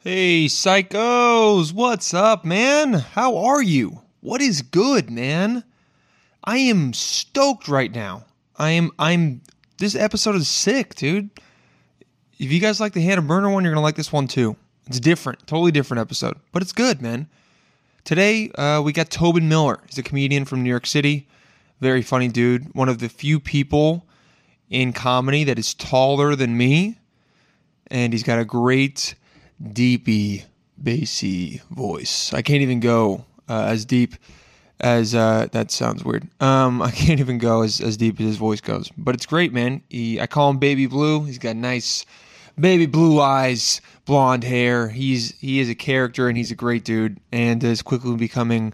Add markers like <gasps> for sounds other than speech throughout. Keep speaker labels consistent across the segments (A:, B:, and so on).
A: Hey, psychos, what's up, man? How are you? What is good, man? I am stoked right now. I am, I'm, this episode is sick, dude. If you guys like the Hannah Burner one, you're going to like this one too. It's different, totally different episode, but it's good, man. Today, uh, we got Tobin Miller. He's a comedian from New York City. Very funny dude. One of the few people in comedy that is taller than me. And he's got a great, deepy, bassy voice. I can't even go uh, as deep as uh, that sounds weird. Um, I <laughs> can't even go as, as deep as his voice goes. But it's great, man. He, I call him Baby Blue. He's got nice baby blue eyes, blonde hair. He's he is a character and he's a great dude and is quickly becoming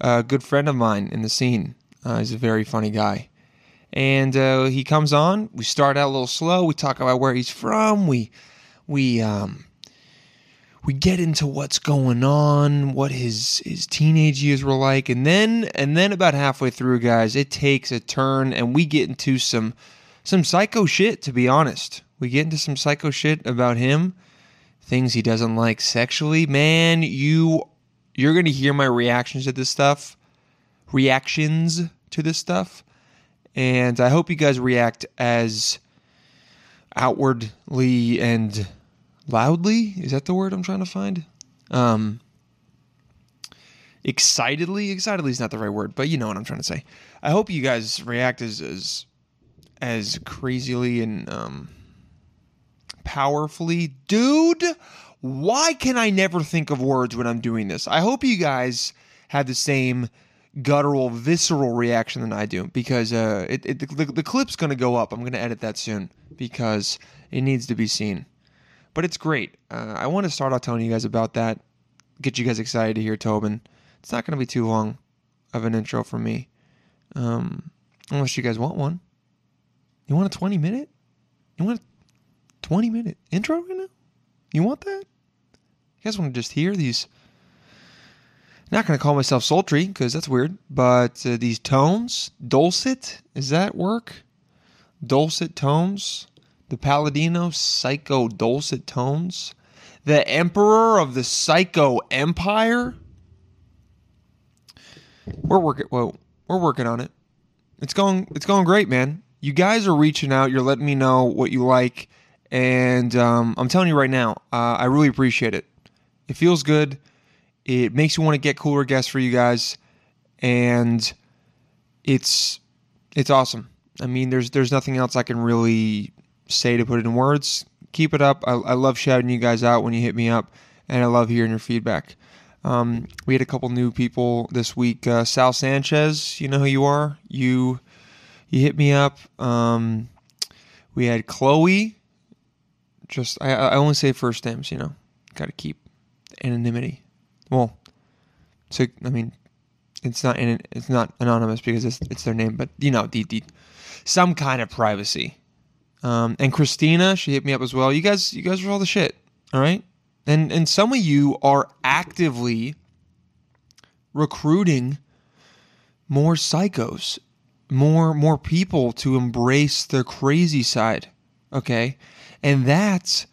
A: a good friend of mine in the scene. Uh, he's a very funny guy. And uh, he comes on. We start out a little slow. We talk about where he's from. We we um we get into what's going on, what his his teenage years were like, and then and then about halfway through, guys, it takes a turn and we get into some some psycho shit, to be honest. We get into some psycho shit about him, things he doesn't like sexually. Man, you you're gonna hear my reactions to this stuff. Reactions to this stuff. And I hope you guys react as outwardly and loudly is that the word i'm trying to find um excitedly excitedly is not the right word but you know what i'm trying to say i hope you guys react as as as crazily and um powerfully dude why can i never think of words when i'm doing this i hope you guys have the same guttural visceral reaction than i do because uh it, it the, the clip's gonna go up i'm gonna edit that soon because it needs to be seen but it's great. Uh, I want to start off telling you guys about that, get you guys excited to hear Tobin. It's not going to be too long of an intro for me, um, unless you guys want one. You want a 20 minute? You want a 20 minute intro right now? You want that? You guys want to just hear these? Not going to call myself sultry because that's weird, but uh, these tones, dulcet, is that work? dulcet tones, the Paladino psycho dulcet tones, the Emperor of the Psycho Empire. We're working. Whoa, we're working on it. It's going. It's going great, man. You guys are reaching out. You're letting me know what you like, and um, I'm telling you right now, uh, I really appreciate it. It feels good. It makes you want to get cooler guests for you guys, and it's it's awesome. I mean, there's there's nothing else I can really say to put it in words. Keep it up. I, I love shouting you guys out when you hit me up, and I love hearing your feedback. Um, we had a couple new people this week. Uh, Sal Sanchez, you know who you are. You you hit me up. Um, we had Chloe. Just I, I only say first names, you know. Got to keep anonymity. Well, so I mean, it's not in, it's not anonymous because it's it's their name, but you know, the, the some kind of privacy. Um, and Christina, she hit me up as well. You guys, you guys are all the shit, all right. And and some of you are actively recruiting more psychos, more more people to embrace their crazy side, okay. And that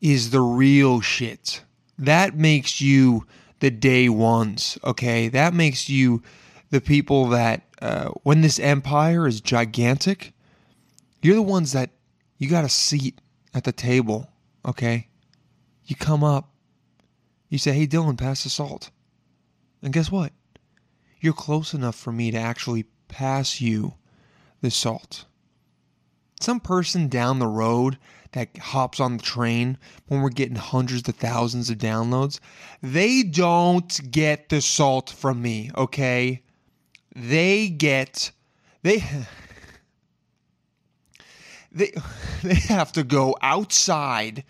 A: is the real shit. That makes you the day ones, okay. That makes you the people that uh, when this empire is gigantic, you're the ones that you got a seat at the table, okay? You come up, you say, hey, Dylan, pass the salt. And guess what? You're close enough for me to actually pass you the salt. Some person down the road that hops on the train when we're getting hundreds of thousands of downloads, they don't get the salt from me, okay? They get, they. they <laughs> they have to go outside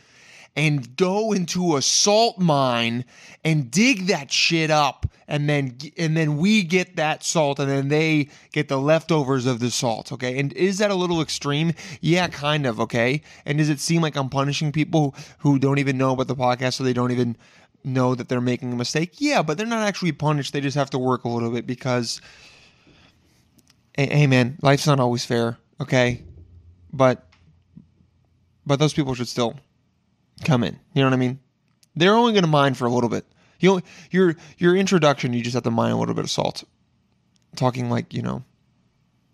A: and go into a salt mine and dig that shit up and then and then we get that salt and then they get the leftovers of the salt okay and is that a little extreme yeah kind of okay and does it seem like i'm punishing people who don't even know about the podcast so they don't even know that they're making a mistake yeah but they're not actually punished they just have to work a little bit because hey, hey man life's not always fair okay but but those people should still come in. You know what I mean? They're only going to mine for a little bit. You know, your your introduction, you just have to mine a little bit of salt. Talking like you know,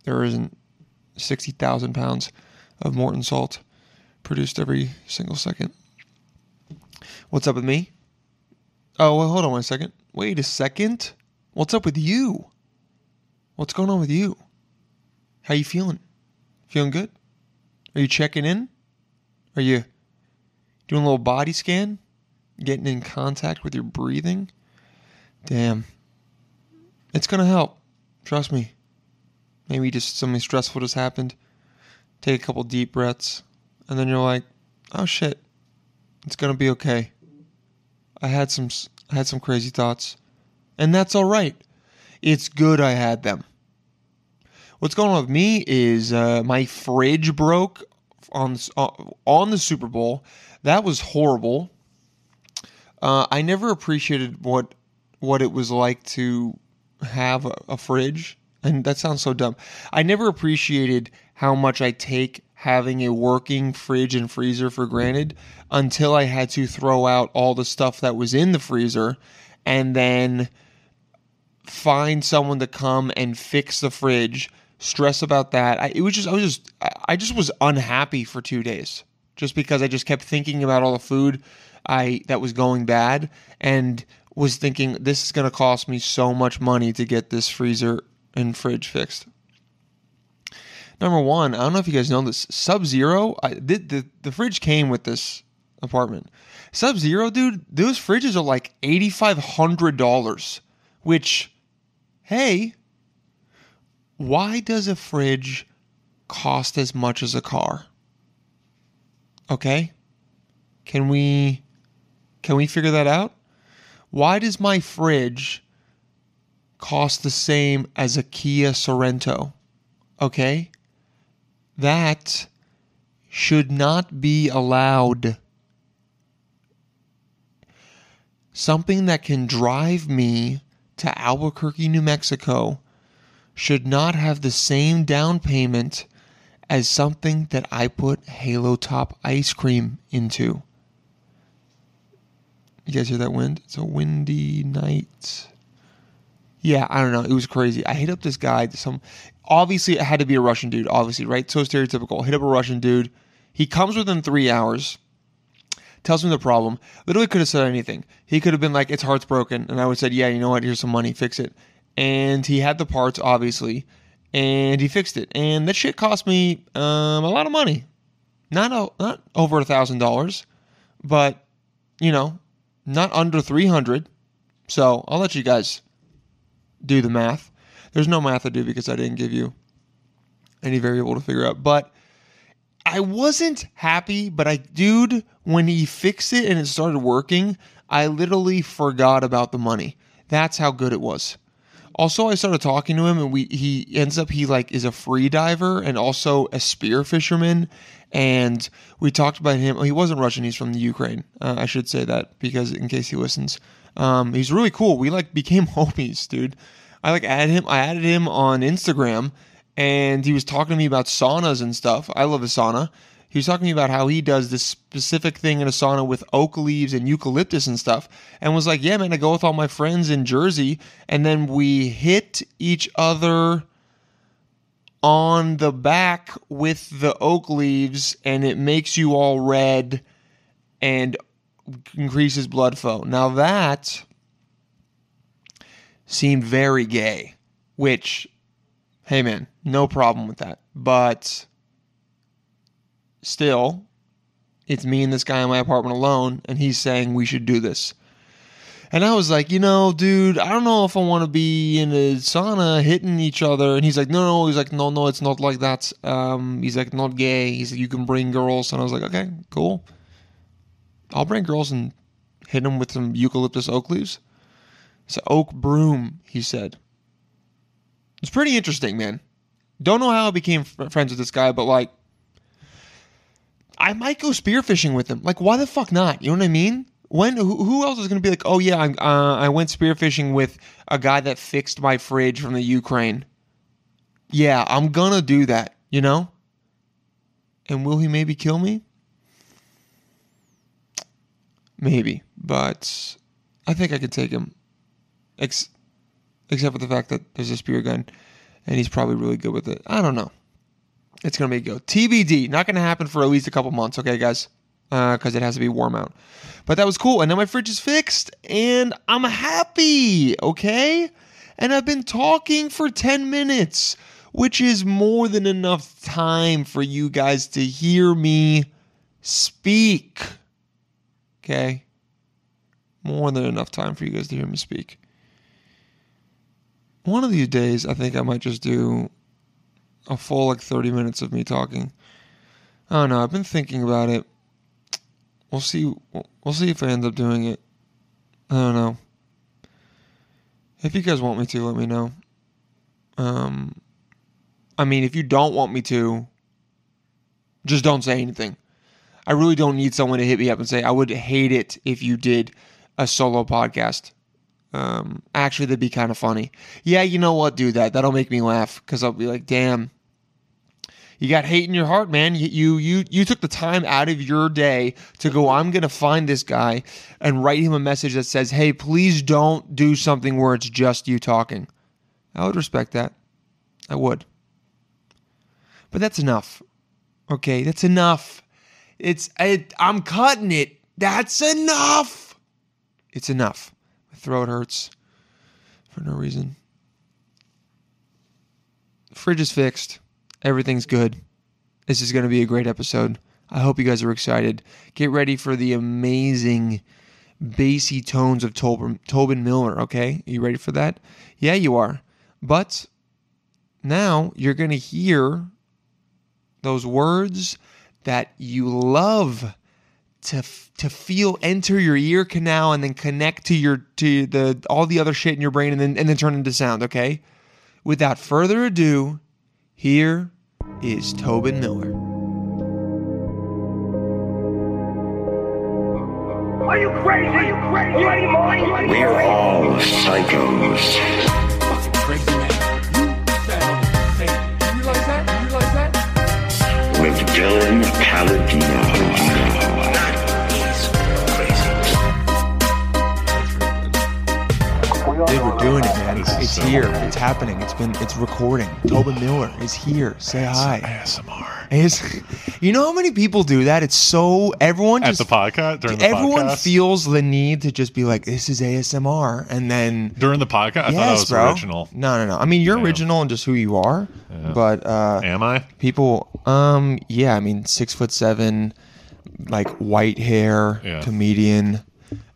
A: there isn't sixty thousand pounds of Morton salt produced every single second. What's up with me? Oh, well, hold on one second. Wait a second. What's up with you? What's going on with you? How you feeling? Feeling good? Are you checking in? Are you doing a little body scan? Getting in contact with your breathing? Damn. It's going to help. Trust me. Maybe just something stressful just happened. Take a couple deep breaths. And then you're like, oh shit, it's going to be okay. I had some I had some crazy thoughts, and that's all right. It's good I had them. What's going on with me is uh, my fridge broke on uh, on the Super Bowl. That was horrible. Uh, I never appreciated what what it was like to have a, a fridge, and that sounds so dumb. I never appreciated how much I take having a working fridge and freezer for granted until I had to throw out all the stuff that was in the freezer and then find someone to come and fix the fridge, stress about that. I, it was just, I was just, I just was unhappy for two days just because I just kept thinking about all the food I that was going bad and was thinking this is going to cost me so much money to get this freezer and fridge fixed. Number one, I don't know if you guys know this. Sub Zero, the, the the fridge came with this apartment. Sub Zero, dude, those fridges are like eighty five hundred dollars. Which, hey, why does a fridge cost as much as a car? Okay, can we can we figure that out? Why does my fridge cost the same as a Kia Sorento? Okay that should not be allowed. Something that can drive me to Albuquerque, New Mexico, should not have the same down payment as something that I put Halo Top ice cream into. You guys hear that wind? It's a windy night. Yeah, I don't know. It was crazy. I hit up this guy. Some obviously it had to be a Russian dude. Obviously, right? So stereotypical. Hit up a Russian dude. He comes within three hours. Tells me the problem. Literally could have said anything. He could have been like, "It's heart's broken," and I would have said, "Yeah, you know what? Here's some money. Fix it." And he had the parts, obviously, and he fixed it. And that shit cost me um, a lot of money. Not a, not over a thousand dollars, but you know, not under three hundred. So I'll let you guys do the math. There's no math to do because I didn't give you any variable to figure out. But I wasn't happy, but I, dude, when he fixed it and it started working, I literally forgot about the money. That's how good it was. Also, I started talking to him, and we he ends up he like is a free diver and also a spear fisherman, and we talked about him. He wasn't Russian; he's from the Ukraine. Uh, I should say that because in case he listens, um, he's really cool. We like became <laughs> homies, dude. I like added him. I added him on Instagram, and he was talking to me about saunas and stuff. I love a sauna. He was talking to me about how he does this specific thing in a sauna with oak leaves and eucalyptus and stuff, and was like, "Yeah, man, I go with all my friends in Jersey, and then we hit each other." On the back with the oak leaves, and it makes you all red and increases blood flow. Now that seemed very gay, which, hey man, no problem with that. But still, it's me and this guy in my apartment alone, and he's saying we should do this. And I was like, you know, dude, I don't know if I want to be in a sauna hitting each other. And he's like, no, no. He's like, no, no, it's not like that. Um, he's like, not gay. He's like, you can bring girls. And I was like, okay, cool. I'll bring girls and hit them with some eucalyptus oak leaves. It's an oak broom, he said. It's pretty interesting, man. Don't know how I became f- friends with this guy, but like, I might go spearfishing with him. Like, why the fuck not? You know what I mean? When who, who else is going to be like, oh yeah, uh, i went spearfishing with a guy that fixed my fridge from the Ukraine. Yeah, I'm gonna do that. You know. And will he maybe kill me? maybe, but I think I could take him. Ex- except for the fact that there's a spear gun, and he's probably really good with it. I don't know. It's gonna be a go. TBD. Not gonna happen for at least a couple months. Okay, guys, because it has to be warm out. But that was cool. And now my fridge is fixed, and I'm happy. Okay, and I've been talking for ten minutes, which is more than enough time for you guys to hear me speak. Okay. More than enough time for you guys to hear me speak. One of these days, I think I might just do a full like 30 minutes of me talking. I don't know. I've been thinking about it. We'll see. We'll see if I end up doing it. I don't know. If you guys want me to, let me know. Um, I mean, if you don't want me to, just don't say anything. I really don't need someone to hit me up and say, I would hate it if you did a solo podcast. Um, actually, that'd be kind of funny. Yeah, you know what? Do that. That'll make me laugh because I'll be like, damn, you got hate in your heart, man. You, you you you took the time out of your day to go. I'm gonna find this guy and write him a message that says, "Hey, please don't do something where it's just you talking." I would respect that. I would. But that's enough. Okay, that's enough. It's it, I'm cutting it. That's enough. It's enough. My throat hurts for no reason. Fridge is fixed. Everything's good. This is going to be a great episode. I hope you guys are excited. Get ready for the amazing bassy tones of Tobin, Tobin Miller, okay? Are you ready for that? Yeah, you are. But now you're going to hear those words that you love to f- to feel enter your ear canal and then connect to your to the all the other shit in your brain and then and then turn into sound, okay? Without further ado, here is Tobin Miller.
B: Are you crazy? Are you crazy? Bloody mind? Bloody
C: We're all psychos.
D: crazy man. You sound insane. You realize that? You realize that?
C: with Dylan Paladino.
A: Dude, we're doing it, man. It's, it's here. It's happening. It's been it's recording. Tobin Miller is here. Say hi.
E: ASMR.
A: Is you know how many people do that? It's so everyone
E: At
A: just
E: the podcast during the
A: everyone
E: podcast.
A: feels the need to just be like, this is ASMR, and then
E: during the podcast. I thought that
A: yes,
E: was
A: bro.
E: original.
A: No, no, no. I mean, you're
E: Yeah.
A: original and just who you are, but uh,
E: Am I?
A: people, um, yeah, I mean, six foot seven, like white hair,
E: Yeah.
A: comedian,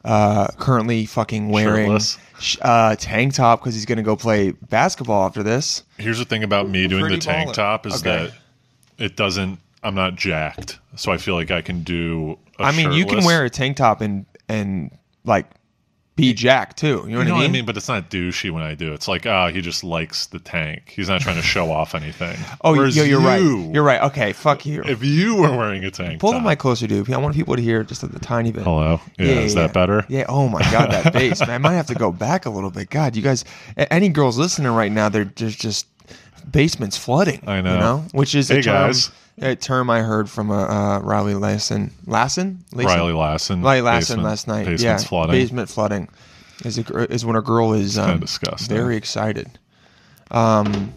A: uh, currently fucking wearing
E: Shirtless.
A: sh- uh, tank top because he's gonna go play basketball after this.
E: Here's the thing about me doing
A: Pretty
E: the tank
A: baller.
E: top is
A: Okay.
E: that it doesn't. I'm not jacked, so I feel like I can do. I
A: I mean, you can wear a tank top and and like be Jack too. You know what
E: You know
A: I mean?
E: what I mean? But it's not douchey when I do. It's like, ah, he just likes the tank. He's not trying to show off anything.
A: <laughs> Oh,
E: Whereas
A: yo, you're
E: you,
A: right. You're right. Okay, fuck you.
E: If you were wearing a tank
A: Pull the
E: top,
A: mic closer, dude. I want people to hear just a tiny bit.
E: Hello. Yeah, is that better?
A: Yeah. Oh my god, that
E: <laughs>
A: bass, man. I might have to go back a little bit. God, you guys, a- any girls listening right now, they're just just basements flooding.
E: I
A: You
E: know.
A: know, which is a
E: Hey,
A: term,
E: guys.
A: a term I heard from a uh, Riley Lassen, Lassen, Lassen?
E: Riley Lassen.
A: Riley Lassen
E: basement-
A: last night.
E: Basement's
A: yeah,
E: flooding.
A: basement flooding is a, gr- is when a girl is um,
E: disgusting.
A: very excited. Um,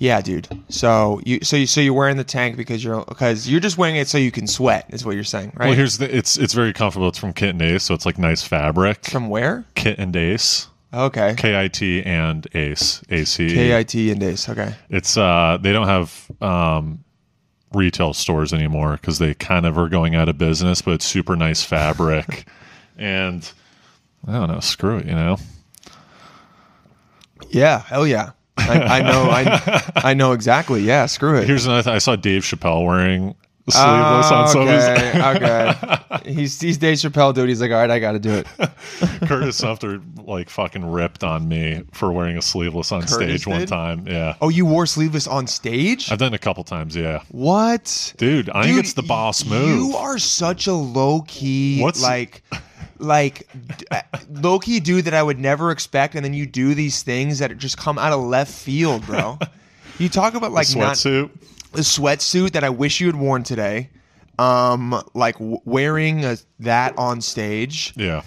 A: yeah, dude. So you so you so you're wearing the tank because you're because you're just wearing it so you can sweat is what you're saying, right?
E: Well, here's the. It's it's very comfortable. It's from Kit and Ace, so it's like nice fabric.
A: From where?
E: Kit and Ace.
A: Okay.
E: KIT and ACE. ACE.
A: KIT and Ace. Okay.
E: It's uh they don't have um retail stores anymore cuz they kind of are going out of business, but it's super nice fabric.
A: <laughs>
E: and I don't know, screw it, you know.
A: Yeah. Hell yeah. I, I know. I I know exactly. Yeah. Screw it.
E: Here's another thing. I saw Dave Chappelle wearing sleeveless on some of his-
A: Ah, okay. okay. He's he's Dave Chappelle, dude. He's like, all right, I got to do it.
E: <laughs> Curtis Sumter like fucking ripped on me for wearing a sleeveless on
A: Curtis
E: stage one
A: did?
E: time. Yeah.
A: <laughs> Oh, you wore sleeveless on stage?
E: I've done it a couple times, yeah.
A: What?
E: Dude, I think it's the boss move.
A: You are such a low key,
E: What's-
A: like, like low key dude that I would never expect, and then you do these things that just come out of left field, <laughs> bro. you talk about like not
E: Sweatsuit.
A: the sweatsuit that I wish you had worn today. um, like w- wearing a, that on stage.
E: Yeah.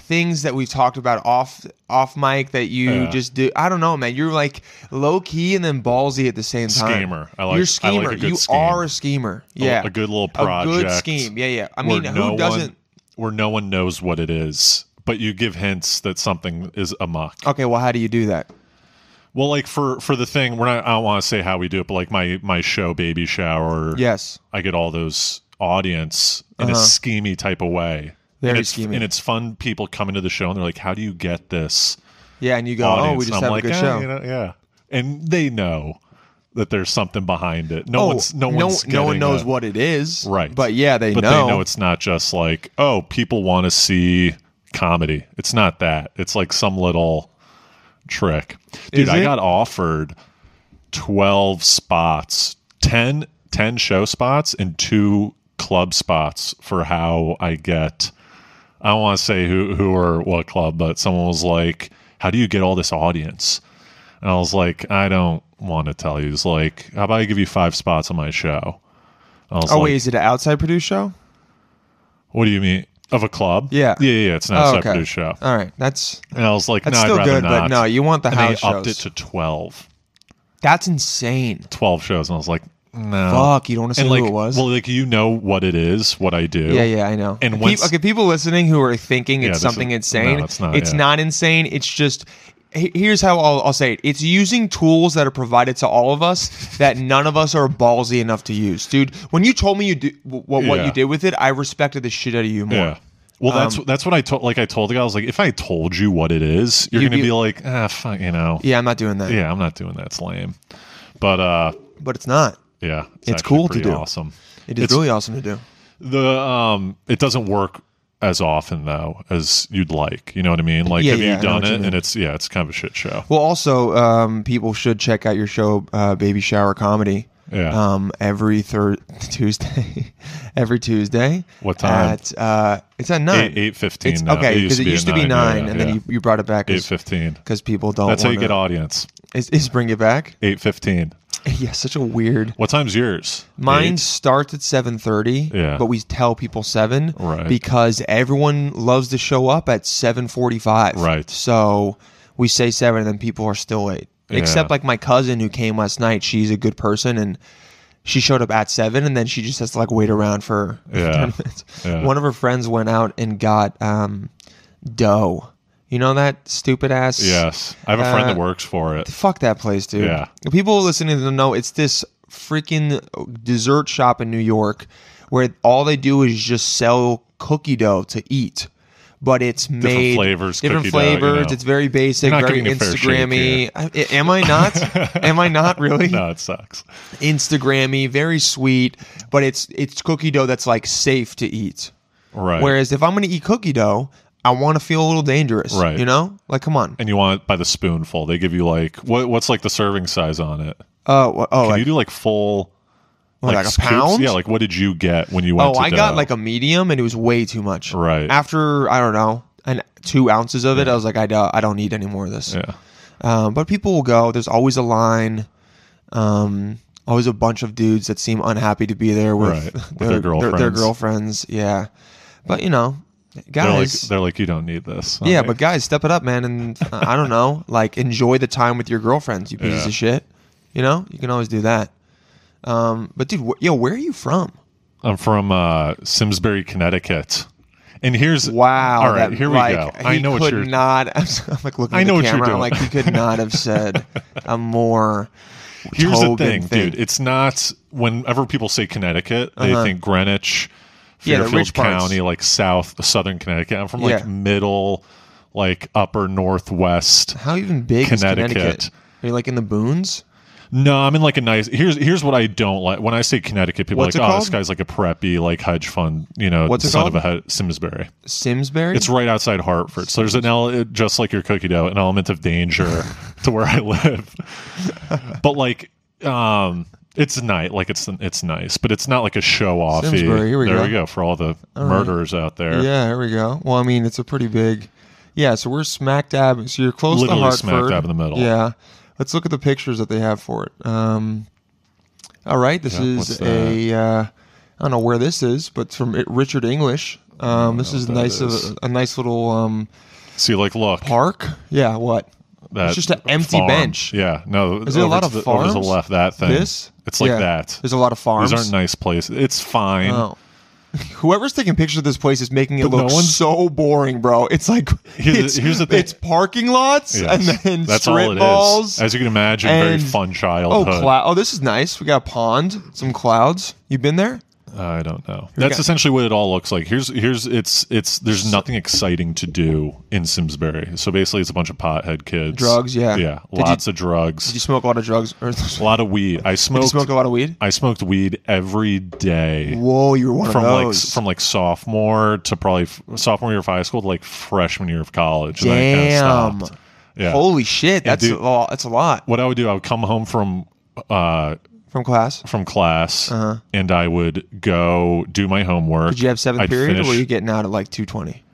A: Things that we've talked about off off mic that you
E: Yeah.
A: just do. I don't know, man. You're like low key and then ballsy at the same time.
E: Schemer. I like-
A: You're
E: I like
A: schemer.
E: a good
A: you
E: scheme.
A: are a schemer. Yeah,
E: a good little
A: A good
E: project
A: scheme. Yeah, yeah. I
E: where
A: mean,
E: no
A: who doesn't?
E: One, where no one knows what it is, but you give hints that something is amok.
A: Okay, well, how do you do that?
E: Well, like for for the thing, we're not. I don't want to say how we do it, but like my my show, baby shower.
A: Yes.
E: I get all those audience in a schemy type of way.
A: Uh-huh. Very
E: and it's,
A: schemy.
E: And it's fun. People coming to the show and they're like, "How do you get this
A: Yeah, and you go,
E: audience?"
A: oh, we
E: And
A: just
E: I'm
A: have
E: like,
A: a good
E: "Eh,
A: show.
E: you know, yeah, and they know that there's something behind it. No
A: oh,
E: one's no, one's
A: no one
E: getting
A: knows
E: a-
A: what it is.
E: right.
A: But yeah, they
E: but
A: know.
E: they know it's not just like, oh, people want to see comedy. It's not that. It's like some little trick. Dude,
A: Is
E: I
A: it?
E: got offered 12 spots, 10, 10 show spots, and two club spots for how I get. I don't want to say who, who or what club, but someone was like, how do you get all this audience? And I was like, I don't want to tell you. He's like, how about I give you five spots on my show? I was
A: oh,
E: like,
A: wait, is it an outside produced show?
E: what do you mean? Of a club?
A: Yeah.
E: Yeah, yeah, yeah. It's an
A: Oh,
E: outside
A: okay.
E: produced show.
A: All right, that's
E: And I was like,
A: That's
E: no,
A: still
E: I'd rather
A: good, but
E: not.
A: no, you want the
E: and
A: house
E: they upped
A: shows.
E: it to 12.
A: that's insane.
E: 12 shows. And I was like, no.
A: Fuck, you don't want to say
E: And like,
A: who it was?
E: well, like, you know what it is, what I do.
A: yeah, yeah, I know.
E: And
A: Peop-
E: once-
A: okay, people listening who are thinking
E: Yeah,
A: it's
E: this
A: something
E: is-
A: insane,
E: no, it's not, yeah.
A: insane. It's just he- here's how I'll, I'll say it. It's using tools that are provided to all of us that none of us are ballsy enough to use, dude. When you told me you do what, what
E: Yeah.
A: you did with it, I respected the shit out of you more.
E: Yeah. Well, that's
A: Um,
E: that's what I told. Like I told the guy, I was like, if I told you what it is, you're
A: You'd
E: gonna
A: be-
E: be, like, ah, fuck, you know,
A: Yeah, I'm not doing that.
E: yeah, I'm not doing that. It's lame. But uh,
A: but it's not.
E: yeah, it's,
A: It's
E: actually
A: cool to
E: pretty
A: do.
E: Awesome.
A: It is
E: It's-
A: really awesome to do.
E: the um it doesn't work as often though as you'd like you know what i mean like
A: Yeah,
E: have
A: yeah, I know
E: you done
A: what you
E: it
A: mean.
E: and it's yeah it's kind of a shit show
A: Well, also, um, people should check out your show, uh, Baby Shower Comedy.
E: Yeah.
A: Um, every third <laughs> Tuesday, every Tuesday.
E: What time?
A: At, uh, it's at nine.
E: Eight- 8:15
A: It's-
E: now. It
A: Okay,
E: used
A: because
E: to
A: it
E: be
A: used to
E: at
A: be nine,
E: nine, yeah,
A: and
E: yeah.
A: then you, you brought it back.
E: 8.15
A: Because people don't.
E: that's how you
A: wanna-
E: get audience
A: Is, is bring it back? <laughs>
E: 8.15
A: yeah, such a weird.
E: what time's yours
A: Mine
E: Eight?
A: starts at seven thirty.
E: Yeah.
A: But we tell people seven.
E: Right.
A: Because everyone loves to show up at seven forty-five.
E: Right.
A: So we say seven, and then people are still late. Except
E: Yeah.
A: like my cousin who came last night. She's a good person, and she showed up at seven, and then she just has to like wait around for <laughs>
E: Yeah.
A: 10 minutes.
E: Yeah.
A: One of her friends went out and got um, dough. You know that stupid ass.
E: yes i have a friend
A: Uh,
E: that works for it
A: Fuck that place, dude.
E: Yeah.
A: The People listening to them know it's this freaking dessert shop in New York where all they do is just sell cookie dough to eat. But it's made
E: flavors,
A: different
E: cookie dough, you
A: flavors.
E: know.
A: It's very basic,
E: You're not
A: very
E: getting a fair shake
A: Instagrammy. I- I- Am I
E: <laughs>
A: not? Am I not really?
E: no it sucks
A: Instagrammy, very sweet, but it's it's cookie dough that's like safe to eat.
E: right
A: Whereas if I'm going to eat cookie dough, I want to feel a little dangerous.
E: Right.
A: You know, like come on.
E: and you want it by the spoonful they give you like what what's like the serving size on it
A: Oh, wha- oh,
E: can
A: like-
E: you do like full
A: What, like a
E: scoops?
A: pound?
E: yeah like what did you get when you went
A: Oh,
E: to
A: I got
E: dough?
A: like a medium, and it was way too much.
E: Right.
A: after I don't know, and two ounces of it, I was like, I don't, I don't need any more of this.
E: yeah
A: Um, but people will go. There's always a line. Um, always a bunch of dudes that seem unhappy to be there with,
E: Right, with
A: their
E: their girlfriends.
A: girlfriends. Yeah, but you know,
E: they're like
A: guys.
E: they're like you don't need this I'm
A: yeah,
E: like,
A: but guys, step it up, man, and uh, I don't
E: <laughs>
A: know, like enjoy the time with your girlfriends. You pieces
E: Yeah.
A: of shit. You know, you can always do that. Um, but dude, wh- yo, where are you from?
E: I'm from uh, Simsbury, Connecticut. And here's
A: Wow.
E: All right,
A: that-
E: here we
A: like,
E: go.
A: He
E: I know
A: could
E: what you're.
A: not. <laughs> I'm, like looking.
E: I
A: at
E: know
A: the
E: what you're
A: camera, I'm
E: doing.
A: like, he could not have
E: <laughs>
A: said a more.
E: here's the
A: Tobin
E: thing,
A: thing.
E: dude. It's not whenever people say Connecticut, they think Greenwich,
A: Uh-huh. Yeah, the
E: Fairfield
A: rich parts.
E: County, like South Southern Connecticut. I'm from like
A: Yeah.
E: middle, like upper northwest.
A: How even big is
E: Connecticut.
A: Connecticut? Are you like in the boons?
E: No, I'm in like a nice. Here's here's what I don't like. When I say Connecticut, people
A: What's
E: are
A: it
E: like, oh,
A: called?
E: this guy's like a preppy, like hedge fund, you know,
A: What's it
E: son
A: called?
E: of a he- Simsbury.
A: Simsbury.
E: It's right outside Hartford. So there's an ele- just like your cookie dough, an element of danger <laughs> to where I live. <laughs> but like, um, it's night. Like it's it's nice, but it's not like a show offy.
A: Simsbury, here we
E: there
A: go.
E: we go for all the murderers out there.
A: yeah. Here we go. Well, I mean, it's a pretty big. Yeah. So we're smack dab. So you're close
E: Literally
A: to Hartford.
E: smack dab in the middle.
A: Yeah. Let's look at the pictures that they have for it. Um, All right, this
E: Yeah,
A: is
E: what's
A: a uh, I don't know where this is, but it's from Richard English. Um, this is
E: that
A: nice
E: is.
A: of a, nice little um,
E: See, like, look.
A: park. Yeah, what?
E: that
A: it's just an empty
E: farm.
A: bench.
E: Yeah. No.
A: Is there a
E: over
A: lot
E: to
A: of
E: the, over to the
A: farms?
E: left, that thing.
A: This?
E: It's like
A: Yeah.
E: that.
A: There's a lot of farms.
E: These aren't nice places. It's fine.
A: Oh. Whoever's taking pictures of this place is making it
E: But no
A: look
E: one's-
A: so boring, bro. It's like
E: Here's the-
A: it's,
E: here's the thing.
A: it's parking lots and
E: Yes.
A: then
E: That's
A: strip
E: all it is.
A: malls.
E: As you can imagine, very
A: and-
E: fun
A: Oh,
E: childhood.
A: clou- oh, this is nice. We got a pond, some clouds. You been there?
E: I don't know. That's
A: go.
E: essentially what it all looks like. Here's here's it's it's there's nothing exciting to do in Simsbury. So basically, it's a bunch of pothead kids,
A: Drugs, yeah.
E: yeah,
A: Did you-
E: lots of
A: Did
E: drugs,
A: you smoke a lot of drugs? Or <laughs>
E: a lot of weed. I
A: did
E: smoked.
A: you smoke a lot of weed?
E: I smoked weed every day
A: Whoa, you were one
E: from
A: of
E: like
A: those.
E: s- from like sophomore to probably f- sophomore year of high school to like freshman year of college. And then I
A: Damn.
E: kind of stopped. Yeah.
A: Holy shit, that's
E: dude.
A: a lot. That's a lot
E: what I would do, I would come home from uh
A: from class.
E: from class and I would go do my homework.
A: Uh-huh. Did you have seventh
E: I'd
A: period,
E: finish-
A: or were you getting out at like two twenty?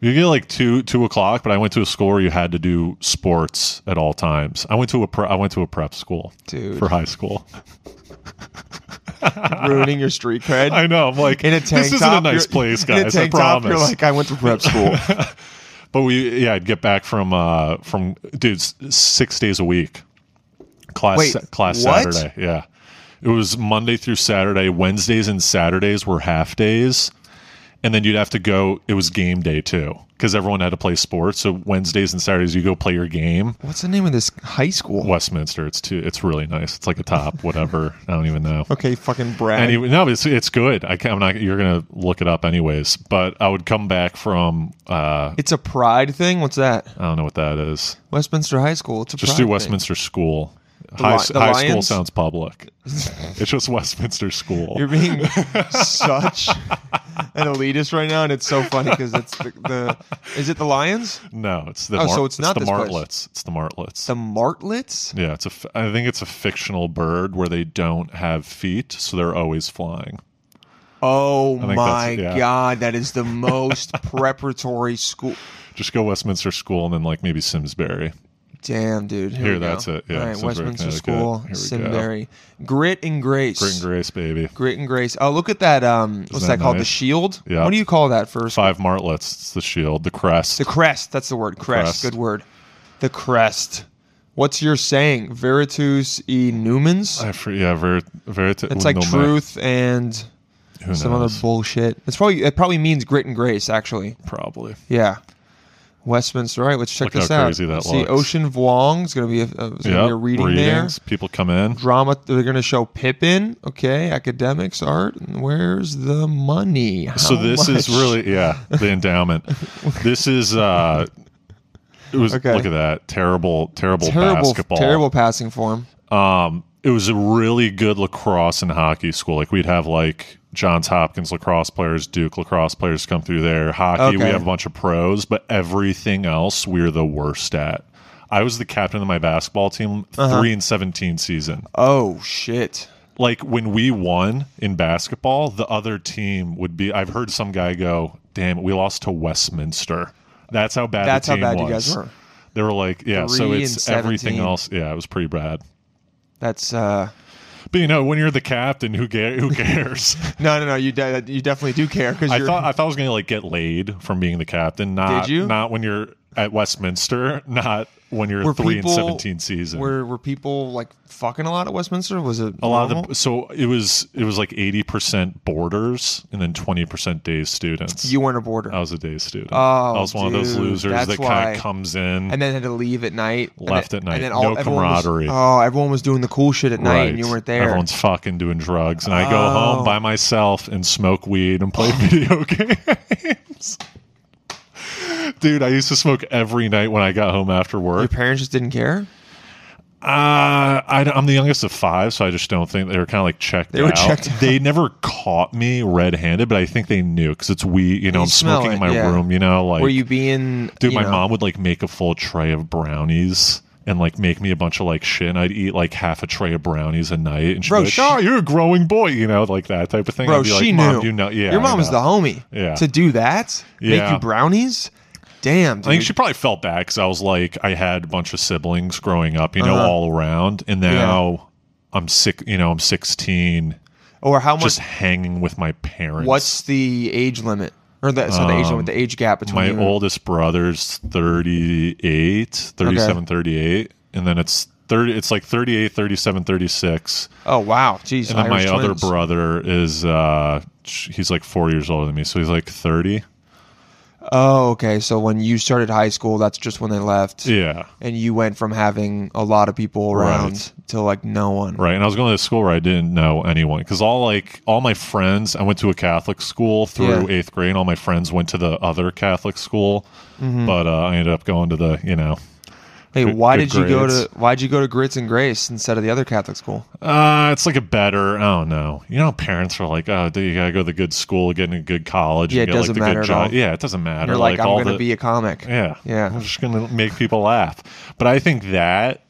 E: You get like two two o'clock, but I went to a school where you had to do sports at all times. I went to a pre- I went to a prep school
A: Dude.
E: for high school.
A: Ruining your street cred.
E: <laughs> I know. I'm like
A: In a tank
E: this isn't
A: top,
E: a nice
A: you're-
E: place,
A: in a
E: guys. I
A: tank top,
E: promise.
A: you're like, I went to prep
E: <laughs>
A: school.
E: but we yeah, I'd get back from uh from dude s- six days a week, class
A: Wait,
E: class
A: what?
E: Saturday. Yeah, it was Monday through Saturday. Wednesdays and Saturdays were half days, and then you'd have to go. It was game day too because everyone had to play sports. So Wednesdays and Saturdays you go play your game.
A: What's the name of this high school?
E: Westminster. It's too. It's really nice. It's like
A: <laughs>
E: a top, whatever. I don't even know.
A: Okay, fucking Brad.
E: Anyway, no, it's it's good. I can, I'm not. You're gonna look it up anyways. But I would come back from. Uh,
A: it's a pride thing. What's that?
E: I don't know what that is.
A: Westminster High School. It's a
E: Just
A: pride
E: do
A: thing.
E: Westminster School. high
A: Li-
E: s-
A: the
E: high school
A: Lions?
E: sounds
A: <laughs>
E: public. it's just Westminster School.
A: You're being
E: <laughs>
A: such an elitist right now, and it's so funny because it's the, the. Is it the Lions?
E: no, it's the
A: Oh,
E: Mar-
A: so it's not
E: the
A: this place.
E: martlets. It's the martlets.
A: The Martlets?
E: yeah, it's a. f- I think it's a fictional bird where they don't have feet, so they're always flying.
A: Oh
E: think
A: my
E: that's- yeah.
A: god, that is the most <laughs> preparatory school.
E: Just go Westminster School and then like maybe Simsbury.
A: Damn, dude. Here,
E: Here,
A: we go.
E: that's it. Yeah,
A: All right,
E: Simsbury,
A: Westminster
E: Connecticut.
A: School,
E: Here we go.
A: Simbury, grit and grace.
E: Grit and grace, baby.
A: Grit and grace. Oh, look at that. Um, what's that,
E: that
A: called? The
E: nice?
A: shield.
E: Yeah.
A: What do you call that for? a school?
E: Five martlets. It's the shield, the crest.
A: The crest. That's the word. Crest.
E: crest.
A: Good word. The crest. What's your saying? Veritus e numens.
E: I for, yeah, ver, verita,
A: It's like
E: no ma-
A: truth and
E: Who
A: some other
E: knows?
A: bullshit. It's probably it probably means grit and grace. Actually,
E: Probably.
A: yeah. Westminster. All right, let's check
E: Look
A: this
E: how
A: out.
E: crazy that
A: Let's See,
E: looks.
A: Ocean Vuong is going to be a, uh, it's gonna be
E: Yeah.
A: a reading there.
E: Readings. People come in.
A: Drama. They're going to show Pippin. Okay, academics, art. And where's the money?
E: So
A: How
E: this is
A: much?
E: really yeah, the endowment. this is uh it was
A: Okay.
E: look at that. Terrible, terrible,
A: terrible,
E: basketball.
A: terrible passing form.
E: Um it was a really good lacrosse and hockey school. Like we'd have like Johns Hopkins lacrosse players, Duke lacrosse players come through there. Hockey, we
A: Okay.
E: have a bunch of pros, but everything else we're the worst at. I was the captain of my basketball team
A: Uh-huh.
E: 3 and 17 season.
A: Oh shit.
E: like when we won in basketball, the other team would be. I've heard some guy go, "Damn, we lost to Westminster." That's how bad.
A: That's
E: the
A: how
E: team
A: bad you
E: was.
A: guys were.
E: They were like, "Yeah." so
A: Three
E: it's
A: and
E: everything
A: 17.
E: else. Yeah, it was pretty bad.
A: That's uh
E: But you know, when you're the captain, who ca- who
A: <laughs>
E: cares?
A: no no no you de- you definitely do care because
E: I
A: you're
E: thought I thought I was gonna like get laid from being the captain. Not
A: Did you?
E: not when you're at Westminster. <laughs> Not when you're
A: Were
E: three
A: people-
E: and seventeen season.
A: were were people like fucking a lot at Westminster was it
E: a lot of
A: normal?
E: the so it was it was like eighty percent boarders and then twenty percent day students.
A: you weren't a boarder
E: I was a day student.
A: Oh,
E: I was one of those
A: dude,
E: losers
A: that's
E: that
A: why.
E: kind of comes in.
A: and then had to leave at night and
E: Left
A: then-
E: at night.
A: and then
E: No
A: all, everyone was-
E: camaraderie.
A: oh everyone was doing the cool shit at night and you weren't there Oh.
E: Everyone's fucking doing drugs, and I go home by myself and smoke weed and play <laughs> video games. Dude, I used to smoke every night when I got home after
A: your
E: work.
A: parents just didn't care
E: Uh, I, am the youngest of five, so I just don't think they were kind of like checked
A: They
E: out.
A: were checked out.
E: They never caught me red-handed, but I think they knew because it's weed. You know,
A: You
E: I'm
A: smell
E: smoking
A: it,
E: in my
A: yeah.
E: room. You know, like
A: were you being
E: Dude,
A: you
E: my
A: know,
E: mom would like make a full tray of brownies and like make me a bunch of like shit. And I'd eat like half a tray of brownies a night. And she'd
A: Bro,
E: be like,
A: she-
E: "Oh, you're a growing boy," you know, like that type of thing.
A: bro
E: I'd be
A: she
E: like,
A: knew
E: Mom, you know, yeah,
A: your
E: I
A: mom was the
E: know."
A: homie
E: Yeah.
A: to do that make
E: Yeah.
A: you brownies damn dude
E: I think she probably felt bad
A: Uh-huh.
E: because I was like, I had a bunch of siblings growing up, you know, all around, and now I'm sick. You know, I'm 16,
A: Or how much?
E: just hanging with my parents.
A: what's the age limit? Or that's not the age limit. The age gap between
E: Um, my
A: you and-
E: oldest brother's 38 37 38 and then it's 30 it's like 38 37 36
A: Oh wow, jeez.
E: and then
A: Irish
E: my other
A: twins.
E: brother is uh he's like four years older than me so he's like 30
A: Oh, okay. So when you started high school, that's just when they left.
E: yeah
A: And you went from having a lot of people around
E: Right.
A: to like no one.
E: right and i was going to school where i didn't know anyone because all like all my friends i went to a catholic school through
A: Yeah.
E: eighth grade and all my friends went to the other catholic school
A: Mm-hmm.
E: but uh, i ended up going to the you know
A: Hey,
E: Good-
A: why
E: good
A: did you go to
E: grades. why
A: why'd you go to Grits and Grace instead of the other Catholic school?
E: Uh, it's like a better. Oh no, you know, parents are like, oh, you gotta go to the good school, get in a good college,
A: Yeah,
E: and
A: it
E: get like
A: doesn't
E: the
A: matter
E: good
A: at
E: job.
A: all.
E: Yeah, it doesn't matter.
A: You're like, I'm
E: all
A: gonna
E: the-
A: be a comic.
E: Yeah,
A: Yeah.
E: I'm just gonna make people laugh. But I think that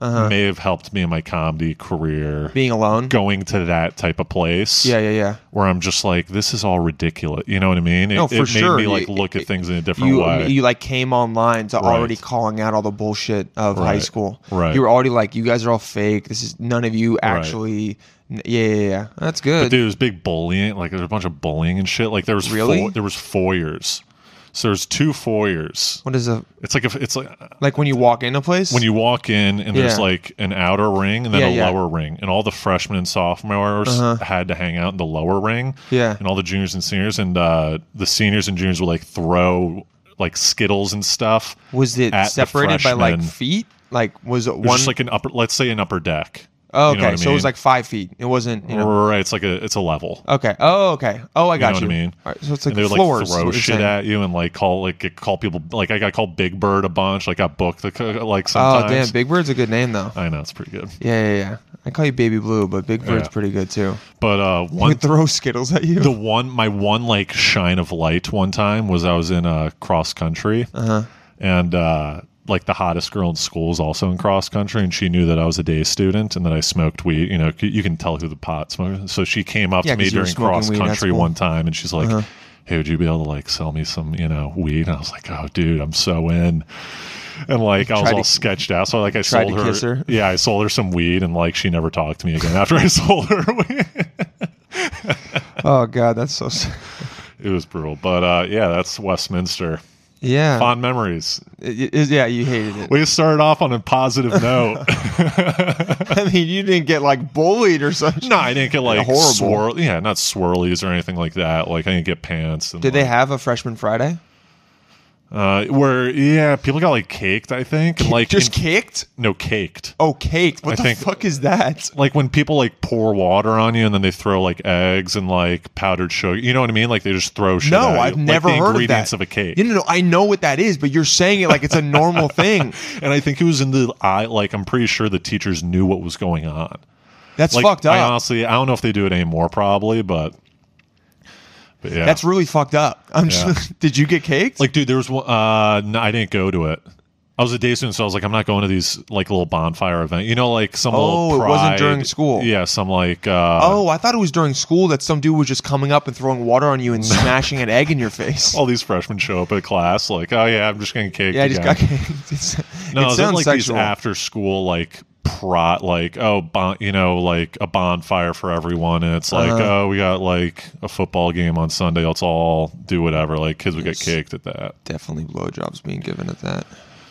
A: Uh-huh.
E: may have helped me in my comedy career.
A: Being alone.
E: going to that type of place.
A: Yeah, yeah, yeah.
E: Where I'm just like, this is all ridiculous. You know what I mean? It,
A: No, for
E: it made
A: sure.
E: me like
A: You-
E: look at things in a different
A: You
E: way.
A: you like came online to
E: Right.
A: already calling out all the bullshit of high
E: Right.
A: school.
E: Right.
A: You were already like, you guys are all fake. This is none of you actually. n- Yeah, yeah, yeah. That's good.
E: dude, it was big bullying. Like there was a bunch of bullying and shit. Like there was
A: Really?
E: fo- there was foyers. So there's two foyers.
A: what is a
E: It's like if it's like uh,
A: like when you walk into a place?
E: when you walk in and there's
A: Yeah.
E: like an outer ring and then
A: Yeah,
E: a
A: yeah. Uh-huh.
E: lower ring, and all the freshmen and sophomores had to hang out in the lower ring,
A: Yeah.
E: and all the juniors and seniors, and uh, the seniors and juniors would like throw like skittles and stuff.
A: was it
E: at the
A: separated by like
E: freshmen.
A: feet? Like was it
E: It was
A: one?
E: just like an upper, let's say an upper deck.
A: oh,
E: You
A: okay,
E: know what I
A: so it was
E: mean?
A: like five feet. It wasn't. You know,
E: right. It's like a it's a level.
A: Okay. Oh, okay. Oh, I got
E: know
A: you.
E: what I mean?
A: All right, so it's like
E: And they would
A: floors. is
E: like throw
A: what you're
E: shit
A: saying.
E: at you and like call like get- call people like I got called Big Bird a bunch. Like I booked the like
A: Oh,
E: sometimes. Uh,
A: damn. Big Bird's a good name though.
E: I know it's pretty good.
A: Yeah, yeah, yeah. I call you Baby Blue, but Big Bird's
E: Yeah.
A: pretty good too.
E: But uh,
A: I
E: one
A: would throw Skittles at you.
E: the one my one like shine of light one time was I was in uh, cross country
A: Uh-huh.
E: and uh, like the hottest girl in school was also in cross country and she knew that I was a day student and that I smoked weed you know c- you can tell who the pot smoker so she came up
A: Yeah,
E: to me
A: 'cause you were
E: during
A: smoking
E: cross
A: weed Uh-huh. at
E: country
A: school.
E: one time and she's like hey would you be able to like sell me some you know weed and I was like oh dude I'm so in and like I was
A: tried
E: all
A: to-
E: sketched out so like I
A: tried
E: sold
A: to kiss her?
E: yeah I sold her some weed and like she never talked to me again <laughs> after I sold her weed
A: oh God, that's so. s- <laughs>
E: It was brutal, but uh, yeah, that's Westminster.
A: Yeah.
E: Fond memories.
A: It- it- yeah, you hated
E: <laughs>
A: it.
E: We started off on a positive
A: <laughs>
E: note. <laughs>
A: I mean, you didn't get like bullied or something.
E: no, I didn't get like
A: Horrible.
E: swirl. Yeah, not swirlies or anything like that. Like I didn't get pants. And,
A: Did they
E: like,
A: have a freshman Friday?
E: uh, where? Yeah, people got like caked. I think and, like
A: Just
E: in-
A: kicked?
E: No, caked.
A: Oh, caked. What
E: I
A: the
E: think-
A: fuck is that?
E: Like when people like pour water on you and then they throw like eggs and like powdered sugar. You know what I mean? Like they just throw shit.
A: No,
E: at you.
A: I've
E: Like,
A: never
E: the
A: heard of
E: ingredients
A: that.
E: of a cake.
A: You know, no, I know what that is, but you're saying it like it's a
E: <laughs>
A: normal thing.
E: and I think it was in the I like I'm pretty sure the teachers knew what was going on.
A: That's
E: like,
A: fucked up.
E: I honestly, I don't know if they do it anymore, probably, but, but yeah,
A: That's really fucked up. I'm
E: Yeah.
A: just, <laughs> did you get caked?
E: like, dude, there was one. Uh, no, I didn't go to it. I was a day student, so I was like, I'm not going to these like little bonfire event. You know, like some
A: Oh, it
E: little
A: wasn't
E: pride-
A: during school.
E: Yeah, some like uh,
A: Oh, I thought it was during school that some dude was just coming up and throwing water on
E: <laughs>
A: you and smashing an egg in your face.
E: all these freshmen show up at class, like, oh yeah, I'm just getting
A: <laughs>
E: caked.
A: yeah, I just
E: again.
A: got <laughs> it's,
E: No,
A: it
E: is it
A: sounds
E: like
A: sexual.
E: these after school like prot like oh bon- you know like a bonfire for everyone and it's like
A: Uh-huh.
E: oh we got like a football game on Sunday let's all do whatever like kids would get caked at that
A: Definitely blowjobs being given at that,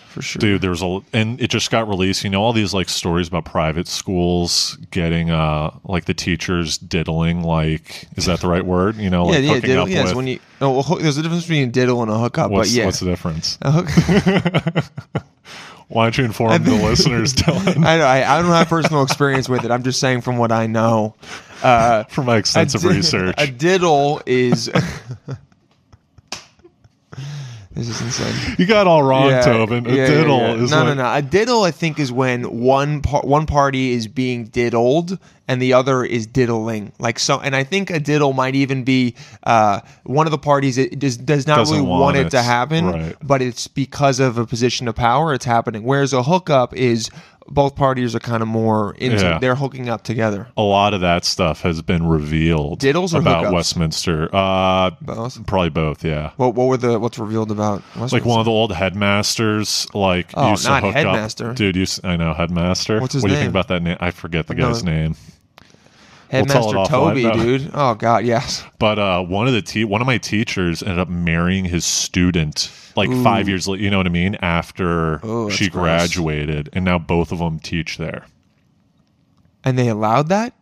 A: for sure.
E: dude there was a and it just got released you know all these like stories about private schools getting uh like the teachers diddling like is that the right word you know
A: yeah,
E: like
A: yeah,
E: hooking
A: diddle.
E: up
A: Yes,
E: with
A: when you. No, well, hook- there's a difference between a diddle and a hookup,
E: what's,
A: but yeah,
E: what's the difference
A: A hook- <laughs>
E: why don't you inform the
A: <laughs>
E: listeners Dylan
A: I, know, I, I don't have personal experience with it. I'm just saying from what I know.
E: from my
A: A
E: extensive
A: di-
E: research
A: A diddle is. this is insane.
E: You got all wrong, Tobin. A
A: yeah, yeah,
E: diddle
A: yeah.
E: is
A: no,
E: like-
A: no, no. A diddle, I think, is when one par- one party is being diddled, and and the other is diddling. Like so, and I think a diddle might even be uh, one of the parties it does, does not
E: Doesn't
A: really want,
E: want
A: it to
E: it,
A: happen,
E: right.
A: but it's because of a position of power it's happening. Whereas a hookup is both parties are kind of more into
E: Yeah.
A: they're hooking up together.
E: a lot of that stuff has been revealed.
A: Diddles or
E: about
A: hookups?
E: Westminster. Uh,
A: Both.
E: probably both. Yeah.
A: What what were the what's revealed about?
E: Like one of the old headmasters, like
A: Oh,
E: used
A: not
E: to hook
A: headmaster.
E: up. Dude, used, I know headmaster.
A: What's his
E: what do you
A: name?
E: think about that name? I forget the
A: No.
E: guy's name.
A: headmaster
E: we'll tell it
A: Toby,
E: offline, no.
A: dude. Oh god, yes.
E: But uh, one of the te- one of my teachers ended up marrying his student like five years later. You know what I mean? After
A: Oh, that's
E: she
A: gross.
E: graduated, and now both of them teach there.
A: And they allowed that?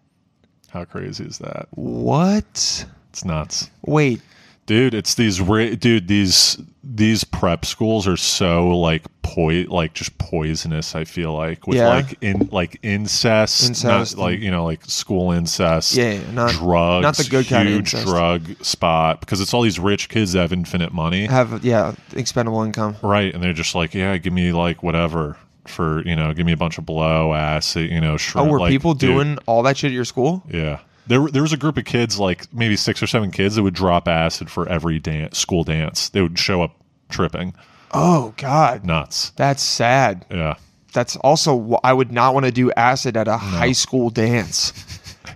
E: How crazy is that?
A: What?
E: It's nuts.
A: Wait,
E: dude it's these ri- dude these these prep schools are so like poi like just poisonous i feel like with
A: Yeah.
E: like in like incest,
A: Incest
E: not, like you know like school incest
A: Yeah, yeah, not-
E: drugs
A: not the good
E: huge
A: kind of incest.
E: drug spot because it's all these rich kids that have infinite money
A: have yeah, expendable income.
E: right and they're just like yeah give me like whatever for you know give me a bunch of blow ass you know
A: Oh,
E: shrimp.
A: were
E: like,
A: people
E: dude,
A: doing all that shit at your school?
E: yeah. There, were- there was a group of kids, like maybe six or seven kids, that would drop acid for every dance, school dance. They would show up tripping.
A: Oh God,
E: Nuts.
A: that's sad.
E: Yeah.
A: That's also wh- I would not want to do acid at a high school dance.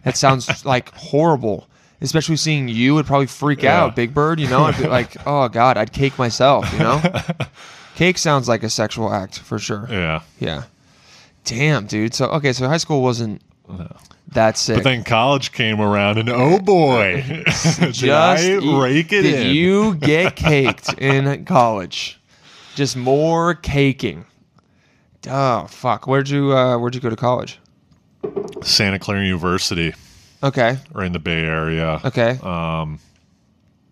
A: That sounds <laughs> like horrible. Especially seeing you would probably freak
E: Yeah.
A: out, Big Bird. You know,
E: <laughs>
A: I'd be like, oh God, I'd cake myself. You know, cake sounds like a sexual act for sure.
E: Yeah.
A: Yeah. Damn, dude. So okay, so high school wasn't that sick.
E: But then college came around, and
A: <laughs>
E: oh boy, did
A: Just
E: I
A: eat-
E: rake it
A: did
E: in?
A: you
E: <laughs>
A: get caked in college? Just more caking. Oh fuck. Where'd you uh, where'd you go to college?
E: Santa Clara University,
A: Okay.
E: right in the Bay Area.
A: Okay.
E: Uh,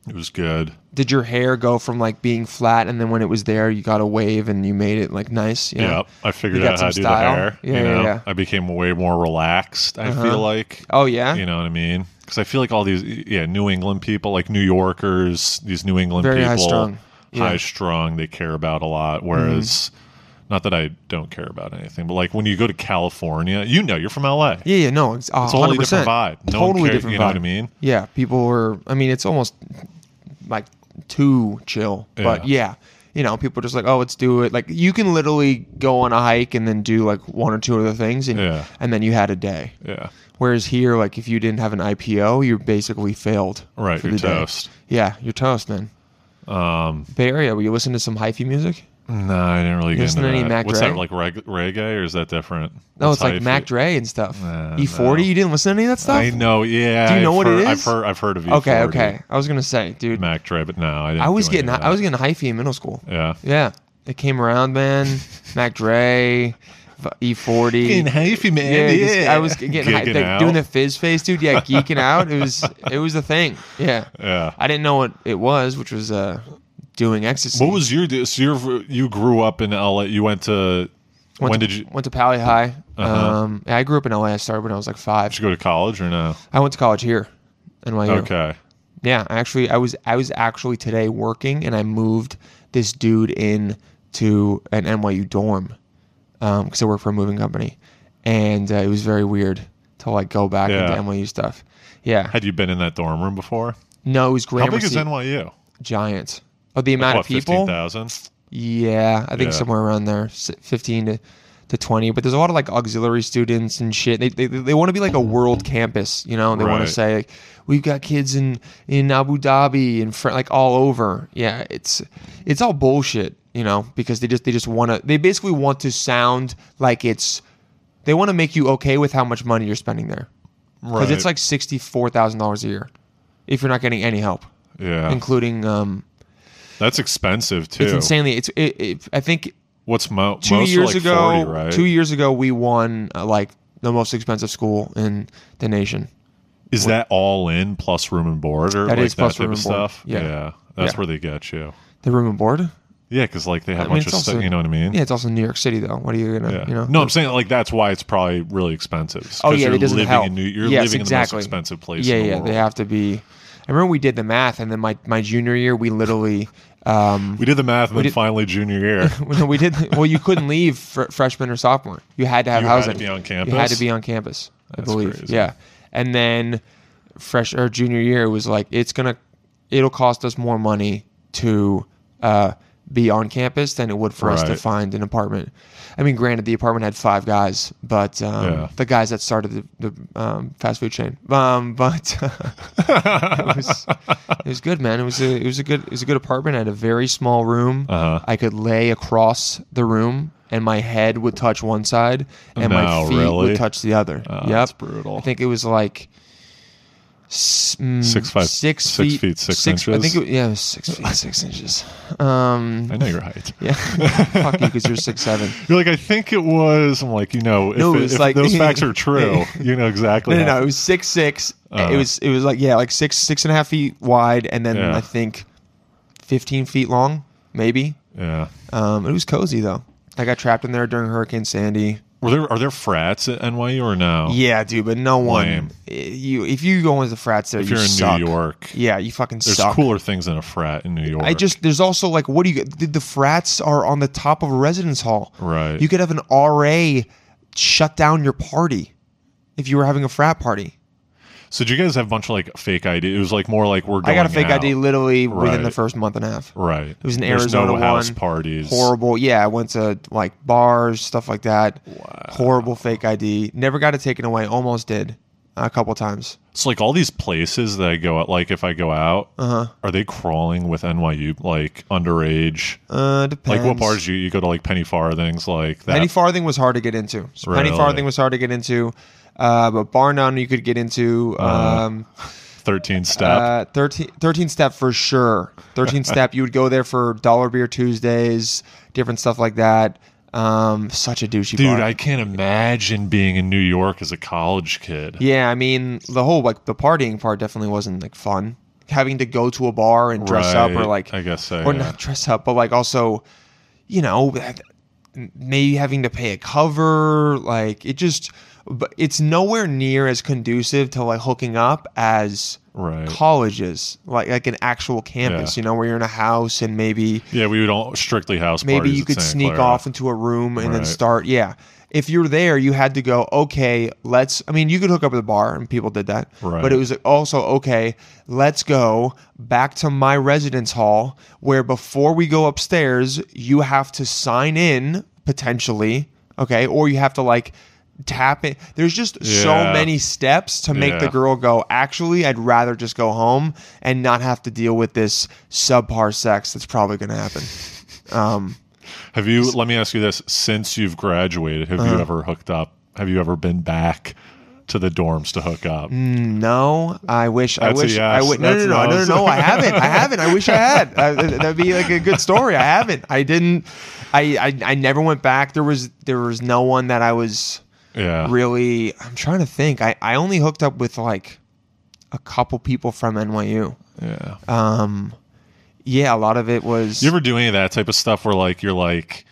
E: It was good.
A: Did your hair go from like being flat and then when it was there you got a wave and you made it like nice?
E: Yeah.
A: Yeah.
E: I figured
A: You got
E: out how to
A: some
E: do the
A: style?
E: hair.
A: Yeah,
E: you
A: yeah,
E: know?
A: yeah.
E: I became way more relaxed. I feel like.
A: Oh yeah.
E: You know what I mean? Because I feel like all these, yeah, New England people, like New Yorkers, these New England
A: Very
E: people,
A: high-strung. Yeah. Mm-hmm.
E: high strung, they care about a lot. Whereas, not that I don't care about anything, but like when you go to California, you know, you're from LA.
A: yeah, yeah, no, it's
E: It's a wholly
A: 100%.
E: different vibe. No one
A: totally
E: cares,
A: different
E: You know
A: vibe.
E: what I mean?
A: Yeah, people were. I mean, it's almost like too chill, but yeah, you know, people are just like, oh, let's do it. Like you can literally go on a hike and then do like one or two other things, and
E: Yeah.
A: and then you had a day.
E: Yeah.
A: Whereas here, like if you didn't have an IPO, you basically failed.
E: Right,
A: for
E: you're
A: the day.
E: toast.
A: Yeah, you're toast, man. Um, Bay Area, were you listening to some hyphy music?
E: No, I didn't really get
A: Listen
E: into
A: to any
E: that.
A: Mac
E: What's
A: Dre?
E: that, like reg- reggae, or is that different?
A: No,
E: What's
A: it's like
E: hyphy?
A: Mac Dre and stuff.
E: Uh,
A: E40,
E: no.
A: you didn't listen to any of that stuff.
E: I know, E yeah.
A: Do you know
E: I've
A: what it
E: heard- I've
A: is?
E: heard, I've heard of you.
A: Okay, okay. I was gonna say, dude,
E: Mac Dre, but no, I didn't.
A: I was
E: do any
A: getting
E: of
A: I was
E: that.
A: getting hyphy in middle school.
E: Yeah.
A: Yeah, it came around, man. <laughs> Mac Dre, E forty.
E: hyphy,
A: Yeah, just- I was getting hy-
E: Gigging
A: like,
E: out.
A: doing the fizz face, dude. Yeah, geeking out. It was it was the thing. Yeah,
E: Yeah.
A: I didn't know what it was, which was uh, doing ecstasy.
E: What was your so you you grew up in LA? You went to when
A: to,
E: did you, did
A: went to Pally High?
E: Uh-huh.
A: Um, I grew up in LA. I started when I was like five.
E: you go to college or no?
A: I went to college here, NYU.
E: Okay,
A: Yeah, I actually, I was I was actually today working, and I moved this dude in to an NYU dorm because I work for a moving company, and uh, it was very weird to like go back
E: Yeah.
A: into NYU stuff. Yeah,
E: had you been in that dorm room before?
A: no, it was
E: How
A: Gramercy
E: big is NYU?
A: Giants. Oh, the amount
E: What
A: of people.
E: fifteen thousand?
A: Yeah, I think
E: Yeah.
A: somewhere around there, s- fifteen to, to twenty. But there's a lot of like auxiliary students and shit. They they, they want to be like a world campus, you know. And they want
E: Right.
A: to say like, we've got kids in in Abu Dhabi and fr- like all over. Yeah, it's it's all bullshit, you know, because they just they just want to. They basically want to sound like it's. They want to make you okay with how much money you're spending there because
E: Right.
A: it's like sixty four thousand dollars a year if you're not getting any help,
E: yeah,
A: including um.
E: that's expensive too.
A: It's insanely. It's it, it, I think
E: What's mo-
A: two
E: most are
A: years
E: like
A: ago
E: 40, right?
A: two years ago we won uh, like the most expensive school in the nation
E: Is that all in plus room and board or
A: That
E: like
A: is plus
E: that type
A: room
E: of
A: and board.
E: stuff?
A: Yeah.
E: that's
A: Yeah.
E: where they get you.
A: the room and board
E: Yeah, because like they
A: I
E: have a
A: mean,
E: bunch
A: it's
E: of stuff.
A: also-
E: You know what I mean?
A: yeah it's also new york city though what are you gonna
E: Yeah.
A: you know Oh,
E: no, I'm saying like that's why it's probably really expensive. It's 'cause
A: yeah,
E: you're
A: it doesn't
E: living
A: help.
E: in New, you're
A: Yes,
E: living
A: exactly.
E: in the most expensive place.
A: yeah
E: in the
A: yeah
E: world.
A: they have to be i remember we did the math and then my, my junior year we literally um
E: We did the math, and then
A: did-
E: finally junior year.
A: <laughs> we did well you couldn't leave fr- freshman or sophomore you had to have
E: You had to
A: housing
E: be on
A: you had to
E: campus?
A: be on campus I
E: That's
A: believe.
E: crazy.
A: Yeah. And then fresh or junior year was like it's gonna it'll cost us more money to uh, be on campus than it would for us to
E: Right.
A: find an apartment. I mean, granted, the apartment had five guys, but um,
E: Yeah.
A: the guys that started the, the um, fast food chain. Um, but <laughs> it was it was good, man. It was a it was a good it was a good apartment. I had a very small room.
E: Uh-huh.
A: I could lay across the room, and my head would touch one side, and my
E: No,
A: feet
E: really?
A: would touch the other.
E: Oh,
A: yep,
E: that's brutal.
A: I think it was like s- mm,
E: Six five-
A: six
E: six
A: feet,
E: feet, six
A: I think
E: inches?
A: it, yeah, it was six feet six inches. Um,
E: I know your height.
A: yeah, <laughs> fuck you, because you're six seven.
E: You're like, I think it was. I'm like, you know, if,
A: No, it
E: it-
A: was
E: if
A: like- <laughs>
E: those facts are true, you know exactly.
A: No, no,
E: how-
A: no, it was six six.
E: Uh-huh.
A: it was it was like yeah, like six six and a half feet wide, and then
E: Yeah.
A: I think fifteen feet long, maybe.
E: Yeah.
A: Um, it was cozy though. I got trapped in there during Hurricane Sandy.
E: Were there are there frats at NYU or no?
A: Yeah, dude, but no one.
E: Lame.
A: i- You, if you go into the frats there,
E: If
A: you
E: you're in
A: suck.
E: New York,
A: yeah, you fucking
E: there's
A: suck.
E: cooler things than a frat in New York.
A: I just there's also like what do you the, the frats are on the top of a residence hall.
E: Right.
A: You could have an RA shut down your party if you were having a frat party.
E: so. Do you guys have a bunch of like fake ID? It was like more like we're. Going
A: I got a fake
E: out.
A: ID literally within
E: Right.
A: the first month and a half.
E: Right.
A: It was an
E: There's
A: Arizona
E: no house
A: one.
E: parties.
A: Horrible. Yeah, I went to like bars, stuff like that. Horrible fake ID. Never got it taken away. Almost did a couple times.
E: It's like all these places that I go out. Like if I go out,
A: Uh-huh.
E: are they crawling with NYU like underage?
A: Uh, depends.
E: Like what bars you you go to? Like penny farthings, like that.
A: Penny Farthing was hard to get into. So Penny
E: Really?
A: Farthing was hard to get into, uh, but Bar None you could get into.
E: Uh-huh.
A: Um,
E: Thirteen step.
A: uh, 13, 13 Step for sure.
E: <laughs>
A: 13 Step, you would go there for Dollar Beer Tuesdays, different stuff like that. Um, such a douchey
E: Dude,
A: bar.
E: I can't imagine being in New York as a college kid.
A: yeah, I mean, the whole, like, the partying part definitely wasn't, like, fun. Having to go to a bar and dress up or,
E: Right,
A: like,
E: I guess so,
A: or
E: yeah.
A: not dress up, but, like, also, you know, maybe having to pay a cover like it just but it's nowhere near as conducive to like hooking up as
E: Right.
A: colleges like like an actual campus
E: Yeah.
A: you know where you're in a house and maybe
E: Yeah, we would all strictly house
A: maybe
E: parties
A: you
E: at
A: could
E: Santa
A: sneak
E: Clara.
A: off into a room and then
E: Right.
A: start yeah if you're there you had to go okay let's i mean you could hook up at the bar and people did that but
E: Right.
A: it was also okay let's go back to my residence hall where before we go upstairs you have to sign in potentially okay or you have to like tap it there's just so
E: Yeah.
A: many steps to make the
E: Yeah.
A: girl go actually i'd rather just go home and not have to deal with this subpar sex that's probably going to happen
E: Have you? Let me ask you this: Since you've graduated, have
A: Uh-huh.
E: you ever hooked up? Have you ever been back to the dorms to hook up?
A: Mm. No, I wish. I
E: That's a
A: wish. I
E: yes.
A: would. No, no,
E: That's
A: no,
E: a
A: no, no,
E: yes.
A: no. I haven't. I haven't. I wish I had. I, th- that'd be like a good story. I haven't. I didn't. I, I. I never went back. There was. There was no one that I was
E: Yeah,
A: really. I'm trying to think. I. I only hooked up with like a couple people from NYU.
E: yeah.
A: Um, Yeah, a lot of it was.
E: you ever do any of that type of stuff where like you're like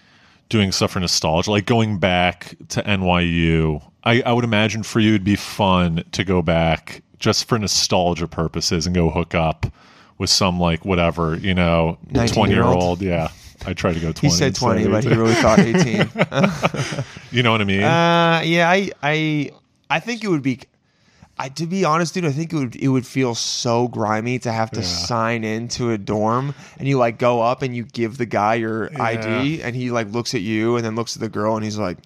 E: doing stuff for nostalgia, like going back to NYU? I, I would imagine for you it'd be fun to go back just for nostalgia purposes and go hook up with some like whatever you know
A: 19-year-old.
E: twenty year old. Yeah, I try to go twenty.
A: he said 20,
E: instead of
A: but he
E: 18.
A: really thought 18.
E: you know what I mean.
A: Uh, yeah, I, I, I think it would be. I, to be honest, dude, I think it would it would feel so grimy to have to sign into a dorm and you like go up and you give the guy your ID and he like looks at you and then looks at the girl and he's like,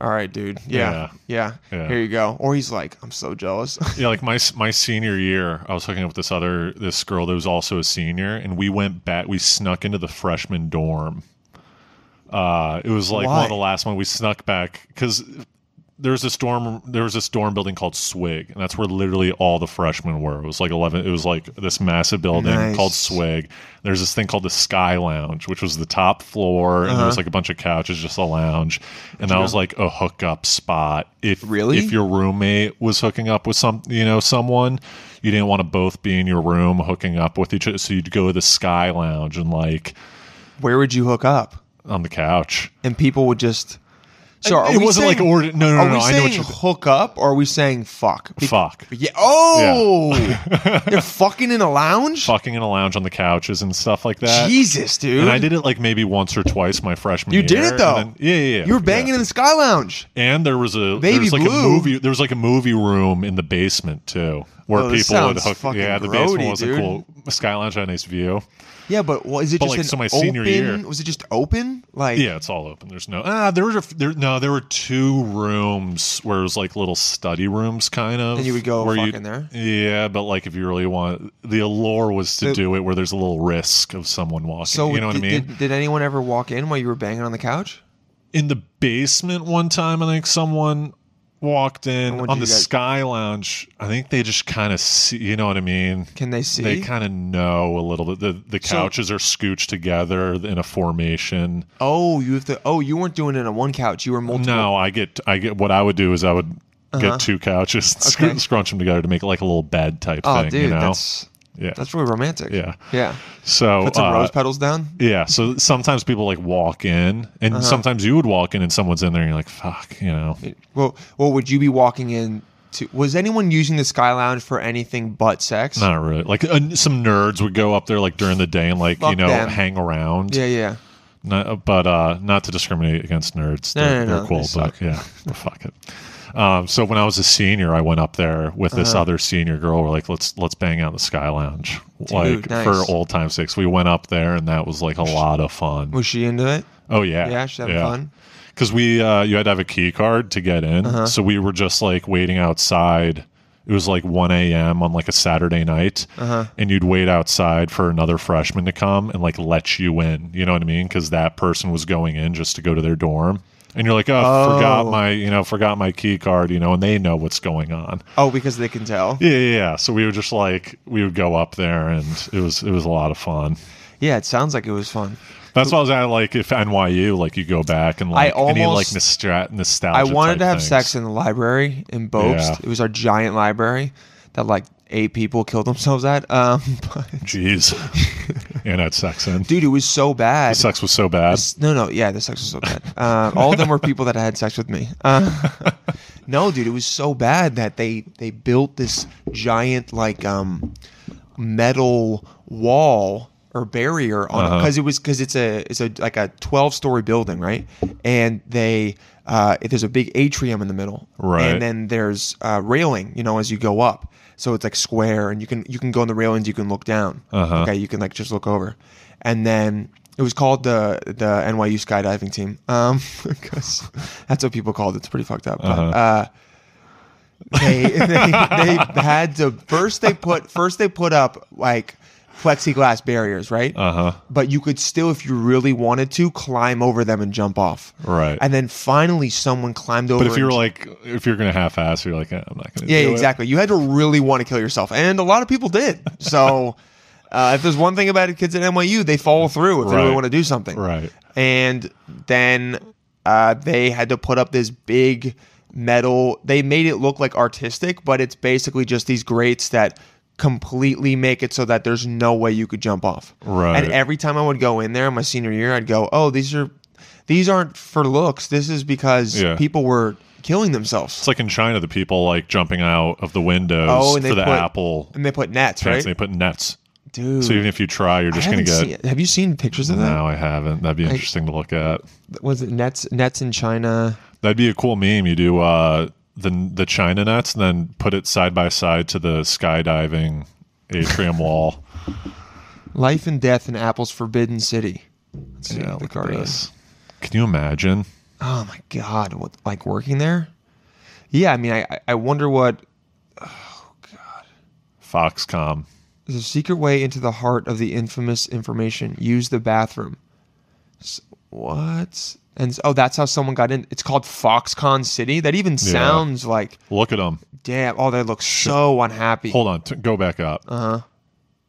A: "All right, dude, yeah, yeah,
E: Yeah.
A: here you go." Or he's like, "I'm so jealous." <laughs>
E: Yeah, like my my senior year, I was hooking up with this other this girl that was also a senior, and we went back. We snuck into the freshman dorm. Uh, it was like one
A: Why?
E: of the last one we snuck back because there was this dorm there was this dorm building called Swig, and that's where literally all the freshmen were. It was like eleven. It was like this massive building
A: Nice.
E: called Swig. There's this thing called the Sky Lounge, which was the top floor, and there
A: Uh-huh.
E: was like a bunch of couches, just a lounge, and that was like a hookup spot. If
A: Really?
E: if your roommate was hooking up with some, you know, someone, you didn't want to both be in your room hooking up with each other, so you'd go to the Sky Lounge and like
A: Where would you hook up?
E: on the couch.
A: And people would just So are
E: it
A: we
E: wasn't
A: saying,
E: like ordi- no, no,
A: are
E: no,
A: we
E: I know
A: saying
E: what you're-
A: hook up or are we saying fuck? Be-
E: Fuck.
A: Yeah. Oh, they're fucking in a
E: <laughs>
A: lounge.
E: Fucking in a lounge on the couches and stuff like that.
A: Jesus, dude.
E: And I did it like maybe once or twice my freshman
A: You
E: year.
A: did it,
E: and
A: though.
E: then- yeah, yeah, yeah.
A: You were banging
E: yeah.
A: in the Sky Lounge.
E: And there was a there
A: Baby
E: was like
A: Blue.
E: a movie there was like a movie room in the basement too where
A: Oh, this
E: people would
A: sounds
E: hook
A: fucking
E: yeah the
A: grody,
E: basement was
A: dude.
E: a cool sky lounge had a nice view
A: Yeah, but what, is it
E: But,
A: just
E: like,
A: an
E: so my senior
A: open?
E: year-
A: Was it just open? Like
E: yeah it's all open there's no ah there was a, there no there were two rooms where it was like little study rooms kind of
A: And you would go
E: where
A: fuck
E: you-
A: in there?
E: yeah but like if you really want the allure was to
A: So-
E: do it where there's a little risk of someone walking
A: So
E: you know what I
A: did,
E: mean
A: Did, did anyone ever walk in while you were banging on the couch?
E: in the basement one time. I think someone walked in
A: what'd
E: on
A: you
E: the
A: guys-
E: sky lounge. I think they just kind of see. You know what I mean?
A: Can they see?
E: They kind of know a little bit. The the
A: So-
E: couches are scooched together in a formation.
A: oh, you have to. Oh, you weren't doing it on one couch. You were multiple.
E: No, I get I get what I would do is I would
A: Uh-huh.
E: get two couches, <laughs> scr-
A: Okay.
E: scrunch them together to make it like a little bed type
A: Oh,
E: thing.
A: dude,
E: you know?
A: that's
E: yeah,
A: that's really romantic.
E: yeah.
A: Yeah.
E: So
A: Put some
E: uh,
A: rose petals down.
E: Yeah, so sometimes people like walk in, and
A: Uh-huh.
E: sometimes you would walk in, and someone's in there, and you're like, "Fuck," you know.
A: Well, well, would you be walking in to? Was anyone using the Sky Lounge for anything but sex?
E: Not really. Like uh, some nerds would go up there like during the day and like
A: Fuck
E: you know
A: them.
E: hang around.
A: Yeah, yeah.
E: Not, but uh, not to discriminate against nerds.
A: No,
E: They're,
A: no, no,
E: they're
A: they
E: cool,
A: suck.
E: but yeah, <laughs> well, fuck it. Um, so when I was a senior, I went up there with this
A: Uh-huh.
E: other senior girl. We're like, let's let's bang out in the Sky Lounge, like
A: nice.
E: for old time's sakes. We went up there, and that was like a lot of fun.
A: Was she into it?
E: Oh yeah,
A: Yeah, she's having fun.
E: Because we, uh, you had to have a key card to get in,
A: Uh-huh.
E: so we were just like waiting outside. It was like 1 a.m. on like a Saturday night,
A: Uh-huh.
E: and you'd wait outside for another freshman to come and like let you in. You know what I mean? Because that person was going in just to go to their dorm, and you're like, oh, forgot
A: Oh.
E: my, you know, forgot my key card, you know, and they know what's going on.
A: Oh, because they can tell.
E: Yeah, yeah, yeah. So we were just like, we would go up there, and it was it was a lot of fun.
A: Yeah, it sounds like it was fun.
E: That's why I was at like if NYU like you go back and like
A: I
E: any like
A: almost-
E: nostra- nostalgia.
A: I wanted
E: type
A: to have
E: things.
A: sex in the library in Bobst.
E: Yeah.
A: It was our giant library that like eight people killed themselves at. Um, <laughs> but- <laughs>
E: Jeez, and I had sex in.
A: dude, it was so bad.
E: sex was so bad.
A: No, no, yeah, the sex was so bad. Uh, all of them were people that had sex with me. Uh, <laughs> no, dude, it was so bad that they they built this giant like um metal wall or barrier on
E: Uh-huh.
A: because it was because it's a it's a like a twelve story building, right? And they uh, there's a big atrium in the middle,
E: Right.
A: And then there's uh, railing, you know, as you go up. So it's like square, and you can you can go on the railings, you can look down.
E: Uh-huh.
A: Okay, you can like just look over, and then it was called the the NYU skydiving team um, <laughs> because that's what people called it. It's pretty fucked up. But,
E: Uh-huh.
A: uh, they, <laughs> they they had to first they put first they put up like plexiglass barriers, right?
E: Uh huh.
A: But you could still, if you really wanted to, climb over them and jump off.
E: Right.
A: And then finally, someone climbed over.
E: But if
A: and
E: you're
A: j-
E: like, if you're gonna half-ass, you're like, eh, I'm not gonna.
A: yeah,
E: do it."
A: exactly. You had to really want to kill yourself, and a lot of people did. So, <laughs> uh, if there's one thing about kids at NYU, they follow through if they really
E: Right.
A: want to do something.
E: Right.
A: And then uh, they had to put up this big metal. They made it look like artistic, but it's basically just these grates that completely make it so that there's no way you could jump off.
E: Right.
A: And every time I would go in there my senior year, I'd go, "Oh, these are." These aren't for looks. This is because
E: Yeah.
A: people were killing themselves.
E: It's like in China, the people like jumping out of the windows
A: Oh, and they
E: for the
A: put-
E: apple
A: and they put nets,
E: plants.
A: right?
E: They put nets.
A: Dude,
E: So even if you try, you're
A: I
E: just gonna
A: haven't
E: get.
A: seen it. Have you seen pictures of that?
E: No, I haven't. That'd be interesting to look at.
A: Was it nets nets in China?
E: That'd be a cool meme. You do uh, the the China nets, and then put it side by side to the skydiving atrium
A: <laughs>
E: wall.
A: Life and death in Apple's Forbidden City. Let's see,
E: Yeah,
A: the
E: look at
A: Guardian.
E: this. Can you imagine?
A: Oh my god, what like working there? Yeah, I mean, I I- I wonder what
E: Foxcom.
A: the secret way into the heart of the infamous information. Use the bathroom. S- What? And s- oh, that's how someone got in. It's called Foxconn City. That even sounds like
E: Look at him.
A: damn. Oh, they look so unhappy.
E: Hold on. T- go back up. Uh huh.
A: Uh-huh.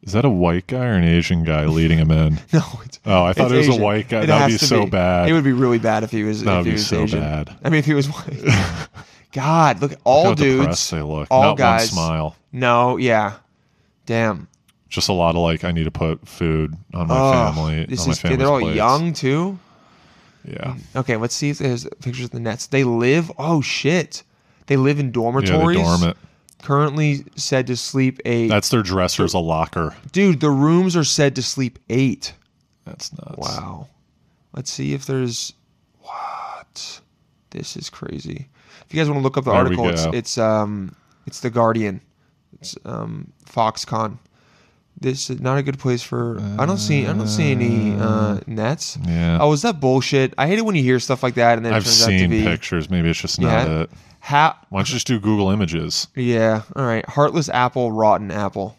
E: Is that a white guy or an Asian guy leading him in?
A: <laughs> No, it's,
E: Oh, I
A: it's
E: thought it was a
A: Asian.
E: white guy.
A: It
E: That'd
A: has
E: be
A: to
E: so bad.
A: It would be really bad if he was.
E: That'd
A: if he
E: be
A: was
E: so
A: Asian.
E: bad.
A: <laughs> I mean, if he was
E: <laughs>
A: white. God, look, all
E: Look how
A: dudes,
E: depressed they look.
A: all
E: Not
A: guys.
E: one smile.
A: No, yeah, damn.
E: Just a lot of like, I need to put food on my
A: Ugh,
E: family.
A: This
E: on my
A: is
E: family's
A: they're all
E: plates.
A: young too.
E: Yeah.
A: Okay, let's see if there's pictures of the Nets. They live. Oh shit, they live in dormitories.
E: dormant.
A: Currently said to sleep eight.
E: That's their dresser is a locker.
A: Dude, the rooms are said to sleep eight.
E: That's nuts.
A: Wow. Let's see if there's what. This is crazy. If you guys want to look up the
E: There we
A: article, it's
E: go.
A: it's um it's the Guardian. It's um Foxconn. This is not a good place for. I don't see. I don't see any uh, nets.
E: Yeah.
A: Oh, is that bullshit? I hate it when you hear stuff like that and then it
E: I've
A: turns out to
E: seen
A: be.
E: pictures. Maybe it's just not
A: Yeah.
E: it.
A: Ha-
E: Why don't you just do Google Images?
A: yeah. All right. Heartless apple, rotten apple.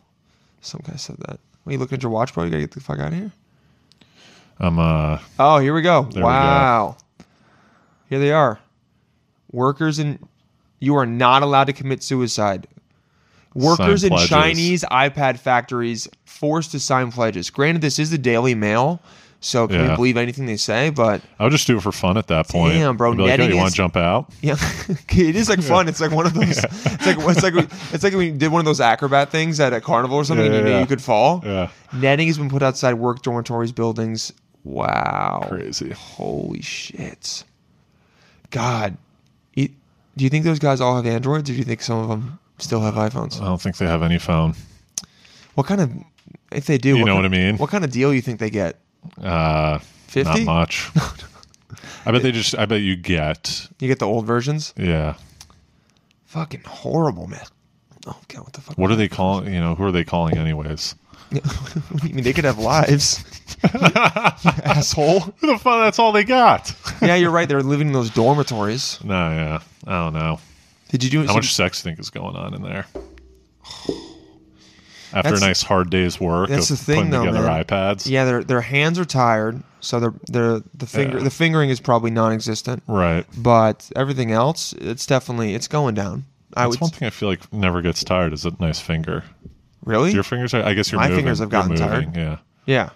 A: Some guy said that. What are you looking at your watch, bro? You gotta get the fuck out of here.
E: I'm uh
A: Oh, here we go.
E: we go.
A: wow. Here they are. Workers in you are not allowed to commit suicide. Workers
E: Sign
A: in
E: pledges.
A: Chinese iPad factories forced to sign pledges. Granted, this is the Daily Mail, so can
E: Yeah.
A: you believe anything they say? But
E: I would just do it for fun at that point.
A: Damn, bro,
E: I'd Be like, "Yo,
A: netting
E: you want
A: is-
E: to jump out?
A: yeah, <laughs> it is like fun. It's like one of those. It's like it's like it's like when you did one of those acrobat things at a carnival or something.
E: Yeah,
A: and you
E: yeah,
A: knew
E: yeah.
A: you could fall.
E: Yeah.
A: Netting has been put outside work dormitories, buildings. Wow.
E: Crazy.
A: Holy shit. God. It, do you think those guys all have Androids or do you think some of them still have iPhones?
E: I don't think they have any phone.
A: What kind of, if they do,
E: You know
A: kind-
E: what I mean?
A: What kind of deal you think they get?
E: Uh
A: 50? <laughs>
E: not much. I bet they just I bet you get
A: You get the old versions?
E: yeah.
A: Fucking horrible, man. Oh, God, what the fuck? <laughs>
E: What are they calling you know, who are they calling anyways?
A: I mean, they could have
E: <laughs>
A: lives. <laughs> asshole.
E: Who the fuck that's all they got?
A: Yeah, you're right. They're living in those dormitories.
E: <laughs> no, yeah. I don't know.
A: Did you do
E: How much sex do you think is going on
A: <sighs>
E: in there? After
A: That's-
E: a nice hard day's work
A: that's
E: of
A: the thing,
E: putting
A: though,
E: together
A: man.
E: iPads.
A: Yeah, their their hands are tired, so their their the finger
E: Yeah.
A: the fingering is probably non-existent.
E: Right.
A: but everything else, it's definitely it's going down. I
E: That's
A: would
E: one thing I feel like never gets tired is a nice finger.
A: really,
E: Your fingers are I guess you're
A: My
E: moving.
A: fingers have
E: You're
A: gotten tired.
E: moving, Yeah.
A: yeah.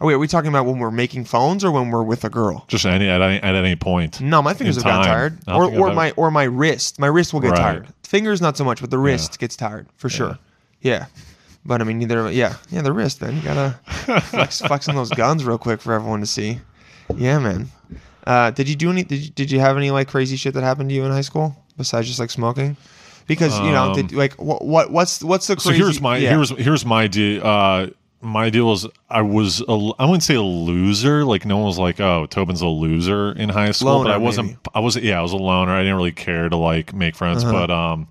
A: Oh wait, are we talking about when we're making phones or when we're with a girl?
E: Just any at any at any point.
A: No, my fingers
E: In
A: have gotten
E: time.
A: tired,
E: I don't
A: or
E: think I've
A: or
E: ever-
A: my or my wrist. My wrist will get
E: Right.
A: tired. Fingers not so much, but the wrist gets tired for sure. Yeah, but I mean neither. Yeah, yeah, the wrist. Then you
E: <laughs>
A: gotta flex, flex on those guns real quick for everyone to see. Yeah, man. Uh, did you do any? Did you, did you have any like crazy shit that happened to you in high school besides just like smoking? Because you know, did, like what, what what's what's the
E: Um, So
A: crazy?
E: here's my
A: yeah.
E: here's here's my deal. Uh, my deal is I was a, I wouldn't say a loser. Like no one was like, oh, Tobin's a loser in high school. but
A: Loner,
E: I wasn't.
A: maybe. Uh-huh.
E: I was yeah, I was a loner. I didn't really care to like make friends. But um,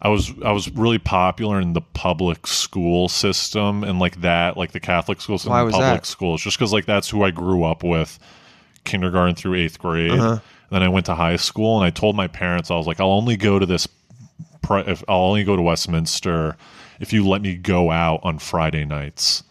E: I was I was really popular in the public school system and like that, like the Catholic school system,
A: Why
E: and
A: was
E: public
A: that?
E: schools, just because like that's who I grew up with, kindergarten through eighth grade.
A: Uh-huh.
E: And then I went to high school, and I told my parents I was like, I'll only go to this pri- if I'll only go to Westminster if you let me go out on Friday nights.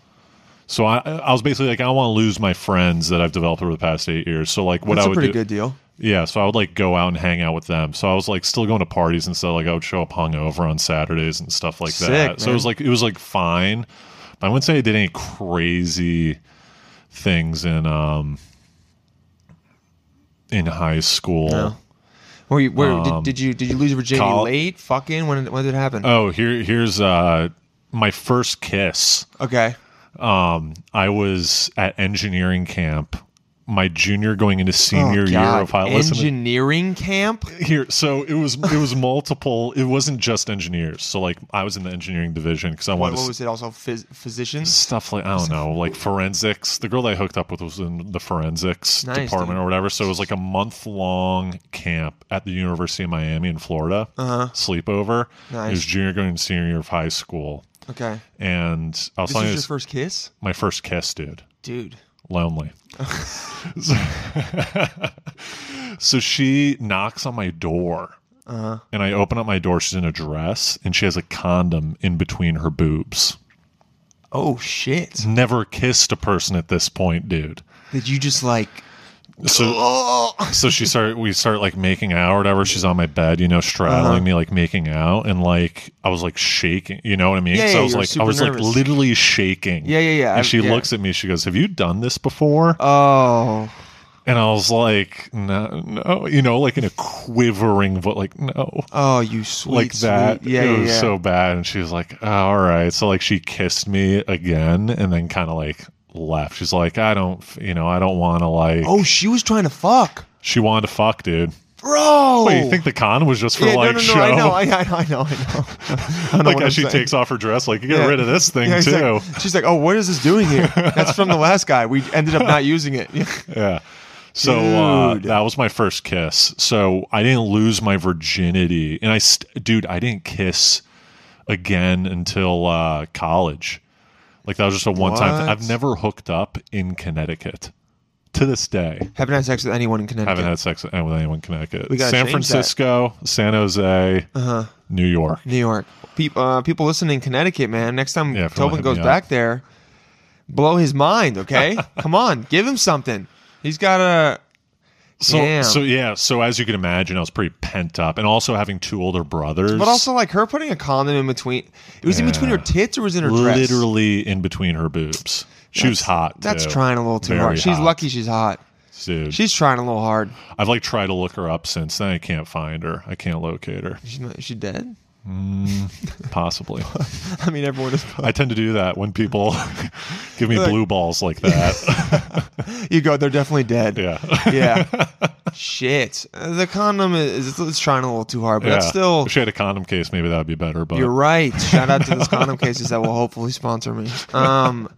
E: So I, I was basically like, I don't want to lose my friends that I've developed over the past eight years. So like, what
A: That's
E: I
A: a
E: would
A: pretty
E: do,
A: good deal.
E: yeah. So I would like go out and hang out with them. So I was like still going to parties and stuff. Like I would show up hungover on Saturdays and stuff like
A: Sick,
E: that. So
A: man.
E: it was like it was like fine. But I wouldn't say I did any crazy things in um in high school.
A: No. Were you, where,
E: Um,
A: did, did you did you lose your virginity
E: col-
A: late? Fucking when did- when did it happen?
E: Oh, here here's uh my first kiss.
A: okay,
E: Um I was at engineering camp my junior going into senior
A: Oh,
E: year
A: God.
E: of high listen to-
A: engineering camp.
E: here so it was it was multiple it wasn't just engineers so like i was in the engineering division because i
A: What,
E: wanted
A: what
E: to
A: was it? Also, phys- physicians.
E: stuff like i don't know like forensics the girl that i hooked up with was in the forensics
A: Nice,
E: department
A: dude.
E: or whatever so it was like a month long camp at the university of miami in florida uh-huh. sleepover it
A: Nice.
E: was junior going to senior year of high school
A: Okay,
E: and i was
A: this was
E: telling you
A: your
E: this-
A: first kiss,
E: my first kiss dude
A: dude.
E: lonely. <laughs> so, so she knocks on my door.
A: Uh-huh.
E: And I open up my door. She's in a dress and she has a condom in between her boobs.
A: Oh shit!
E: Never kissed a person at this point, dude.
A: Did you just like? <laughs>
E: So, so she started, we start like making out or whatever. She's on my bed, you know,
A: Uh-huh.
E: straddling me, like making out. And like, I was like shaking, you know what I mean?
A: Yeah, yeah,
E: so I was
A: you were
E: like, I
A: super
E: was
A: nervous.
E: like literally shaking.
A: Yeah, yeah, yeah. I-
E: And she
A: yeah.
E: looks at me, she goes, Have you done this before?
A: Oh,
E: And I was like, no, no, you know, like in a quivering voice, like, no,
A: oh, you sweet,
E: like that.
A: sweet- Yeah,
E: it
A: yeah,
E: was
A: yeah.
E: so bad. And she was like, oh, all right. So, like, she kissed me again and then kind of like left. She's like, I don't, f- you know, I don't want to like.
A: Oh, she was trying to fuck,
E: She wanted to fuck, dude.
A: bro.
E: Wait, you think the con was just for
A: Oh. yeah,
E: like
A: no, no, no,
E: show?
A: I know, I, I know, <laughs> I know, I know. I know
E: <laughs> like
A: what
E: as
A: I'm
E: she
A: saying.
E: takes off her dress, like you get
A: Yeah.
E: rid of this thing
A: Yeah,
E: too.
A: she's like- she's like, oh, what is this doing here? That's
E: <laughs>
A: from the last guy. We ended up not using it. <laughs> Yeah.
E: Yeah. So uh,
A: Dude.
E: that was my first kiss. So I didn't lose my virginity, and I, st- dude, I didn't kiss again until uh, college. Like that was just a one time. thing.
A: What?
E: I've never hooked up in Connecticut to this day.
A: Haven't had sex with anyone in Connecticut.
E: haven't had sex with anyone in Connecticut.
A: We gotta
E: San
A: change that. Uh-huh.
E: Francisco, San Jose, New York.
A: New York. Peop uh, people listening in Connecticut, man. Next time
E: Yeah, if you
A: Tobin
E: wanna hit
A: goes
E: me up.
A: back there, blow his mind,
E: <laughs>
A: okay? Come on, give him something. He's got a.
E: So
A: Damn.
E: so yeah. So as you can imagine, I was pretty pent up, and also having two older brothers.
A: But also, like, her putting a condom in between. It was in between her
E: Yeah.
A: tits or was it in her dress?
E: literally in between her boobs. She was hot.
A: That's
E: too.
A: trying a little too
E: Very
A: hard. She's
E: hot,
A: lucky she's hot.
E: Dude.
A: She's trying a little hard.
E: I've like tried to look her up since then. I can't find her. I can't
A: <laughs>
E: locate her.
A: She's not, she dead?
E: Possibly.
A: I mean, everyone is. <laughs>
E: I tend to do that when people <laughs> give me
A: Like-
E: blue balls like
A: <laughs>
E: that.
A: You go, they're definitely dead.
E: yeah. <laughs>
A: Yeah. Shit. Uh, The condom is it's, it's trying a little too hard, but that's
E: Yeah.
A: still.
E: If she had a condom case, maybe that would be better. But
A: You're right. Shout out
E: <laughs>
A: to those condom cases that will hopefully sponsor me. Um,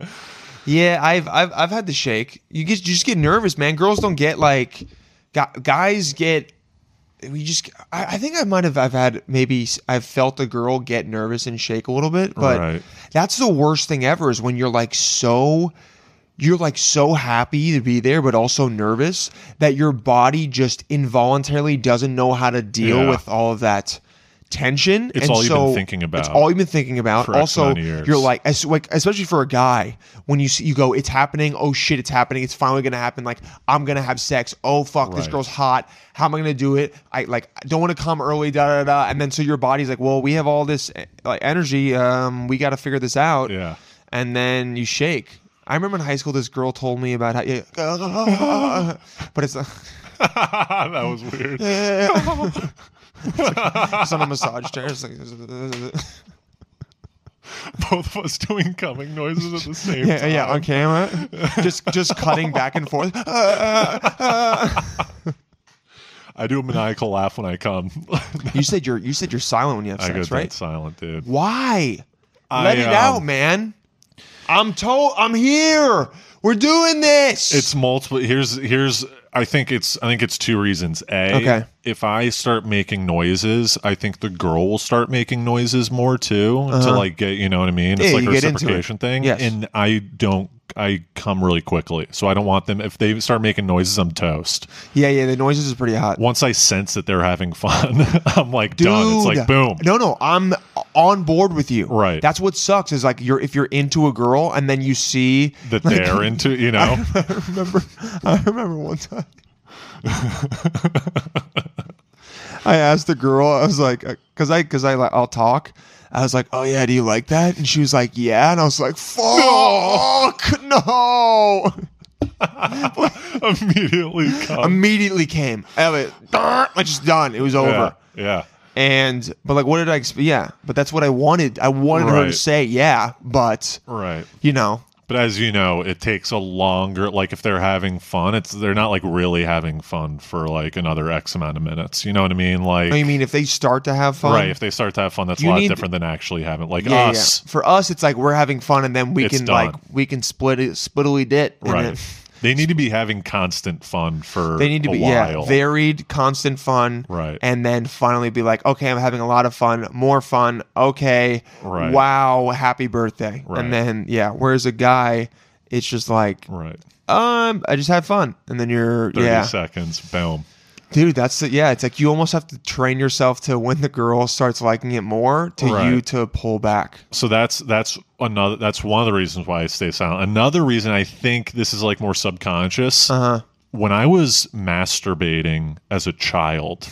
A: yeah, I've I've I've had the shake. You get you just get nervous, man. Girls don't get like, gu- guys get. We just. I, I think I might have. I've had maybe s- I've felt a girl get nervous and shake a little bit, but
E: Right.
A: that's the worst thing ever is when you're like so. You're like so happy to be there, but also nervous that your body just involuntarily doesn't know how to deal
E: Yeah.
A: with all of that tension.
E: It's
A: and
E: all you've been
A: so
E: thinking
A: It's
E: about.
A: all you've been thinking about.
E: for X
A: Also,
E: amount of years.
A: you're like, as, like, especially for a guy, when you see, you go, it's happening. Oh shit, it's happening. It's finally gonna happen. Like, I'm gonna have sex. Oh fuck, this
E: Right.
A: girl's hot. How am I gonna do it? I like I don't want to come early. Da da da. And then so your body's like, well, we have all this eh, like energy. Um, we got to figure this out.
E: <laughs> Yeah. <laughs>
A: And then you shake. I remember in high school, this girl told me about how, yeah, <laughs> but it's.
E: that was weird.
A: It's on a massage chair. It's like, <laughs>
E: Both of us doing coming
A: <laughs>
E: noises at the same
A: Yeah,
E: time.
A: yeah, on camera,
E: <laughs>
A: just just cutting back and forth. <gasps>
E: I do a maniacal laugh when I come. <laughs>
A: You said you're you said you're silent when you have
E: I go
A: sex,
E: dead
A: right?
E: silent, dude.
A: Why?
E: I,
A: Let it
E: um,
A: out, man. I'm told I'm here. We're doing this.
E: It's multiple. Here's here's. I think it's I think it's two reasons. A.
A: Okay.
E: If I start making noises, I think the girl will start making noises more too to like get you know what I mean. It's
A: Uh-huh. Yeah,
E: like
A: you
E: a
A: get into it.
E: reciprocation thing.
A: Yes.
E: And I don't. I come really quickly, so I don't want them. If they start making noises, I'm toast.
A: yeah, yeah. The noises is pretty hot,
E: Once I sense that they're having <laughs> fun, I'm like
A: dude.
E: done. It's like
A: <laughs>
E: boom.
A: No, no, I'm on board with you.
E: Right.
A: That's what sucks is like you're if you're into a girl and then you see.
E: That they're into, you
A: <laughs>
E: know, <laughs>
A: I remember, I remember one time. I asked the girl, I was like, because I, because I, like, I'll talk. I was like, oh yeah, do you like that? And she was like, yeah. And I was like, fuck,
E: <laughs> Oh.
A: no.
E: immediately come.
A: Immediately came. I was I just done. It was over.
E: Yeah, yeah.
A: And but like, what did I? exp- Yeah, but that's what I wanted. I wanted her to
E: Right.
A: say yeah, but
E: Right.
A: you know,
E: But as you know, it takes a longer like if they're having fun, it's they're not like really having fun for like another X amount of minutes. You know what I mean? Like
A: I Oh, mean, if they start to have fun,
E: right, if they start to have fun, that's a
A: You
E: lot
A: need-
E: different than actually having like
A: yeah,
E: us.
A: yeah. For us, it's like we're having fun, and then we
E: It's
A: can
E: done.
A: like we can split it, splittily dit. and
E: Right.
A: then-
E: They need to be having constant fun for
A: They need to
E: a
A: be yeah
E: while.
A: varied, constant fun,
E: Right.
A: And then finally be like, okay, I'm having a lot of fun, more fun. Okay,
E: Right.
A: Wow, happy birthday.
E: Right.
A: And then yeah, whereas a guy, it's just like
E: right.
A: um, I just had fun, and then you're
E: Thirty
A: yeah,
E: seconds, boom.
A: dude. That's the, yeah. It's like you almost have to train yourself to when the girl starts liking it more, to
E: Right.
A: you to pull back.
E: so that's that's another that's one of the reasons why I stay silent. Another reason I think this is like more subconscious. Uh-huh. When I was masturbating as a child,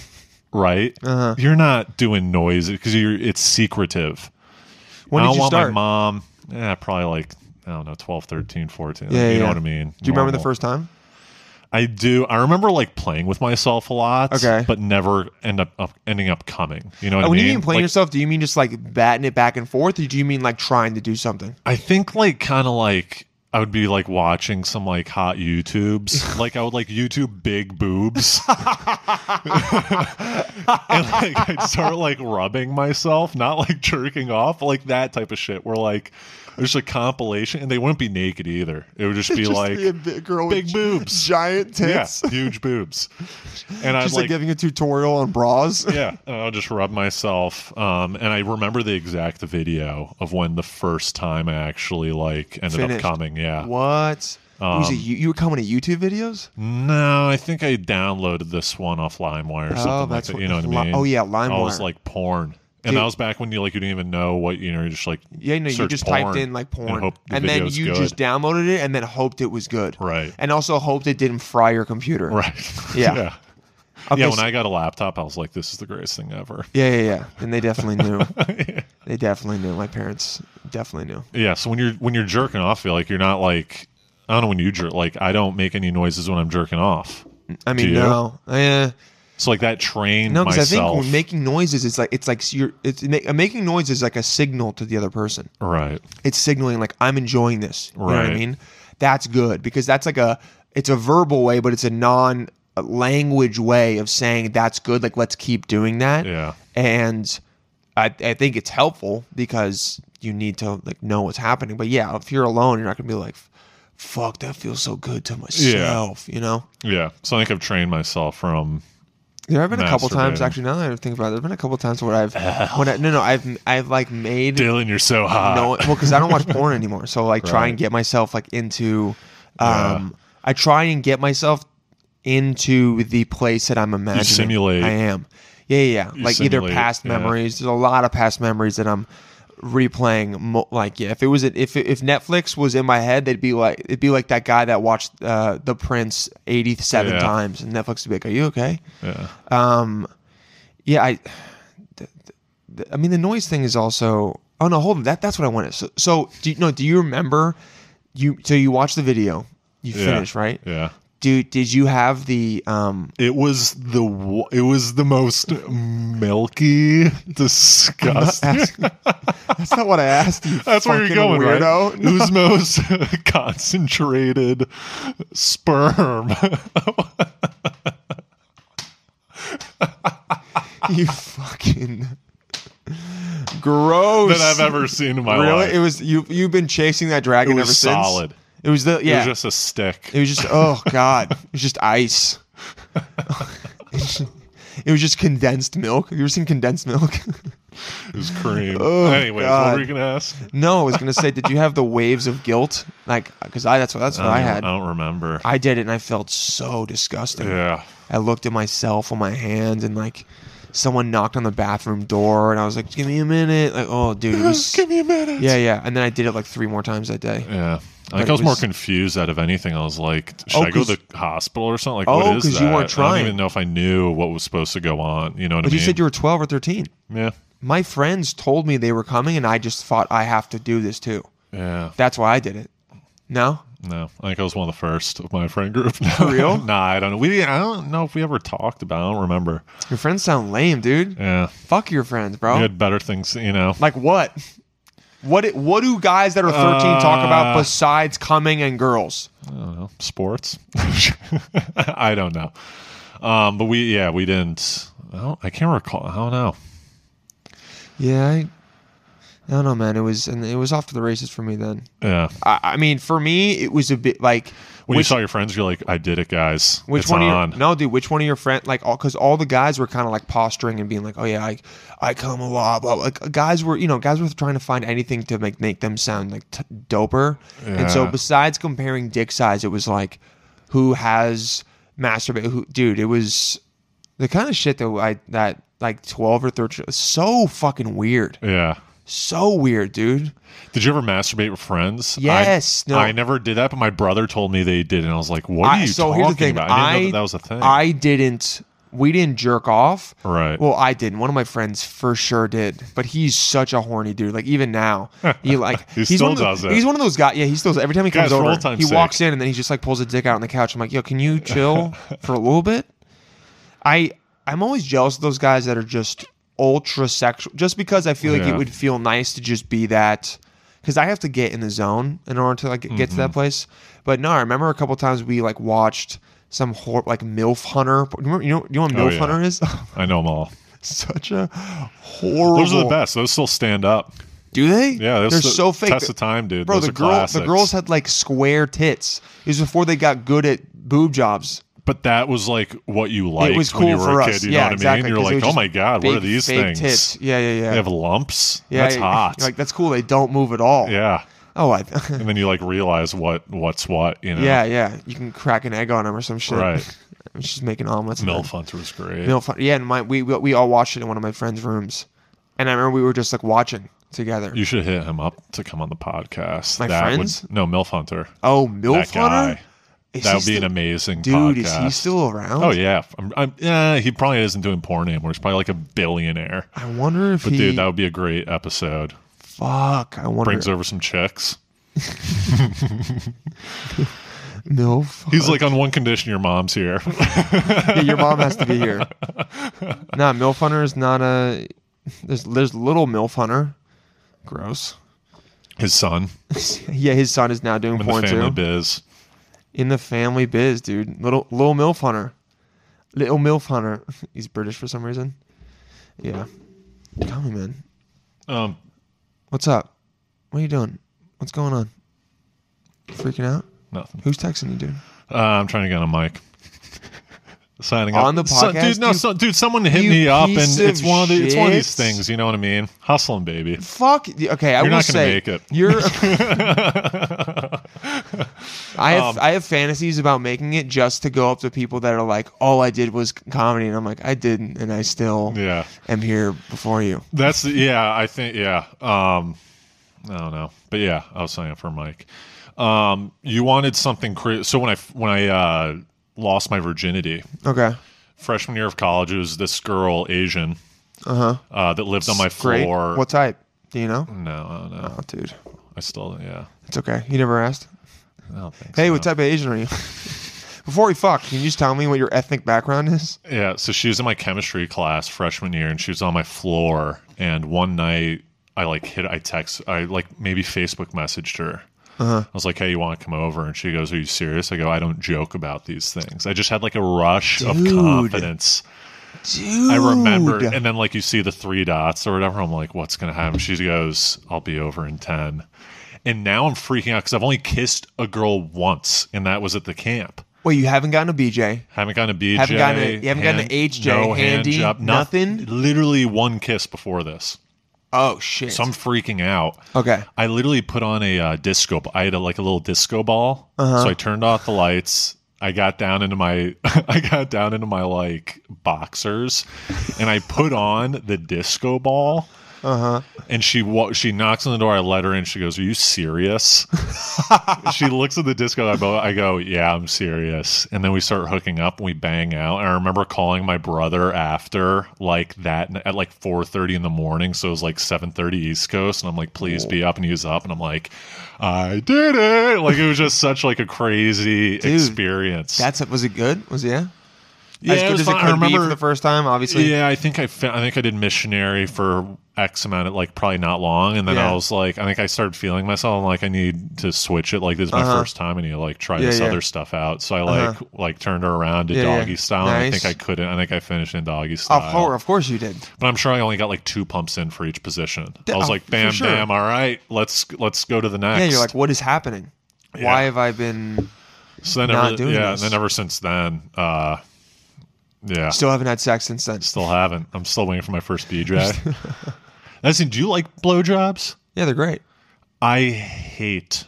E: right? Uh-huh. You're not doing noise because you're it's secretive.
A: When did
E: I don't
A: you
E: want
A: start?
E: my mom, yeah, probably like I don't know, 12, 13, 14.
A: Yeah,
E: you
A: yeah,
E: know
A: yeah.
E: what I mean?
A: Do you remember the
E: Normal.
A: first time?
E: I do. I remember like playing with myself a lot,
A: Okay.
E: but never end up, up ending up coming. You know what
A: Uh,
E: I
A: when
E: mean?
A: you mean playing
E: Like,
A: yourself, do you mean just like batting it back and forth, or do you mean like trying to do something?
E: I think like kind of like I would be like watching some like
A: <laughs>
E: hot YouTubes. like I would like YouTube big boobs. <laughs> and like I'd start like rubbing myself, not like jerking off, like that type of shit where like there's a compilation and they wouldn't be naked either. It would just be
A: Just
E: like
A: be a big girl with
E: big
A: gi-
E: boobs.
A: giant
E: yeah, <laughs>
A: tits.
E: huge boobs. And I
A: Just
E: was
A: like,
E: like
A: giving a tutorial on bras.
E: yeah, and I'll just rub myself. Um, and I remember the exact video of when the first time I actually like ended
A: Finished.
E: up coming.
A: <laughs>
E: Yeah. Um,
A: What? Was it you, you were coming to YouTube videos?
E: No, I think I downloaded this one off LimeWire or something
A: Oh, that's
E: like
A: what-
E: that. You know what
A: Li-
E: I mean?
A: oh, yeah,
E: I
A: LimeWire.
E: was like porn. And that was back when you like you didn't even know what you know. You just like
A: Yeah, no, you
E: search
A: just
E: porn
A: typed in like porn,
E: and,
A: and,
E: hope the
A: then
E: video's
A: you
E: good. <laughs>
A: just downloaded it and then hoped it was good,
E: Right.
A: And also hoped it didn't fry your computer,
E: right.
A: Yeah.
E: yeah.
A: Of
E: Yeah,
A: this-
E: When I got a laptop, I was like, "This is the greatest thing ever."
A: yeah, yeah, yeah. And they definitely
E: <laughs>
A: knew. They definitely knew. My parents definitely knew.
E: Yeah, so when you're when you're jerking off, I feel like you're not like I don't know when you jerk. Like I don't make any noises when I'm jerking off.
A: I mean,
E: you?
A: no, yeah,
E: So like that trained
A: no, because I
E: myself.
A: think when making noises, it's like it's like you're it's ma- making noise is like a signal to the other person.
E: right.
A: It's signaling like I'm enjoying this. You know what I
E: Right.
A: mean? That's good because that's like a it's a verbal way, but it's a non uh, language way of saying that's good. Like let's keep doing that.
E: Yeah.
A: and I, I think it's helpful because you need to like know what's happening. But yeah, if you're alone, you're not gonna be like, "Fuck, that feels so good to myself," you know.
E: Yeah. So I think I've trained myself from
A: There have been a couple times
E: Masturbating.
A: actually. Now that I think about it, there have been a couple times where
E: <laughs>
A: I've when I, no no I've I've like made
E: Dylan, you're so hot.
A: no well because I don't watch
E: <laughs>
A: porn anymore. So like try and
E: Right.
A: get myself like into um I try and get myself into the place that I'm imagining.
E: simulate.
A: I am. Yeah yeah. yeah. Like either
E: simulate,
A: past
E: yeah.
A: memories. There's a lot of past memories that I'm replaying mo- like yeah if it was if if netflix was in my head they'd be like it'd be like that guy that watched uh the prince 87
E: Yeah.
A: times and netflix would be like are you okay
E: Yeah.
A: yeah, I. th- th- I mean, the noise thing is also. Oh no, hold on. That that's what I wanted. So, so do you, no? Do you remember? You so you watch the video, you
E: Yeah.
A: finish right.
E: Yeah.
A: Do did you have the
E: <laughs>
A: um?
E: It was the w- it was the most milky,
A: <laughs>
E: <laughs> disgusting.
A: That's not what I asked you.
E: <laughs> That's where you're
A: fucking
E: going,
A: weirdo.
E: <laughs> right? It
A: <laughs>
E: was most concentrated
A: <laughs>
E: sperm.
A: you fucking <laughs> gross.
E: that I've ever seen in my
A: really.
E: life.
A: It was you. You've been chasing that dragon
E: It was
A: ever since.
E: solid.
A: It was the yeah.
E: It was just a stick.
A: It was just oh god, it was just ice. it was just condensed milk. Have you ever seen condensed milk? <laughs>
E: It was <laughs> cream.
A: Oh,
E: Anyways,
A: God.
E: what were you gonna ask?
A: no, I was gonna say, did you have the waves of guilt? Like, because I that's what that's what I,
E: don't-
A: had.
E: I don't remember.
A: I did it and I felt so disgusting.
E: um, yeah.
A: I looked at myself on my hands and like someone knocked on the bathroom door and I was like, give me a minute. Like, oh dude, it was,
E: <laughs> Give me a minute.
A: yeah, yeah. And then I did it like three more times that day.
E: Yeah. I
A: But
E: think
A: it
E: I was, more
A: was-
E: confused out of anything. I was like, should
A: Oh,
E: I go
A: 'cause-
E: to the hospital or something? Like,
A: Oh,
E: what is
A: 'cause
E: that?
A: you weren't
E: I
A: trying.
E: don't even know if I knew what was supposed to go on. You know what
A: But
E: I mean?
A: you said you were twelve or thirteen.
E: yeah.
A: My friends told me they were coming and I just thought I have to do this too.
E: Yeah.
A: That's why I did it. No,
E: No, I think I was one of the first of my friend
A: <laughs>
E: group.
A: real?
E: nah, I don't know. We, I don't know if we ever talked about. it. I don't remember.
A: your friends sound lame, dude.
E: Yeah,
A: Fuck your friends, bro.
E: we had better things. You know,
A: Like what? What? What do guys that are thirteen talk about
E: Uh,
A: besides coming and girls?
E: I don't know, sports. <laughs> I don't know. Um, but we, yeah, we didn't. I, don't, I can't recall. I don't know.
A: Yeah, I, I don't know, man. It was and it was off to the races for me then.
E: Yeah,
A: I, I mean, for me, it was a bit like
E: when
A: which-
E: you saw your friends, you're like, I did it, guys.
A: Which
E: It's
A: one?
E: on.
A: Of your, no, dude. Which one of your friend? Like, all because all the guys were kind of like posturing and being like, "Oh yeah, I, I come a lot." Blah, blah. Like, guys were, you know, guys were trying to find anything to make make them sound like t- doper. And so,
E: Yeah.
A: besides comparing dick size, it was like, who has masturbate? Who, dude? It was the kind of shit that I that like twelve or thirteen. So fucking weird.
E: Yeah.
A: So weird, dude.
E: Did you ever masturbate with friends?
A: Yes,
E: I,
A: no.
E: I never did that, but my brother told me they did, and I was like, "What are
A: I-
E: you
A: so
E: talking
A: here's the thing.
E: about?"
A: I,
E: I didn't know that, that was a thing.
A: I didn't. We didn't jerk off.
E: Right.
A: Well, I didn't. One of my friends for sure did. But he's such a horny dude. Like even now,
E: <laughs>
A: he like
E: He
A: he's
E: still
A: one of the-
E: does that.
A: He's one of those guys. Yeah, he still. Every time he
E: Guys,
A: comes
E: for
A: over,
E: old time's
A: he
E: sake.
A: walks in and then he just like pulls a dick out on the couch. I'm like, yo, can you
E: <laughs>
A: chill for a little bit? I I'm always jealous of those guys that are just ultra sexual. Just because I feel like
E: Yeah.
A: it would feel nice to just be that because I have to get in the zone in order to like get to
E: Mm-hmm.
A: that place. But no, I remember a couple times we like watched some hor- like MILF Hunter. Remember, you know, you know what MILF
E: Oh, yeah.
A: Hunter
E: <laughs>
A: is?
E: I know them all.
A: Such a horrible.
E: Those are the best. Those still stand up.
A: Do they?
E: Yeah, those
A: they're so
E: still-
A: fake.
E: Test of time, dude.
A: Bro,
E: Those
A: the
E: are
A: girl, the
E: classics.
A: girls had like square tits. It was before they got good at boob jobs.
E: But that was like what you liked
A: was
E: when you
A: cool
E: were
A: for
E: a
A: us.
E: kid. You
A: Yeah,
E: know what
A: exactly,
E: I mean? You're
A: 'cause they
E: like,
A: were
E: oh
A: just
E: my god, what are
A: big
E: these
A: fake
E: things?
A: tits. Yeah, yeah, yeah.
E: They have lumps.
A: yeah,
E: That's
A: yeah.
E: hot.
A: You're <laughs> like that's cool. They don't move at all.
E: yeah,
A: Oh, I, <laughs>
E: and then you like realize what what's what. You know.
A: yeah, yeah. You can crack an egg on them or some shit.
E: Right.
A: <laughs> She's making omelets.
E: Milf Hunter was great.
A: Milf. Hunter. Yeah, and my we, we we all watched it in one of my friends' rooms, and I remember we were just like watching together.
E: You should hit him up to come on the podcast.
A: My
E: that
A: friends?
E: would no Milf Hunter.
A: oh, Milf
E: that
A: Hunter.
E: guy.
A: Is
E: That
A: he
E: would be an
A: still-
E: amazing
A: dude. Is
E: podcast.
A: he still around?
E: Oh yeah, I'm, I'm, yeah. He probably isn't doing porn anymore. He's probably like a billionaire.
A: I wonder if
E: But
A: he.
E: dude, that would be a great episode.
A: fuck. I wonder.
E: Brings over some chicks.
A: <laughs> Milf.
E: <laughs> He's like on one condition: your mom's here. <laughs>
A: yeah, <laughs> your mom has to be here. nah, milf hunter is not a. There's there's little milf hunter. Gross.
E: His son
A: <laughs> Yeah, his son is now doing
E: in the
A: porn
E: family
A: too.
E: biz.
A: In the family biz, dude. Little little milf hunter. Little milf hunter. <laughs> He's British for some reason. Yeah. Tell me, man.
E: Um,
A: What's up? What are you doing? What's going on? Freaking out?
E: nothing.
A: Who's texting you, dude?
E: Uh, I'm trying to get on a mic. Signing up
A: On the
E: So-
A: podcast,
E: dude. No,
A: you-
E: so, dude. Someone hit
A: you
E: me up, and
A: piece
E: it's
A: of
E: one of the, it's one of these
A: shit.
E: things. You know what I mean? Hustling, baby.
A: Fuck. Okay, I
E: You're
A: will
E: not gonna
A: say
E: make it.
A: you're.
E: <laughs>
A: <laughs> I
E: Um,
A: have I have fantasies about making it just to go up to people that are like, all I did was comedy, and I'm like, I didn't, and I still
E: Yeah.
A: am here before you.
E: That's the, yeah, I think yeah. Um I don't know. But yeah, I was signing up for Mike. Um you wanted something cre- so when I when I uh lost my virginity
A: Okay.
E: freshman year of college it was this girl Asian uh-huh. that lived on my
A: Great.
E: floor.
A: What type? Do you know?
E: No, no, no.
A: Oh, dude,
E: I still yeah.
A: it's okay. You never asked.
E: I don't think
A: Hey,
E: so.
A: what type of Asian are
E: <laughs>
A: you? before we fuck, can you just tell me what your ethnic background is?
E: Yeah, so she was in my chemistry class freshman year, and she was on my floor. And one night, I like hit, I text, I like maybe Facebook messaged her. I was like, "Hey, you want to come over?" And she goes, "Are you serious?" I go, "I don't joke about these things." I just had like a rush of confidence.
A: Dude,
E: I remember, and then like you see the three dots or whatever. I'm like, "What's gonna happen?" She goes, "I'll be over in 10. And now I'm freaking out because I've only kissed a girl once, and that was at the camp.
A: Wait, you haven't gotten a BJ?
E: Haven't gotten a BJ.
A: Haven't gotten a- you haven't gotten an HJ,
E: No
A: handy,
E: hand job. no-
A: nothing?
E: Literally one kiss before this.
A: Oh shit.
E: So I'm freaking out.
A: okay.
E: I literally put on a uh, disco. b- I had a, like a little disco ball. So I turned off the lights. I got down into my <laughs> I got down into my like boxers, and I put on the disco ball. Uh huh. And she wa- she knocks on the door. I let her in. She goes, "Are you serious?" <laughs> she looks at the disco. I, bo- I go, "Yeah, I'm serious." And then we start hooking up. and We bang out. And I remember calling my brother after like that n- at like 4:30 in the morning. So it was like 7:30 East Coast, and I'm like, "Please be up." And he was up, and I'm like, "I did it!" Like it was just such like a crazy experience.
A: That's was it good? Was it, yeah?
E: yeah,
A: as
E: it
A: good
E: was
A: as it
E: fun.
A: could
E: I
A: be
E: remember
A: for the first time, obviously.
E: yeah, I think I fa- I think I did missionary for X amount of like probably not long, and then
A: Yeah.
E: I was like, I think I started feeling myself. I'm like, I need to switch it. Like this is my first time, I need to like try
A: Uh-huh. Yeah,
E: this
A: yeah. Uh-huh.
E: other stuff out. So I like like turned her around to
A: Yeah, yeah.
E: doggy style. and I
A: Nice. Oh,
E: think I couldn't. I think I finished in doggy
A: Of
E: style.
A: course, of course you did.
E: But I'm sure I only got like two pumps in for each position. I
A: oh,
E: was like,
A: for
E: bam,
A: sure.
E: bam, all right, let's let's go to the next.
A: Yeah, you're like, what is happening?
E: Yeah.
A: Why have I been
E: so then
A: not
E: ever,
A: doing
E: yeah,
A: this.
E: and then ever since then, uh, yeah,
A: still haven't had sex since then?
E: Still haven't. I'm still waiting for my first BJ. Listen, do you like blowjobs?
A: Yeah, they're great.
E: I hate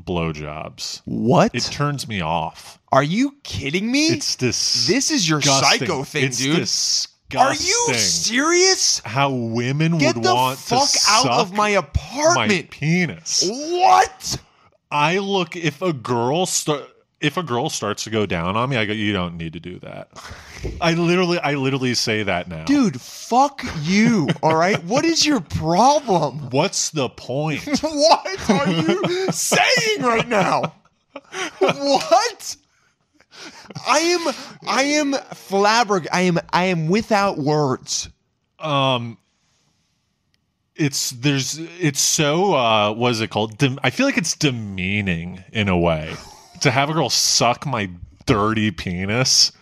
E: blowjobs.
A: What?
E: It turns me off.
A: Are you kidding me?
E: It's this.
A: This is your psycho thing,
E: it's
A: dude. Are
E: Disgusting.
A: you serious?
E: How women
A: Get
E: would
A: the
E: want
A: fuck
E: to
A: out
E: suck
A: of my
E: my
A: apartment.
E: penis.
A: what?
E: I look if a girl start if a girl starts to go down on me, I go, you don't need to do
A: <laughs>
E: that. I literally, I literally say that now,
A: Dude, fuck you. All right? What is your problem?
E: What's the point?
A: <laughs> What are you saying right now? What? I am I am flabberg I am I am without words.
E: um it's there's it's so uh what is it called Dem- i feel like it's demeaning in a way to have a girl suck my dirty penis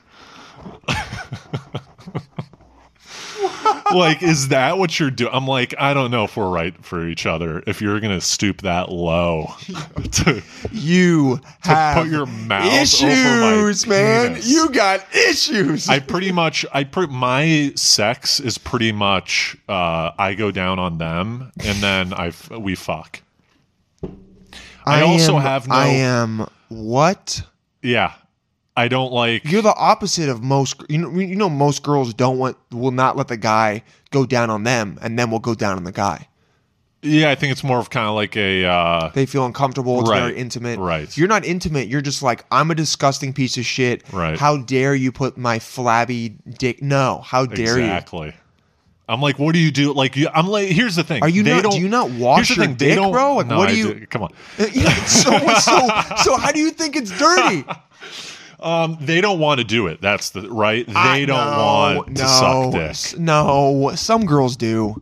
E: like is that what you're doing i'm like i don't know if we're right for each other if you're gonna stoop that low to,
A: You have
E: put your mouth
A: issues,
E: over my
A: man.
E: penis.
A: You got issues.
E: I pretty much I pre- my sex is pretty much uh, I go down on them and then I f- we fuck. I, also
A: am-
E: have no
A: I am what?
E: yeah. I don't like
A: You're the opposite of most. You know, you know, most girls don't want will not let the guy go down on them, and then will go down on the guy.
E: yeah. I think it's more of kind of like a uh,
A: They feel uncomfortable. It's
E: Right,
A: very intimate.
E: right.
A: You're not intimate. You're just like I'm a disgusting piece of shit.
E: Right.
A: How dare you put my flabby dick? No. How dare you?
E: exactly. I'm like, what do you do? Like, you, I'm like, here's the thing.
A: Are you
E: They
A: not- do
E: don't-
A: you not wash
E: here's the
A: your
E: thing, they
A: dick,
E: don't-
A: bro? Like,
E: no,
A: what do
E: I
A: you-
E: Come on.
A: <laughs> Yeah, so, so, so how do you think it's
E: <laughs>
A: dirty?
E: Um, They don't want to do it. That's the right. They
A: I-
E: don't
A: no,
E: want to suck dick. Mm,
A: s- No, some girls do.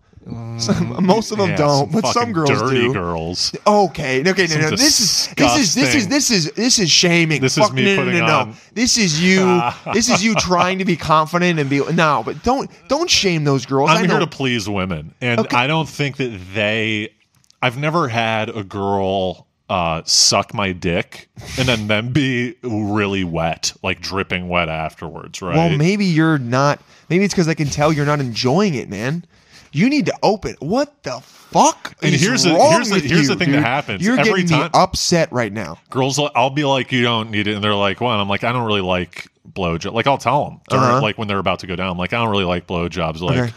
A: Some, most of them
E: Yeah,
A: don't, but some
E: fucking
A: girls
E: dirty
A: do.
E: girls.
A: Okay, okay, no,
E: Some
A: no, this is this is this is
E: disgusting-
A: this is this is shaming.
E: This is
A: Fuck,
E: me
A: no, no, no,
E: putting
A: no,
E: on-
A: This is
E: <laughs>
A: you. this is you trying to be confident and be no, but don't don't shame those girls. I
E: I'm
A: know.
E: here to please women, and I don't think that they. I've never had a girl uh, suck my dick and then them be really wet, like dripping wet afterwards, right?
A: Well, maybe you're not. Maybe it's because I can tell you're not enjoying it, man. You need to open. What the fuck?
E: And
A: is
E: here's the-
A: wrong
E: here's the-
A: with
E: here's
A: you,
E: the thing that
A: dude?
E: happens.
A: You're
E: Every
A: getting me
E: time-
A: upset right now.
E: Girls, will- I'll be like, you don't need it, and they're like, well, and I'm like, I don't really like blowjobs. Like, I'll tell them, during,
A: Uh-huh.
E: like when they're about to go down, I'm like, I don't really like blowjobs. Like.
A: Okay.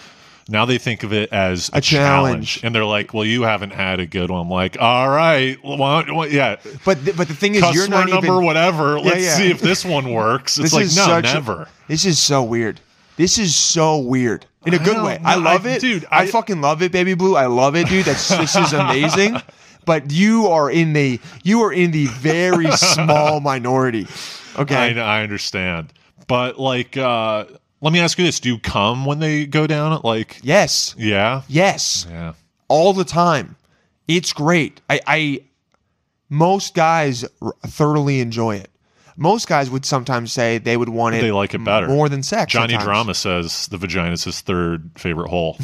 E: Now they think of it as a,
A: A challenge.
E: and they're like, "Well, you haven't had a good one." I'm like, "All right, well, well, yeah."
A: But th- but the thing is,
E: customer
A: you're not
E: number
A: even.
E: whatever. Let's
A: yeah.
E: see if this one works. It's
A: this
E: like
A: is
E: no,
A: such-
E: never.
A: This is so weird. This is so weird in a
E: I
A: good
E: don't
A: way.
E: know.
A: I love
E: I-
A: it,
E: dude,
A: I,
E: I-
A: fucking love it, baby blue. I love it, dude. That's this is amazing.
E: <laughs>
A: But you are in the you are in the
E: <laughs>
A: very small minority. Okay,
E: I, I understand, but like, uh, let me ask you this: Do you come when they go down? Like,
A: yes,
E: yeah,
A: yes.
E: yeah.
A: all the time. It's great. I, I most guys r- thoroughly enjoy it. Most guys would sometimes say they would want it.
E: They like it better.
A: more than sex.
E: Johnny
A: sometimes.
E: Drama says the vagina's his third favorite hole.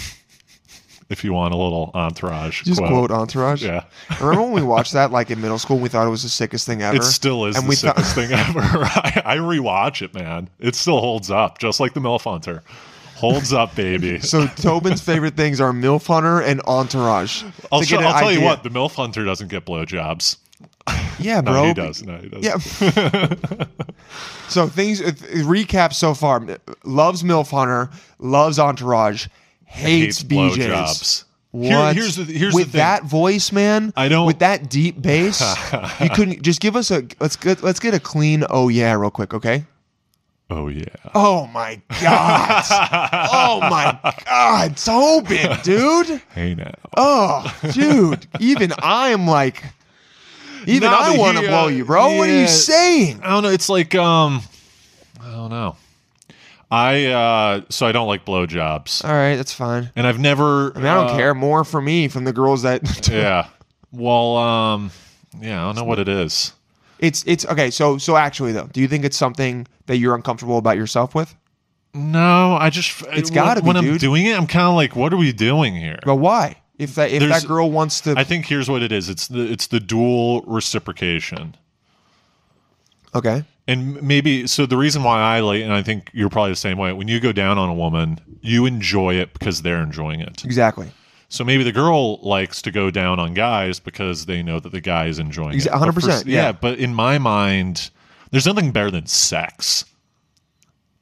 E: if you want a little entourage,
A: Just
E: quote.
A: quote Entourage.
E: Yeah.
A: Remember
E: <laughs>
A: when we watched that like in middle school? and We thought it was the sickest thing ever.
E: It still is
A: And
E: the
A: we thought- <laughs>
E: sickest thing <laughs> ever. I, I rewatch it, man. It still holds up, just like the Melifonter. Holds up, baby.
A: <laughs> So Tobin's favorite things are MILF Hunter and Entourage.
E: I'll,
A: To
E: show,
A: get an
E: I'll tell you
A: idea.
E: what, the MILF Hunter doesn't get blowjobs.
A: Yeah,
E: No,
A: bro.
E: he does. No, he does. <laughs>
A: Yeah. so things uh, recap so far: loves MILF Hunter, loves Entourage, hates,
E: hates
A: BJ's.
E: blowjobs.
A: What?
E: Here- here's the here's
A: with
E: the thing.
A: that voice, man.
E: I don't-
A: with that deep bass.
E: <laughs>
A: you couldn't just give us a let's get let's get a clean oh yeah real quick, okay?
E: oh yeah,
A: Oh my god! oh my god, Tobin, dude.
E: hey now.
A: Oh, dude. Even I am like, even
E: No,
A: I
E: but
A: want to
E: he, uh,
A: blow you, bro. What are
E: yeah.
A: you saying?
E: I don't know. It's like um, I don't know. I uh, so I don't like blowjobs,
A: All right, that's fine.
E: and I've never. uh,
A: I mean, I don't care. More for me from the girls that <laughs>
E: Yeah. Well, um, yeah, I don't know what it is.
A: it's it's okay. So so actually though, do you think it's something that you're uncomfortable about yourself with?
E: No, I just
A: It's
E: when-
A: gotta be,
E: when I'm
A: dude.
E: doing it. I'm kind of like, what are we doing here?
A: But why? If that if
E: There's-
A: that girl wants to,
E: I think here's what it is. It's the it's the dual reciprocation.
A: okay,
E: and maybe so the reason why i like and i think you're probably the same way when you go down on a woman you enjoy it because they're enjoying it
A: exactly,
E: so maybe the girl likes to go down on guys because they know that the guy is enjoying
A: Exa-
E: it But for-
A: 100%, yeah.
E: but in my mind there's nothing better than sex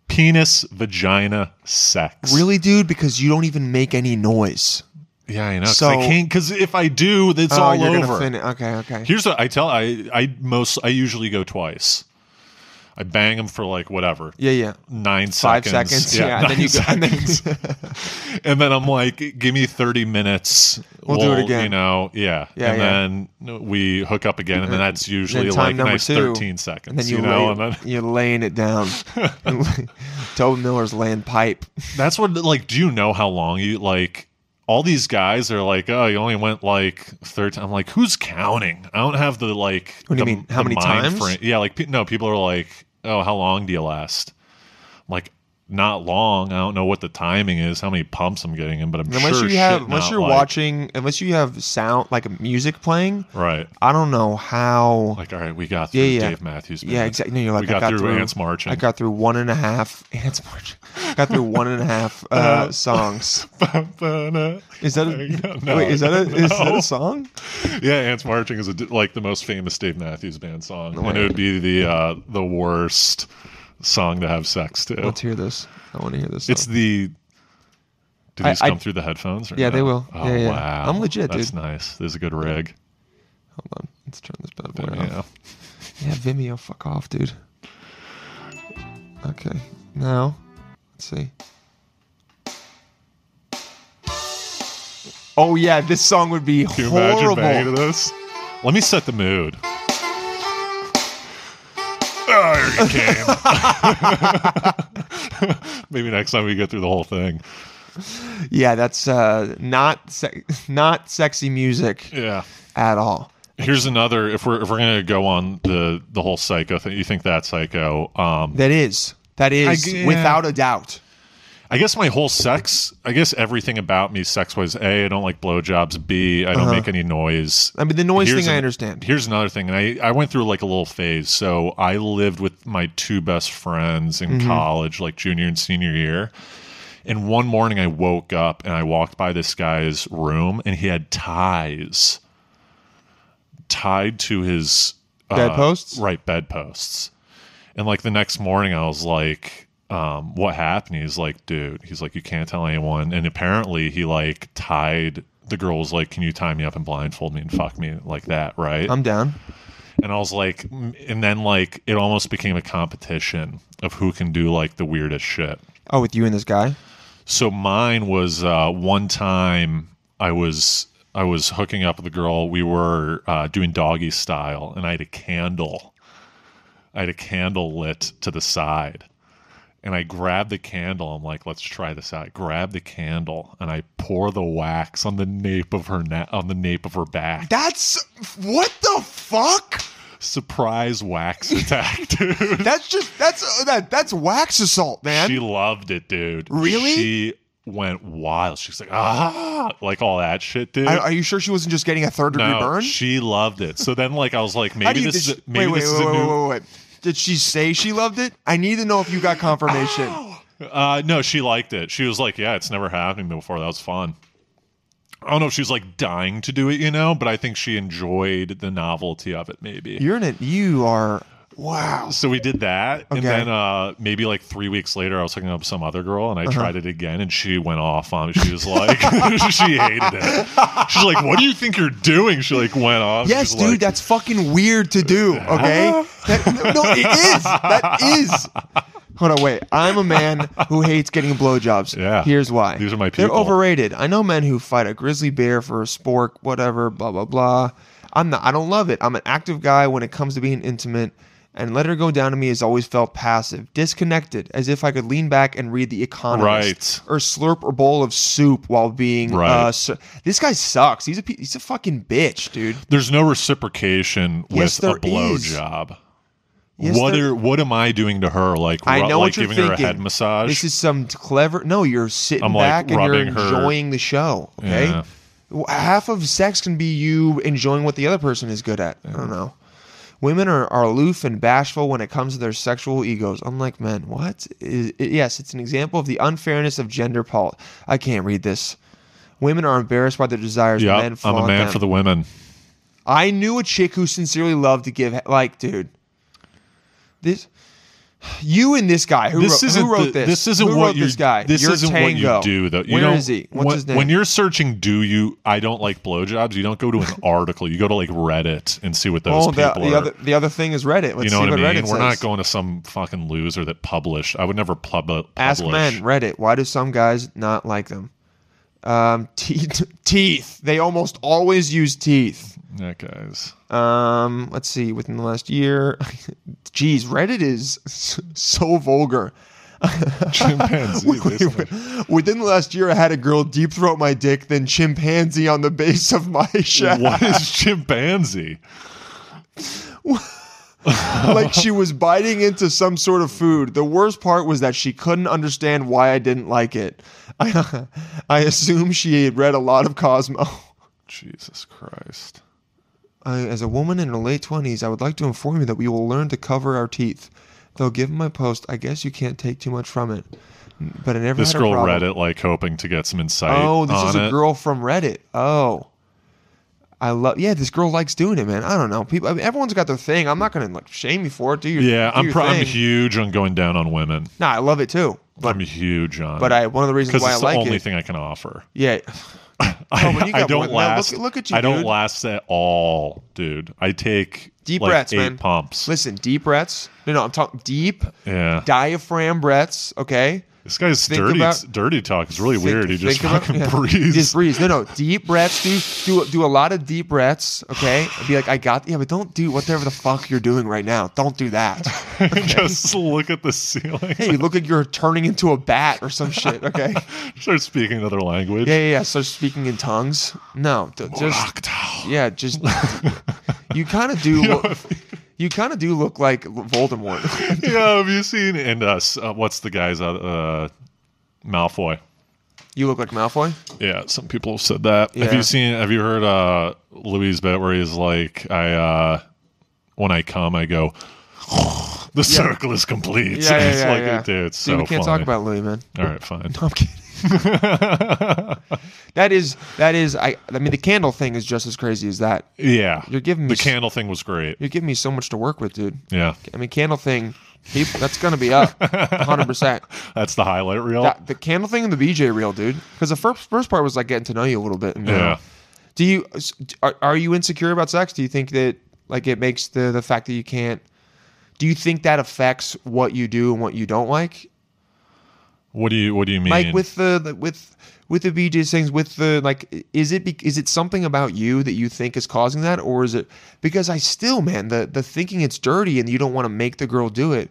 E: penis vagina sex
A: really, dude, because you don't even make any noise.
E: yeah i know 'cause i
A: So-
E: can't because if i do it's
A: oh,
E: all
A: you're gonna
E: over
A: fin- Okay, okay.
E: Here's what I tell I I most I usually go twice. I bang them for like whatever.
A: yeah, yeah.
E: Nine
A: Five
E: seconds.
A: seconds, yeah, and then
E: nine
A: you go, and then
E: seconds. And then I'm like, give me 30 minutes.
A: We'll do it again."
E: You know, yeah.
A: Yeah,
E: and
A: yeah.
E: then we hook up again, and then that's usually
A: then time
E: like a
A: number
E: nice
A: two,
E: 13 seconds.
A: and then
E: you,
A: you,
E: know,
A: lay-
E: and then <laughs>
A: you're laying it down. Tobin Miller's laying pipe.
E: that's what like. Do you know how long you like? all these guys are like, oh, you only went like third. I'm like, who's counting? I don't have the like.
A: What do you
E: the-
A: mean? How
E: the
A: many
E: mind
A: times?
E: Yeah, like pe- no, people are like, oh, how long do you last? I'm like, not long. I don't know what the timing is, how many pumps I'm getting in, but I'm
A: Unless
E: sure
A: you have,
E: shit
A: unless
E: not
A: you're
E: like-
A: watching, unless you have sound like music playing,
E: right?
A: I don't know how.
E: Like, all right, we got through
A: Yeah, yeah.
E: Dave Matthews.
A: yeah,
E: Band.
A: exactly. No, you're like
E: we
A: I
E: got, through,
A: through
E: Ants Marching.
A: I got <laughs> through one and a half ants marching. Got through one and a
E: <laughs>
A: half uh, songs. Is that a,
E: <laughs> No,
A: wait? Is that a is that
E: no.
A: a song?
E: <laughs> Yeah, Ants Marching is a, like the most famous Dave Matthews Band song, and it would be the uh, the worst song to have sex to.
A: Let's hear this. I want to hear this.
E: it's
A: song.
E: the. Do
A: I-
E: these
A: I-
E: come through the headphones? Or
A: Yeah,
E: no?
A: they will.
E: Oh
A: Yeah, yeah.
E: wow,
A: I'm legit,
E: That's
A: dude.
E: nice. This is a good rig.
A: Hold on. Let's turn this bad
E: But,
A: boy off.
E: yeah.
A: Yeah, Vimeo, fuck off, dude. Okay, now let's see. Oh yeah, this song would be
E: Can you imagine banging
A: horrible.
E: to this? Let me set the mood. Oh, here you came. <laughs> Maybe next time we get through the whole thing.
A: Yeah, that's uh, not se- not sexy music
E: Yeah.
A: at all.
E: Here's another. If we're if we're gonna go on the the whole psycho thing, you think that psycho? Um,
A: That is that is
E: g- yeah.
A: without a doubt.
E: I guess my whole sex. I guess everything about me sex was a. I don't like blowjobs. B. I don't make any noise.
A: I mean, the noise
E: Here's
A: thing I
E: an-
A: understand.
E: Here's another thing, and I I went through like a little phase. So I lived with my two best friends in
A: Mm-hmm.
E: college, like junior and senior year. And one morning I woke up and I walked by this guy's room, and he had ties tied to his uh,
A: Bedposts?
E: right? Bedposts. And like the next morning, I was like, um, "What happened?" He's like, "Dude," he's like, "You can't tell anyone." And apparently, he like tied the girl was like, "Can you tie me up and blindfold me and fuck me like that?" Right?
A: I'm down.
E: and I was like, mm, and then like it almost became a competition of who can do like the weirdest shit.
A: Oh, with you and this guy.
E: So mine was uh, one time I was I was hooking up with a girl. We were uh, doing doggy style, and I had a candle. I had a candle lit to the side, and I grabbed the candle. I'm like, let's try this out. Grab the candle, and I pour the wax on the nape of her na- on the nape of her back.
A: That's what the fuck.
E: Surprise wax attack, <laughs> dude.
A: That's just that's uh, that that's wax assault, man.
E: She loved it, dude.
A: Really?
E: She went wild. She's like, ah, like all that shit, dude.
A: Are- are you sure she wasn't just getting a third degree
E: no,
A: burn?
E: she loved it. So then, like, I was like,
A: <laughs> How do
E: maybe
A: you-
E: this is
A: did
E: a,
A: she-
E: maybe
A: wait,
E: this
A: wait,
E: is a
A: wait,
E: new.
A: wait, wait, wait. Did she say she loved it? I need to know if you got confirmation.
E: Uh, no, she liked it. She was like, yeah, it's never happened before. That was fun. I don't know if she was like dying to do it, you know, but I think she enjoyed the novelty of it. Maybe
A: You're in it. You are. Wow.
E: So we did that, and
A: Okay.
E: then uh, maybe like three weeks later, I was hooking up with some other girl,
A: Uh-huh.
E: and I tried it again, and she went off on it. She was like, <laughs> she hated it. She's like, "What do you think you're doing?" She like went off.
A: Yes,
E: She's
A: dude,
E: like-
A: that's fucking weird to do.
E: <laughs>
A: Okay. That- no, it is. That is. Hold on, wait. I'm a man who hates getting blowjobs.
E: Yeah.
A: Here's why.
E: These are my
A: They're
E: people.
A: overrated. I know men who fight a grizzly bear for a spork, whatever, blah blah blah. I'm not. I don't love it. I'm an active guy when it comes to being intimate. And let her go down to me has always felt passive, disconnected, as if I could lean back and read The Economist,
E: Right.
A: or slurp a bowl of soup while being.
E: Right.
A: Uh, ser- this guy sucks. He's a pe- he's a fucking bitch, dude.
E: there's no reciprocation
A: Yes,
E: with a
A: there is.
E: blowjob.
A: Yes,
E: what
A: there-
E: are what am I doing to her? Like,
A: I
E: ru-
A: know
E: like
A: what you're
E: giving
A: thinking.
E: her a head massage.
A: This is some clever. No, you're sitting
E: I'm, like,
A: back and you're
E: rubbing her-
A: enjoying the show. Okay,
E: Yeah.
A: W- half of sex can be you enjoying what the other person is good at. I don't know. Women are, are aloof and bashful when it comes to their sexual egos, unlike men. What? Is, it, yes, it's an example of the unfairness of gender pol. I can't read this. Women are embarrassed by their desires. men
E: yep, I'm
A: flaunt
E: a man
A: them.
E: for the women.
A: I knew a chick who sincerely loved to give. Like, dude, this. You and this guy who
E: this
A: wrote,
E: isn't
A: who wrote
E: the-
A: this.
E: isn't
A: who
E: what
A: wrote
E: you're,
A: this guy.
E: This
A: Your
E: isn't
A: tango.
E: what you do though. You
A: Where
E: don't-
A: is he? What's
E: when,
A: his name?
E: When you're searching, do you? I don't like blowjobs. You don't go to
A: <laughs>
E: an article. You go to like Reddit and see what those
A: oh, the,
E: people
A: the
E: are.
A: other the other thing is Reddit. Let's
E: you know
A: see
E: what I
A: what, Reddit
E: mean? We're
A: says.
E: not going to some fucking loser that published. I would never pub- publish.
A: Ask men Reddit. Why do some guys not like them? Um, <laughs> teeth. Teeth. They almost always use teeth. <laughs>
E: That guys.
A: Um, let's <laughs> see. Within the last year, geez, Reddit is so vulgar.
E: Chimpanzee.
A: <laughs>
E: this one.
A: Within the last year, I had a girl deep throat my dick, then chimpanzee on the base of my <laughs> shaft.
E: What is chimpanzee?
A: like she was biting into some sort of food. The worst part was that she couldn't understand why I didn't like it. <laughs> I, I assume she had read a lot of Cosmo. <laughs>
E: Jesus Christ.
A: I, as a woman in her late twenties, I would like to inform you that we will learn to cover our teeth. Though, given my post, I guess you can't take too much from it. But I never.
E: This
A: had a
E: girl
A: problem.
E: read it like hoping to get some insight.
A: Oh, this
E: on
A: is a
E: it.
A: girl from Reddit. Oh. I love yeah. This girl likes doing it, man. I don't know. People, I mean, everyone's got their thing. I'm not gonna like shame you for it. Do your
E: Yeah,
A: do
E: I'm,
A: your
E: pro- I'm
A: thing.
E: huge on going down on women.
A: Nah, I love it too. But
E: I'm huge on
A: but I one of the reasons
E: because
A: why I
E: it's the
A: like
E: only
A: it.
E: thing I can offer.
A: yeah, <laughs>
E: I,
A: but you
E: <laughs> I
A: got
E: don't
A: one- now look-
E: last.
A: look at you,
E: I don't
A: dude.
E: last at all, dude. I take
A: Deep
E: like,
A: breaths,
E: eight
A: man.
E: pumps.
A: listen, deep breaths. No, no, I'm talking deep
E: yeah,
A: diaphragm breaths. Okay,
E: this guy's
A: think
E: dirty.
A: about-
E: dirty talk is really
A: Think-
E: weird. He just
A: think about-
E: fucking
A: <laughs> yeah. You
E: breathes.
A: Just breathe. No, no, deep breaths. Do do do a lot of deep breaths. Okay, and be like, I got yeah, but don't do whatever the fuck you're doing right now. Don't do
E: <laughs>
A: that.
E: just look at the ceiling.
A: Hey, you look like you're turning into a bat or some shit. Okay.
E: <laughs> Start speaking another language.
A: Yeah, yeah, yeah. Start speaking in tongues. No, d- just
E: Octal.
A: yeah, just you kind of do. Look, you kind of do look like Voldemort.
E: <laughs> yeah, have you seen? And uh, s- uh, what's the guy's uh, uh, Malfoy?
A: you look like
E: <laughs>
A: Malfoy.
E: Yeah, some people have said that. Have
A: Yeah.
E: you seen? Have you heard uh, Louis' bit where he's like, "I uh, when I come, I go." <sighs> The circle is complete.
A: Yeah, yeah,
E: <laughs> it's
A: yeah,
E: like,
A: yeah.
E: dude, it's
A: Dude,
E: so
A: we can't
E: funny.
A: talk about Louis, man.
E: All right, fine.
A: I'm kidding. <laughs> that is that is. I I mean, the candle thing is just as crazy as that.
E: Yeah,
A: You're giving me
E: the
A: s-
E: candle thing was great.
A: You're giving me so much to work with, dude.
E: Yeah,
A: I mean, candle thing, people, that's gonna be up, hundred
E: <laughs>
A: percent.
E: that's the highlight reel.
A: That- the candle thing and the BJ reel, dude. Because the first first part was like getting to know you a little bit. And, uh,
E: yeah,
A: Do you are, are you insecure about sex? Do you think that like it makes the the fact that you can't? Do you think that affects what you do and what you don't like?
E: what do you What do you mean?
A: Like with the the- with with the BJ things with the like is it bec- is it something about you that you think is causing that or is it because I still man the the thinking it's dirty and you don't want to make the girl do it.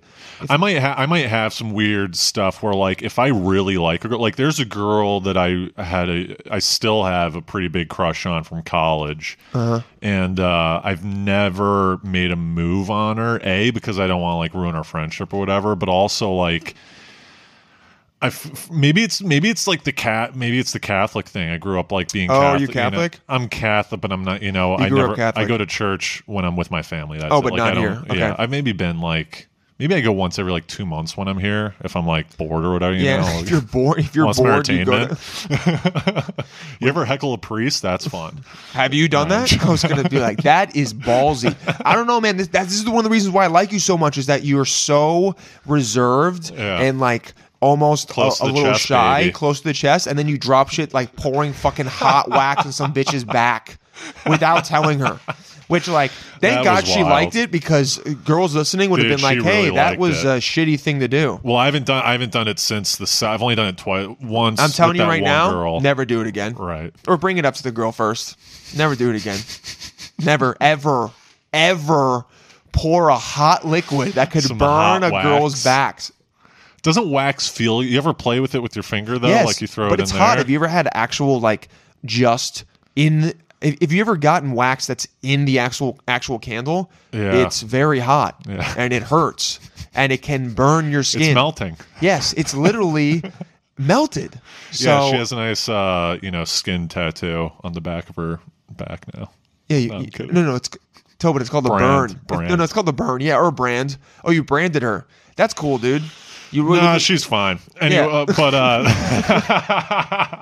E: I might ha- I might have some weird stuff where like if I really like a girl like there's a girl that I had a I still have a pretty big crush on from college
A: Uh-huh.
E: and uh, I've never made a move on her a because I don't want to like ruin our friendship or whatever but also like I f- maybe it's maybe it's like the cat maybe it's the Catholic thing I grew up like being
A: Oh,
E: Catholic,
A: you
E: know.
A: Catholic?
E: I'm Catholic but I'm not you know I
A: grew up
E: never I
A: Catholic.
E: go to church when I'm with my family that's
A: Oh,
E: it.
A: but
E: Like,
A: not
E: I don't-
A: here. Okay.
E: yeah I've maybe been like maybe I go once every like two months when I'm here if I'm like bored or whatever. You
A: Yeah,
E: know,
A: if <laughs> you're bored, if you're
E: Wants more
A: bored, you go. To,
E: entertainment. <laughs> you ever heckle a priest? That's fun.
A: Have you done that? I was gonna be like, that is ballsy. I don't know, man. This, that, this is one of the reasons why I like you so much is that you're so reserved
E: Yeah.
A: and like almost a-
E: Close to
A: a,
E: the
A: little
E: chest,
A: shy,
E: baby.
A: close to the chest, and then you drop shit like pouring fucking hot wax in some bitch's back without telling her. Which like, thank
E: That was
A: God she
E: wild.
A: liked it because girls listening would have
E: Dude,
A: been like,
E: she
A: hey,
E: really
A: that
E: liked
A: was
E: it.
A: a shitty thing to do.
E: Well, I haven't done I haven't done it since the si- I've only done it twice. Once
A: I'm telling
E: with
A: you
E: that
A: right
E: one
A: now,
E: girl.
A: never do it again.
E: Right.
A: or bring it up to the girl first. Never do it again. Never, ever, ever pour a hot liquid that could
E: Some
A: burn
E: hot
A: a
E: wax.
A: girl's backs.
E: Doesn't wax feel? You ever play with it with your finger though?
A: yes,
E: Oh, like you throw
A: but
E: it
A: it's
E: in
A: hot.
E: there.
A: Have you ever had actual like just in? If, if you ever gotten wax that's in the actual actual candle,
E: Yeah.
A: it's very hot
E: Yeah.
A: and it hurts and it can burn your skin.
E: it's melting.
A: Yes, it's
E: <laughs>
A: literally melted. So
E: yeah, she has a nice uh, you know skin tattoo on the back of her back now.
A: Yeah, you,
E: No, Oh, I'm
A: you-
E: kidding.
A: no, no, it's Tobin. It's called the burn.
E: Brand,
A: It's- No,
E: brand.
A: no, it's called the burn. Yeah, or brand. Oh, you branded her. That's cool, dude. You really
E: Nah, she's fine. Anyway,
A: Yeah.
E: uh, but uh,
A: <laughs>
E: <laughs>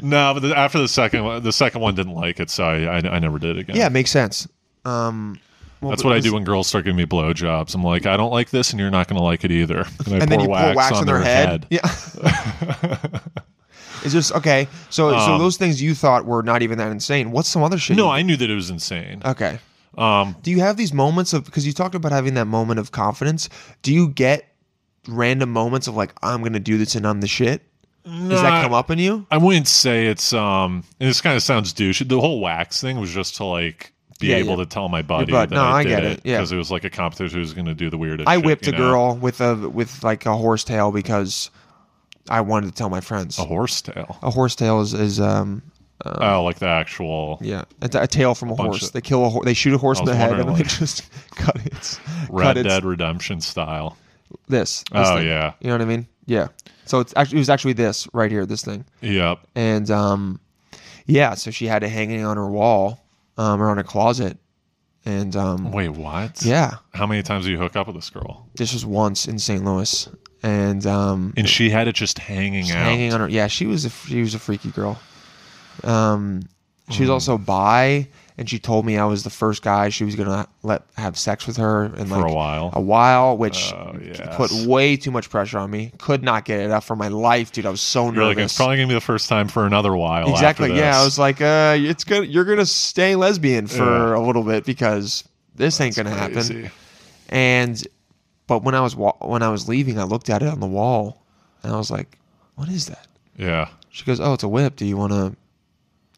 E: no, but the, after the second one, the second one didn't like it, so I, I, I never did again.
A: yeah, it makes sense. Um, well,
E: that's
A: but
E: what I
A: this-
E: do when girls start giving me blowjobs. I'm like, I don't like this, and you're not going to like it either. <laughs> I
A: And then you pour wax on their, head. Yeah. <laughs> It's just okay. So, so those things you thought were not even that insane. What's some other shit?
E: Um, No,
A: you-
E: I knew that it was insane.
A: Okay. Um, do you have these moments of because you talked about having that moment of confidence? Do you get random moments of like I'm gonna do this and I'm the shit? Does
E: Nah.
A: that come up in you?
E: I wouldn't say it's um. And this kind of sounds douchey. The whole wax thing was just to like be
A: Yeah,
E: able
A: yeah.
E: to tell my buddy
A: bud.
E: that
A: No,
E: I,
A: I
E: did
A: get
E: it
A: it. Yeah.
E: because it was like a competition who's going to do the weirdest.
A: I
E: shit,
A: whipped
E: you
A: a
E: know?
A: girl with a with like a horse tail because I wanted to tell my friends.
E: a horse tail.
A: A horse tail is, is um
E: Oh, like the actual
A: yeah, a, a tail from a
E: Bunch
A: horse.
E: of-
A: they kill a horse. They shoot a horse
E: I
A: in the
E: was
A: head and
E: wondering,
A: they
E: like-
A: just <laughs> cut its
E: Red
A: cut its
E: Dead Redemption style.
A: this. this
E: Oh,
A: thing.
E: yeah.
A: you know what I mean? Yeah. So it's actually it was actually this right here, this thing,
E: Yep.
A: and um, yeah. So she had it hanging on her wall, um, or on a closet, and um,
E: Wait, what?
A: yeah,
E: How many times do you hook up with this girl?
A: this was once in St. Louis, and um,
E: And she had it just hanging out.
A: hanging on her. Yeah, she was a she was a freaky girl. Um, she
E: Hmm.
A: was also bi, and she told me I was the first guy she was gonna let have sex with her in
E: For
A: like
E: a while.
A: a while, which
E: Oh,
A: put
E: yes.
A: way too much pressure on me. Could not get it up for my life, dude. I was so
E: You're like, it's
A: nervous.
E: probably gonna be the first time for another while. after
A: exactly. Yeah, I
E: this.
A: was like, uh, it's good. You're gonna stay lesbian for
E: Yeah.
A: a little bit because this ain't gonna happen.
E: Crazy.
A: And but when I was wa- when I was leaving, I looked at it on the wall, and I was like, what is that?
E: Yeah.
A: She goes, "Oh, it's a whip. Do you want to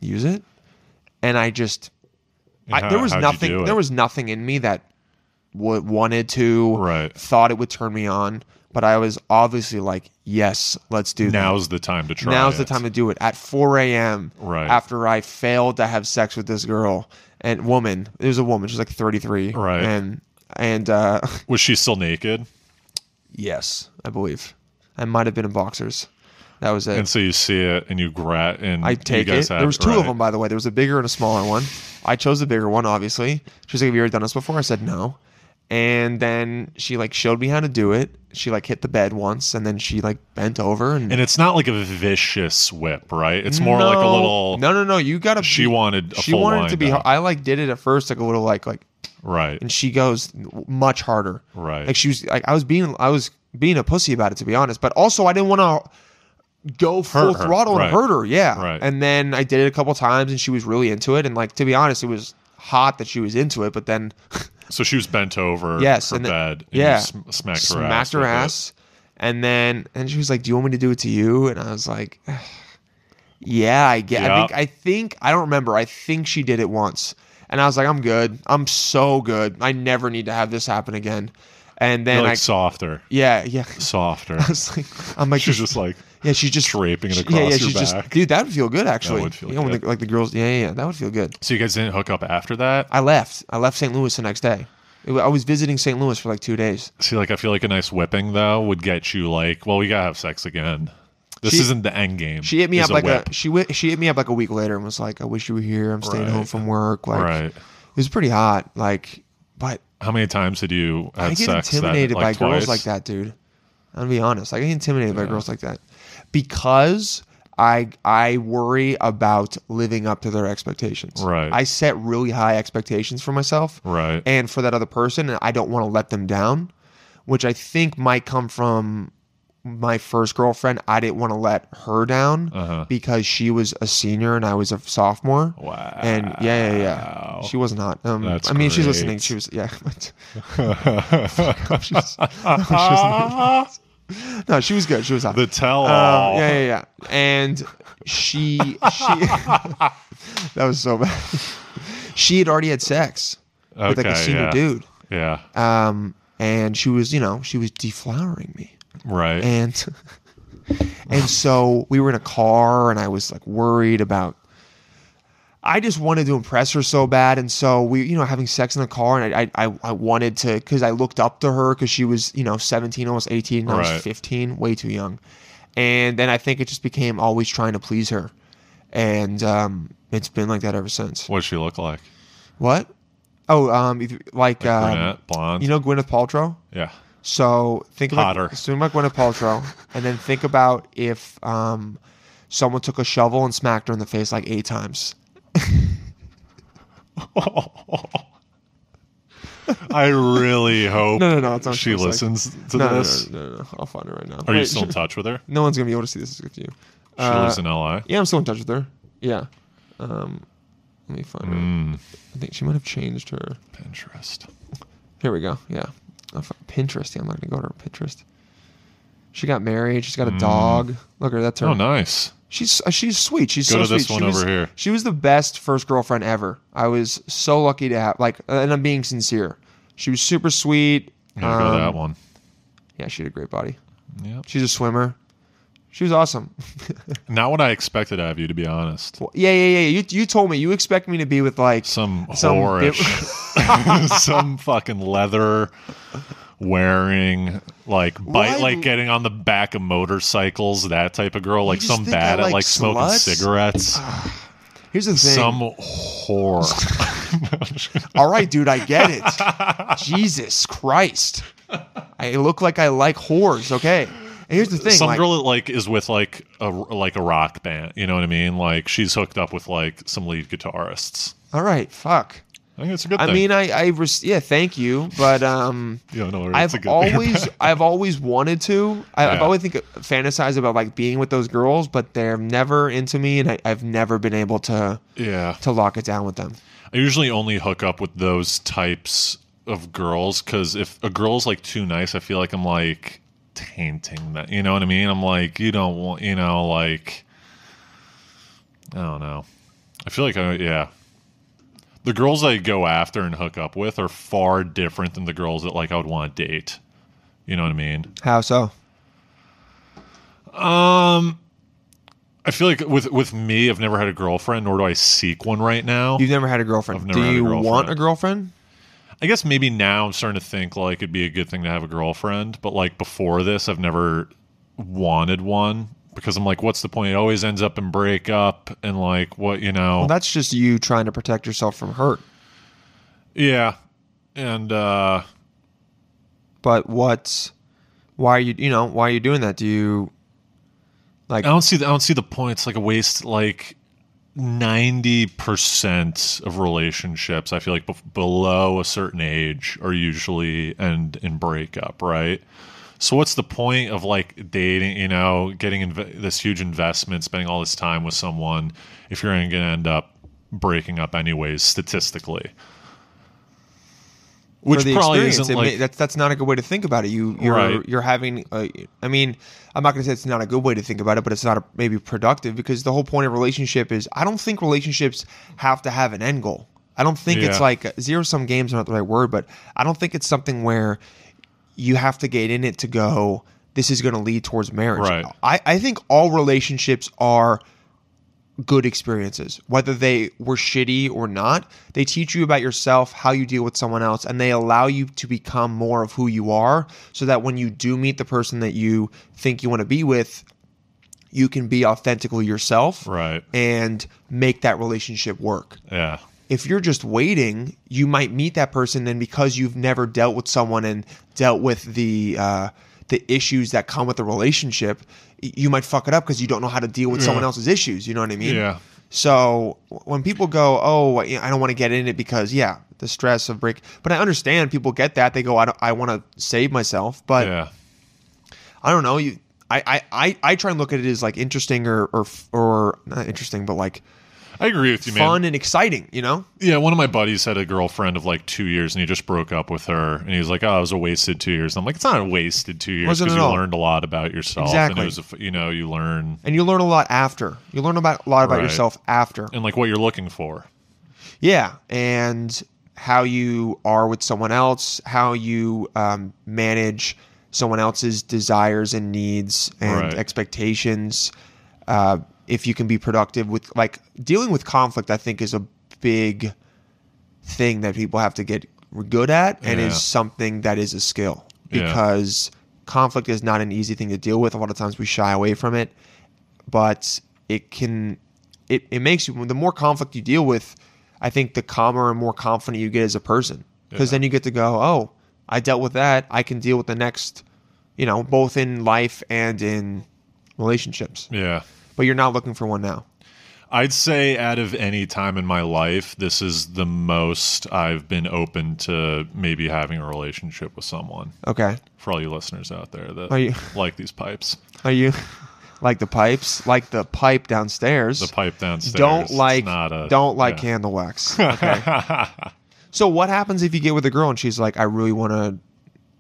A: use it?" And I just I,
E: How-
A: there was
E: how'd you do
A: nothing
E: it?
A: there was nothing in me that would wanted to
E: Right.
A: thought it would turn me on, but I was obviously like, "Yes, let's do that."
E: Now's the time to try.
A: Now's the
E: it.
A: time to do it at 4 a.m.
E: Right.
A: after I failed to have sex with this girl and woman. It was a woman. She was like 33.
E: Right.
A: And and uh, <laughs>
E: Was she still naked?
A: yes, I believe I might have been in boxers. That was it.
E: And so you see it, and you grab, and
A: I
E: you
A: take
E: guys
A: it.
E: have-
A: there was two
E: right.
A: of them, by the way. There was a bigger and a smaller one. I chose the bigger one, obviously. She was like, "Have you ever done this before?" I said, "No." And then she like showed me how to do it. She like hit the bed once, and then she like bent over and,
E: And it's not like a vicious whip, right? It's more like a
A: No.
E: little.
A: No, no, no. You gotta.
E: She wanted. A
A: she
E: full
A: wanted it to be.
E: wind-up.
A: I like did it at first, like a little like like,
E: right.
A: and she goes much harder.
E: Right.
A: Like she was like I was being I was being a pussy about it to be honest, but also I didn't want to go full
E: her,
A: throttle
E: right.
A: and hurt her. Yeah.
E: Right.
A: And then I did it a couple times and she was really into it. And like to be honest, it was hot that she was into it, but then <laughs>
E: So she was bent over.
A: Yes,
E: her
A: and the-
E: bed.
A: yeah.
E: And you sm- smacked her ass.
A: smacked her
E: with it.
A: ass. And then and she was like, "Do you want me to do it to you?" And I was like, "Yeah, I get. I
E: Yeah.
A: think. I think. I don't remember. I think she did it once." And I was like, "I'm good. I'm so good. I never need to have this happen again." And
E: You're
A: then
E: like
A: I,
E: softer,
A: yeah, yeah. <laughs>
E: softer.
A: I was like, I'm like,
E: She's just like
A: yeah, she's just
E: draping it
A: she-
E: across
A: yeah, yeah,
E: your
A: she's
E: back.
A: just, dude, that would feel good actually.
E: would feel
A: yeah, when
E: good.
A: the, like the girls, yeah, yeah, yeah, that would feel good.
E: So you guys didn't hook up after that?
A: I left. I left St. Louis the next day. It wa- I was visiting St. Louis for like two days.
E: See, like I feel like a nice whipping though would get you like, well, we gotta have sex again. This
A: She-
E: isn't the end game.
A: She hit me
E: is
A: up like
E: whip.
A: a she whi- she hit me up like a week later and was like, "I wish you were here. I'm staying
E: Right.
A: home from work." Like,
E: right.
A: it was pretty hot. Like, but
E: How many times did you have
A: I get
E: sex? that-
A: intimidated
E: like,
A: by girls
E: twice?
A: like that, dude. I'll be honest. I get intimidated by girls like that because I I worry about living up to their expectations.
E: Right.
A: I set really high expectations for myself.
E: Right.
A: And for that other person, and I don't want to let them down, which I think might come from my first girlfriend. I didn't want to let her down
E: Uh-huh.
A: because she was a senior and I was a sophomore.
E: Wow.
A: And yeah, yeah, yeah. She wasn't hot. Um,
E: That's
A: I mean, she's
E: great.
A: listening. She was yeah. <laughs> but- <laughs>
E: <laughs>
A: she's- she's- <laughs> no, she was good. She was hot.
E: Ah! the tell
A: Uh,
E: all.
A: yeah, yeah, yeah. And she, she, <laughs> that was so bad. She had already had sex with like a
E: Okay,
A: senior
E: yeah.
A: dude.
E: yeah.
A: Um, and she was, you know, she was deflowering me
E: Right.
A: and and so we were in a car and i was like worried about i just wanted to impress her so bad and so we you know having sex in the car and i i, I- I wanted to because i looked up to her because she was you know 17 almost 18 and i
E: Right.
A: was 15 way too young and then i think it just became always trying to please her and um it's been like that ever since
E: What'd she look like?
A: what oh um if you- like, um,
E: Brunette, blonde.
A: you know gwyneth paltrow
E: yeah. <laughs>
A: so think about
E: Hotter.
A: assume like Gwyneth Paltrow, and then think about if um, someone took a shovel and smacked her in the face like eight times.
E: I really
A: <laughs>
E: hope
A: No, no, no, it's not what she
E: she
A: looks like.
E: listens to
A: No, no,
E: this.
A: no, no, no, no, I'll find her right now.
E: Are you
A: Wait,
E: still in touch with her? She
A: No one's gonna be able to see this except you. Uh,
E: lives in LA.
A: Yeah, I'm still in touch with her. Yeah. Um, let me find her. I think she might have changed her.
E: Pinterest.
A: Here we go. Yeah. I'll fi- Pinterest. Yeah, I'm not Mm. gonna go to her Pinterest. She got married. She's got a dog. Look at her. That's her.
E: Oh, nice.
A: She's uh, she's sweet. She's
E: Go
A: so
E: to this
A: sweet.
E: one
A: she was,
E: over here.
A: She was the best first girlfriend ever. I was so lucky to have like, uh, and I'm being sincere. She was super sweet.
E: Yeah, go
A: Um,
E: that one.
A: Yeah, she had a great body.
E: Yep.
A: She's a swimmer. She was awesome. <laughs>
E: Not what I expected out of you, to be honest.
A: yeah, yeah, yeah. You you told me you expect me to be with like
E: Some
A: Some
E: whorish, <laughs> some fucking leather wearing, like bite,
A: Why-
E: like getting on the back of motorcycles, that type of girl, like
A: just
E: some
A: think I
E: bad at
A: like
E: like smoking
A: sluts? Ah,
E: cigarettes,
A: Here's the thing.
E: some whore.
A: <laughs> All right, dude, I get it.
E: <laughs>
A: Jesus Christ. I look like I like whores, okay? And here's the <laughs> thing.
E: some
A: like,
E: girl that like is with like a like a rock band. You know what I mean? Like she's hooked up with like some lead guitarists.
A: all right, fuck.
E: I think it's a good
A: I
E: thing.
A: mean, I, I, res- yeah, thank you, but um,
E: you know, it's a
A: I've
E: good thing.
A: always, I've always wanted to. I, I've
E: Yeah.
A: always think fantasize about like being with those girls, but they're never into me, and I, I've never been able to
E: <laughs> yeah.
A: to lock it down with them.
E: I usually only hook up with those types of girls because if a girl's like too nice, I feel like I'm like tainting that. You know what I mean? I'm like, you don't want, you know, like, I don't know. I feel like, I, yeah. The girls I go after and hook up with are far different than the girls that like I would want to date. You know what I mean?
A: How so?
E: Um, I feel like with with me, I've never had a girlfriend, nor do I seek one right now.
A: You've never had a girlfriend.
E: I've never
A: Do
E: had a
A: you want
E: girlfriend.
A: a girlfriend?
E: I guess maybe now I'm starting to think like it'd be a good thing to have a girlfriend, but like before this, I've never wanted one because I'm like, what's the point? It always ends up in breakup and like what you know,
A: Well, that's just you trying to protect yourself from hurt.
E: yeah, and uh,
A: but what's why are you you know why are you doing that do you like
E: I don't see the, I don't see the point. It's like a waste. Like ninety percent of relationships, I feel like bef below a certain age are usually end in breakup, right? So what's the point of like dating? You know, getting inv- this huge investment, spending all this time with someone if you're going to end up breaking up anyways, statistically.
A: for
E: Which
A: the
E: probably
A: experience
E: isn't
A: it may-
E: like
A: that's that's not a good way to think about it you you're
E: Right.
A: you're having a, i mean i'm not going to say it's not a good way to think about it but it's not a, maybe productive because the whole point of relationship is i don't think relationships have to have an end goal i don't think it's
E: Yeah.
A: like zero sum games are not the right word but i don't think it's something where you have to get in it to go this is going to lead towards marriage
E: Right.
A: I, I think all relationships are good experiences whether they were shitty or not they teach you about yourself how you deal with someone else and they allow you to become more of who you are so that when you do meet the person that you think you want to be with you can be authentically yourself
E: Right.
A: and make that relationship work
E: yeah.
A: if you're just waiting, you might meet that person, and because you've never dealt with someone and dealt with the uh, the issues that come with the relationship, y- you might fuck it up because you don't know how to deal with someone else's issues. You know what I mean?
E: Yeah.
A: So w- when people go, "Oh, I I don't want to get in it because yeah, the stress of break," but I understand people get that. They go, "I don't, I want to save myself," but
E: Yeah.
A: I don't know. You, I, I, I, I try and look at it as like interesting or or f- or not interesting, but like
E: I agree with you, man.
A: fun and exciting. You know?
E: Yeah, one of my buddies had a girlfriend of like two years, and he just broke up with her, and he was like, "Oh, it was a wasted two years." And I'm like, "It's not a wasted two years
A: Wasn't
E: because
A: at
E: you
A: all.
E: learned a lot about yourself, and
A: Exactly.
E: it was, a f you know, you learn
A: and you learn a lot after. You learn about a lot about
E: Right.
A: yourself after.
E: and like what you're looking for."
A: Yeah, and how you are with someone else, how you um, manage someone else's desires and needs and
E: Right.
A: expectations. Uh, if you can be productive with like dealing with conflict, I think is a big thing that people have to get good at, and
E: Yeah.
A: is something that is a skill
E: Yeah.
A: because conflict is not an easy thing to deal with. A lot of times we shy away from it, but it can it, it makes you the more conflict you deal with i think the calmer and more confident you get as a person because then you get to go oh i dealt with that i can deal with the next you know both in life and in relationships
E: Yeah,
A: but you're not looking for one now
E: I'd say out of any time in my life, this is the most I've been open to maybe having a relationship with someone.
A: okay
E: For all you listeners out there that
A: Are you-
E: <laughs> like these pipes,
A: are you <laughs> like the pipes like the pipe downstairs
E: the pipe downstairs.
A: don't
E: it's
A: like
E: not a-
A: don't like
E: yeah.
A: candle
E: <laughs>
A: wax okay so what happens if you get with a girl and she's like i really want to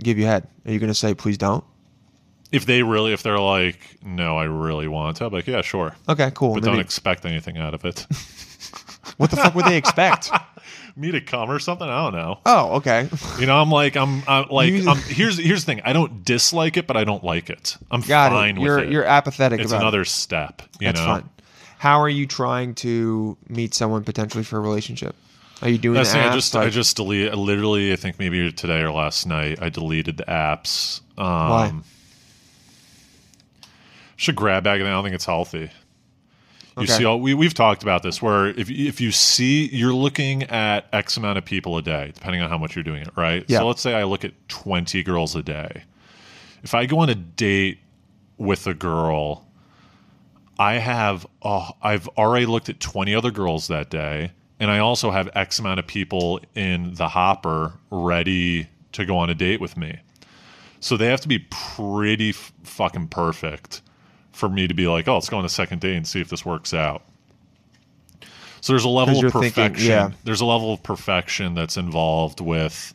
A: give you head are you going to say please don't
E: if they really, if they're like, no, I really want to, I'm like, yeah, sure.
A: Okay, cool.
E: But
A: And
E: don't
A: then he-
E: expect anything out of it. <laughs>
A: what the fuck would they expect?
E: Me to come or something? I don't know.
A: Oh, okay.
E: You know, I'm like, I'm,
A: <laughs>
E: I'm like,
A: You-
E: I'm, here's here's the thing. I don't dislike it, but I don't like it. I'm
A: Got
E: fine
A: it.
E: with
A: You're
E: it.
A: you're apathetic
E: it's
A: about it.
E: another step. You
A: That's
E: know,
A: fine. How are you trying to meet someone potentially for a relationship? Are you doing
E: That's the thing. I
A: apps,
E: just, I
A: like-
E: just delete. I Literally, I think maybe today or last night, I deleted the apps. Um,
A: why?
E: Should grab bag, and I don't think it's healthy. You
A: Okay.
E: see, all, we we've talked about this. Where if you- if you see you're looking at X amount of people a day, depending on how much you're doing it, right?
A: Yeah.
E: So let's say I look at twenty girls a day. If I go on a date with a girl, I have oh, I've already looked at 20 other girls that day, and I also have X amount of people in the hopper ready to go on a date with me. So they have to be pretty f- fucking perfect for me to be like, oh, let's go on a second date and see if this works out. So there's a level
A: 'Cause
E: of
A: you're thinking-
E: perfection.
A: yeah.
E: There's a level of perfection that's involved with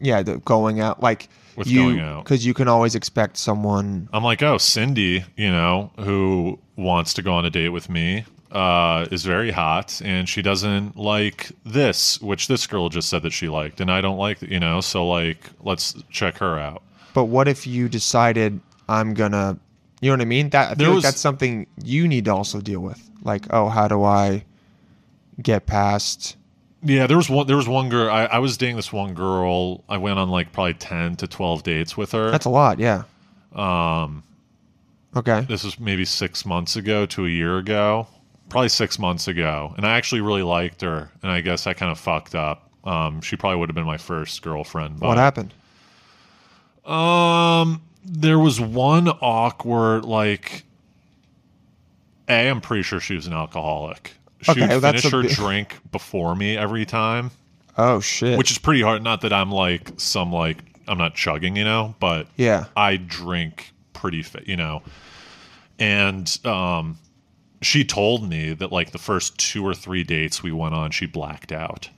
A: yeah, the going out like
E: With
A: you,
E: going out.
A: because you can always expect someone.
E: I'm like, oh, Cindy, you know, who wants to go on a date with me, uh, is very hot, and she doesn't like this, which this girl just said that she liked, and I don't like, you know, so like, let's check her out.
A: But what if you decided I'm gonna, you know what I mean? That I
E: There
A: feel like
E: was-
A: that's something you need to also deal with. Like, oh, how do I get past?
E: Yeah, there was one. There was one girl. I, I was dating this one girl. I went on like probably ten to twelve dates with her.
A: That's a lot, yeah. Um. Okay.
E: this was maybe six months ago to a year ago, probably six months ago. And I actually really liked her, and I guess I kind of fucked up. Um, she probably would have been my first girlfriend. But
A: What happened?
E: Um, there was one awkward like. A, I'm pretty sure she was an alcoholic. She
A: Okay,
E: would
A: that's
E: finish
A: a
E: her
A: bit- <laughs>
E: drink before me every time,
A: Oh shit.
E: which is pretty hard. Not that I'm like some like I'm not chugging, you know, but
A: yeah.
E: I drink pretty, fa- you know. And um, she told me that like the first two or three dates we went on, she blacked out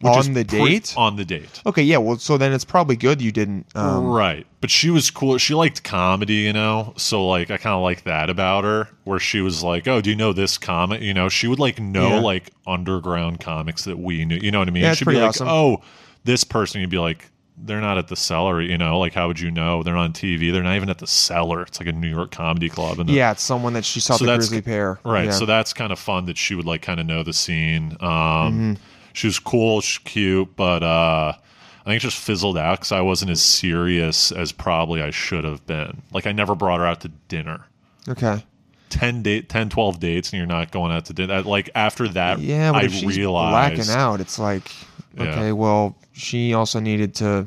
E: which is
A: On the
E: pre-
A: date.
E: On the date,
A: okay. Yeah. Well, so then it's probably good you didn't. Um,
E: right. But she was cool. She liked comedy, you know. So like, I kind of like that about her, where she was like, "Oh, do you know this comic?" You know, she would like know
A: Yeah.
E: like underground comics that we knew. You know what I mean?
A: Yeah, it's
E: She'd be
A: pretty
E: like,
A: awesome.
E: "Oh, this person." You'd be like. They're not at the cellar, you know. Like, how would you know? They're not on TV. They're not even at the cellar. It's like a New York comedy club, and the-
A: Yeah, it's someone that she saw
E: So
A: the
E: that's-
A: grizzly pair.
E: Right.
A: Yeah.
E: So that's kind of fun that she would like kind of know the scene. Um,
A: Mm-hmm.
E: She was cool. She's cute, but uh, I think it just fizzled out because I wasn't as serious as probably I should have been. Like I never brought her out to dinner.
A: okay.
E: 10, date, 10 12 dates and you're not going out to dinner. Like after that,
A: Yeah, but
E: I
A: if she's
E: realized.
A: blacking out, it's like
E: Yeah.
A: okay, well, she also needed to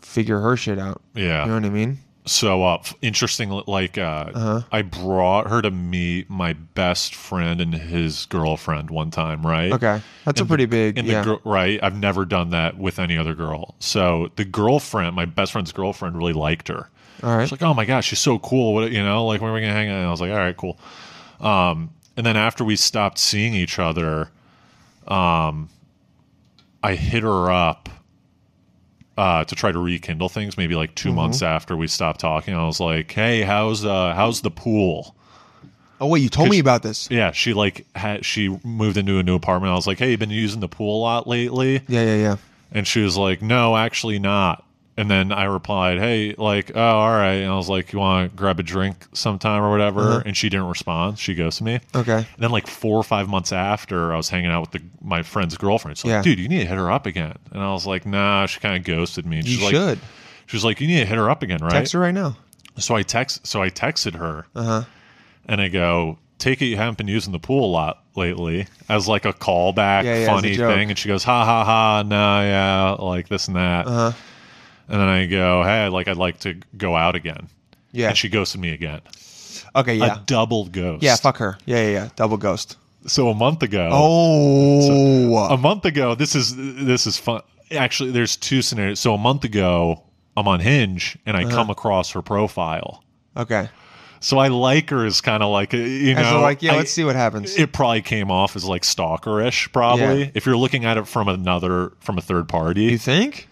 A: figure her shit out.
E: Yeah.
A: You know what I mean?
E: so uh, f- interesting like uh,
A: Uh-huh.
E: i brought her to meet my best friend and his girlfriend one time right
A: Okay. That's a pretty big
E: and
A: yeah.
E: the girl right i've never done that with any other girl so the girlfriend my best friend's girlfriend really liked her
A: All right.
E: she's like oh my gosh she's so cool what you know like when are we gonna hang out and i was like all right cool um, and then after we stopped seeing each other um, i hit her up uh, to try to rekindle things maybe like
A: Mm-hmm.
E: 2 months after we stopped talking i was like hey how's uh how's the pool
A: oh wait, you told me about this.
E: yeah she like had she moved into a new apartment i was like hey you been using the pool a lot lately
A: Yeah, yeah, yeah.
E: and she was like, "No, actually not." And then I replied, "Hey, like, oh, all right." And I was like, "You want to grab a drink sometime or whatever?"
A: Uh-huh.
E: And she didn't respond. She goes to me.
A: Okay.
E: And then like four or five months after, I was hanging out with the, my friend's girlfriend. She's like,
A: Yeah.
E: "Dude, you need to hit her up again." And I was like, "Nah." She kind of ghosted me. And
A: You
E: she's like,
A: should.
E: She was like, "You need to hit her up again, right?"
A: Text her right now.
E: So I text. So I texted her,
A: Uh-huh.
E: and I go, "Take it. You haven't been using the pool a lot lately." As like a
A: Yeah,
E: callback,
A: yeah, as a
E: funny
A: joke.
E: thing, and she goes, "Ha ha ha, no, yeah, like this and that."
A: Uh-huh.
E: And then I go, "Hey, like I'd like to go out again,"
A: Yeah.
E: and she ghosted me again.
A: okay, yeah.
E: A double ghost.
A: yeah, fuck her. Yeah, yeah, yeah. Double ghost.
E: So a month ago,
A: Oh.
E: a month ago this is this is fun actually there's two scenarios so a month ago i'm on hinge and
A: Uh-huh.
E: i come across her profile
A: okay.
E: so i like her as kind of like Oh. you know
A: And so like, yeah,
E: I-
A: let's see what happens.
E: it probably came off as like stalkerish probably
A: Yeah.
E: if you're looking at it from another from a third party
A: you think?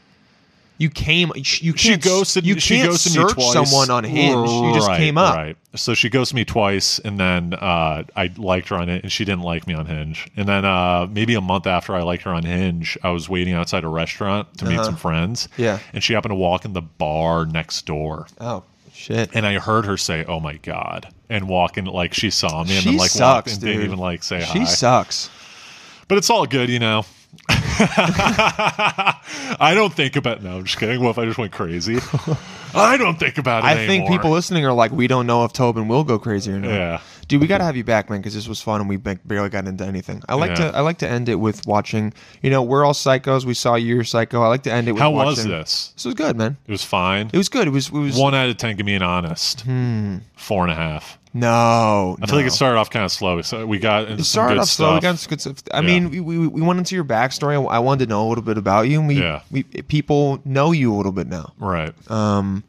A: You came. You can't,
E: She ghosted.
A: You
E: she
A: can't
E: ghosted
A: search
E: me twice.
A: someone on Hinge. You just
E: Right,
A: came up.
E: Right. So she ghosted me twice, and then uh, I liked her on it, and she didn't like me on Hinge. And then uh, maybe a month after I liked her on Hinge, I was waiting outside a restaurant to meet some friends.
A: Uh-huh. Yeah.
E: And she happened to walk in the bar next door,
A: Oh shit.
E: and I heard her say, "Oh my god." And walk in like she saw me and
A: She
E: then like walked
A: sucks,
E: and
A: dude.
E: didn't even like say
A: She
E: hi.
A: sucks.
E: But it's all good, you know. <laughs> I don't think about no. I'm just kidding. What if I just went crazy? I don't think about it.
A: I think
E: anymore.
A: people listening are like, we don't know if Tobin will go crazy or not.
E: Yeah.
A: Dude, we got to have you back, man, because this was fun and we ba- barely got into anything. I like
E: Yeah.
A: to I like to end it with watching. You know, we're all psychos. We saw you're psycho. I like to end it with
E: How was
A: watching.
E: this?
A: This was good, man.
E: It was fine.
A: It was good. It was. It was Hmm.
E: One out of ten. Give me an honest. Four and a half.
A: no.
E: I feel like it started off kind of slow. So we got into some
A: started
E: good
A: off
E: stuff.
A: slow. We got some good stuff. I
E: Yeah.
A: mean, we, we we went into your backstory. I- I wanted to know a little bit about you. And we
E: Yeah.
A: we people know you a little bit now.
E: right.
A: Uh,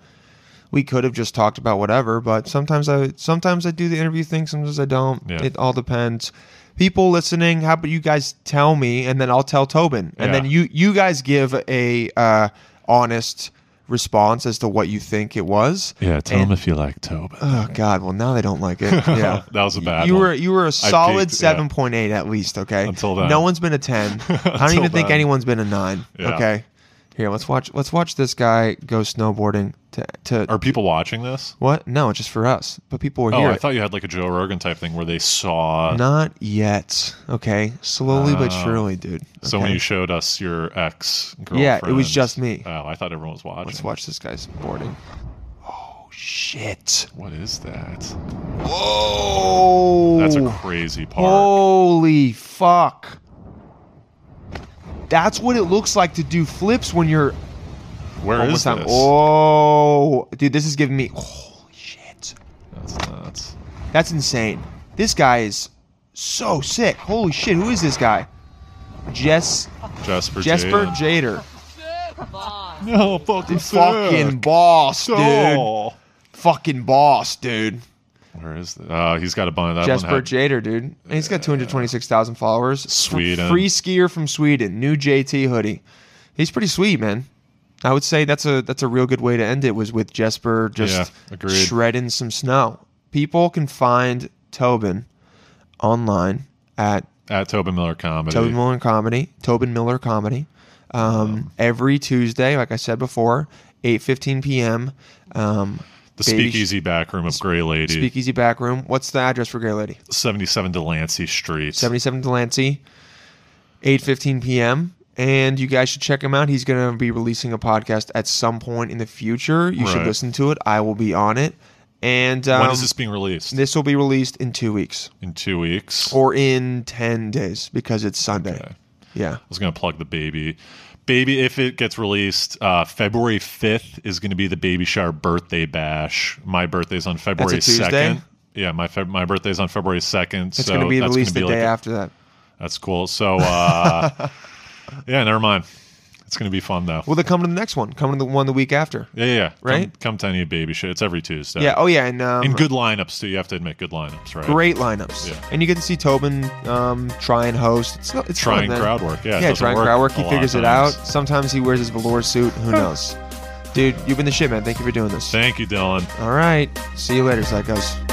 A: we could have just talked about whatever but sometimes i sometimes i do the interview thing sometimes i don't
E: Yeah.
A: it all depends people listening how about you guys tell me and then i'll tell tobin and then
E: Yeah.
A: you you guys give a uh honest response as to what you think it was
E: yeah. Tell
A: and-
E: them if you like Tobin.
A: oh god well now they don't like
E: <laughs>
A: it yeah
E: that was a bad.
A: you
E: one.
A: were you were a solid
E: peaked, yeah.
A: 7.8 at least okay
E: Until then.
A: no one's been a
E: <laughs>
A: 10 i don't
E: Until
A: even think
E: then.
A: anyone's been a 9
E: Yeah.
A: okay here let's watch let's watch this guy go snowboarding to to
E: Are people watching this?
A: what? No, it's just for us. But people were
E: Oh,
A: here.
E: I thought you had like a Joe Rogan type thing where they saw.
A: Not yet. Okay. Slowly but
E: Oh.
A: surely, dude.
E: So
A: Okay.
E: when you showed us your ex girlfriend,
A: Yeah, it was just me.
E: Oh, I thought everyone was watching.
A: Let's watch this guy's boarding. Oh shit.
E: What is that?
A: Whoa.
E: That's a crazy park.
A: Oh. Holy fuck. That's what it looks like to do flips when you're
E: Where
A: almost
E: is
A: time.
E: this?
A: Oh dude, this is giving me holy shit.
E: That's nuts.
A: That's insane. This guy is so sick. Holy shit, who is this guy? Jess
E: Jesper.
A: Jesper
E: Jaden.
A: Jader.
E: no fucking
A: Fucking
E: sick.
A: boss, dude.
E: Oh.
A: Fucking boss, dude.
E: Where is that? Uh, he's got a bunch. That
A: Jesper
E: one had,
A: Jader, dude. And He's got 226,000 followers. F-
E: Sweden.
A: Free skier from Sweden. New JT hoodie. He's pretty sweet, man. I would say that's a that's a real good way to end it was with Jesper just
E: Yeah, agreed.
A: shredding some snow. People can find Tobin online at
E: at Tobin Miller comedy.
A: Tobin Miller Comedy, Tobin Miller Comedy, um, every Tuesday, like I said before, 8.15 p.m. Um,
E: the
A: Baby
E: speakeasy back room of Gray Lady,
A: Speakeasy back room. What's the address for Gray Lady?
E: 77 Delancey Street.
A: 77 Delancey, 8.15 p.m. And you guys should check him out. He's going to be releasing a podcast at some point in the future. You should
E: Right.
A: listen to it. I will be on it. And um,
E: when is this being released?
A: This will be released in two weeks
E: In two weeks.
A: or in 10 days because it's Sunday.
E: Okay.
A: Yeah.
E: I was going to plug the baby. Baby, if it gets released, uh, February 5th is going to be the Baby Shower birthday bash. My birthday's on February
A: Tuesday?
E: 2nd. Yeah, my Feb- my birthday's on February 2nd.
A: It's
E: so
A: going to be
E: that's
A: released
E: gonna
A: the
E: be
A: day
E: like a-
A: after that.
E: That's cool. So, uh,
A: <laughs>
E: yeah, never mind. It's going to be fun, though.
A: Well, they come to the next one. Come to the one the week after.
E: yeah, yeah, yeah. Come,
A: right?
E: come to any baby shit. It's every Tuesday.
A: Yeah. Oh, yeah. And, um,
E: And good lineups, too. You have to admit, good lineups, right?
A: great lineups.
E: Yeah.
A: And you get to see Tobin um, try and host. It's, not, it's
E: Trying
A: fun, man.
E: crowd work. Yeah, it
A: Yeah,
E: doesn't
A: trying crowd work.
E: a
A: He
E: lot of
A: figures it out.
E: times.
A: Sometimes he wears his velour suit. Who knows? Dude, you've been the shit, man. Thank you for doing this.
E: Thank you, Dylan.
A: All right. See you later, psychos.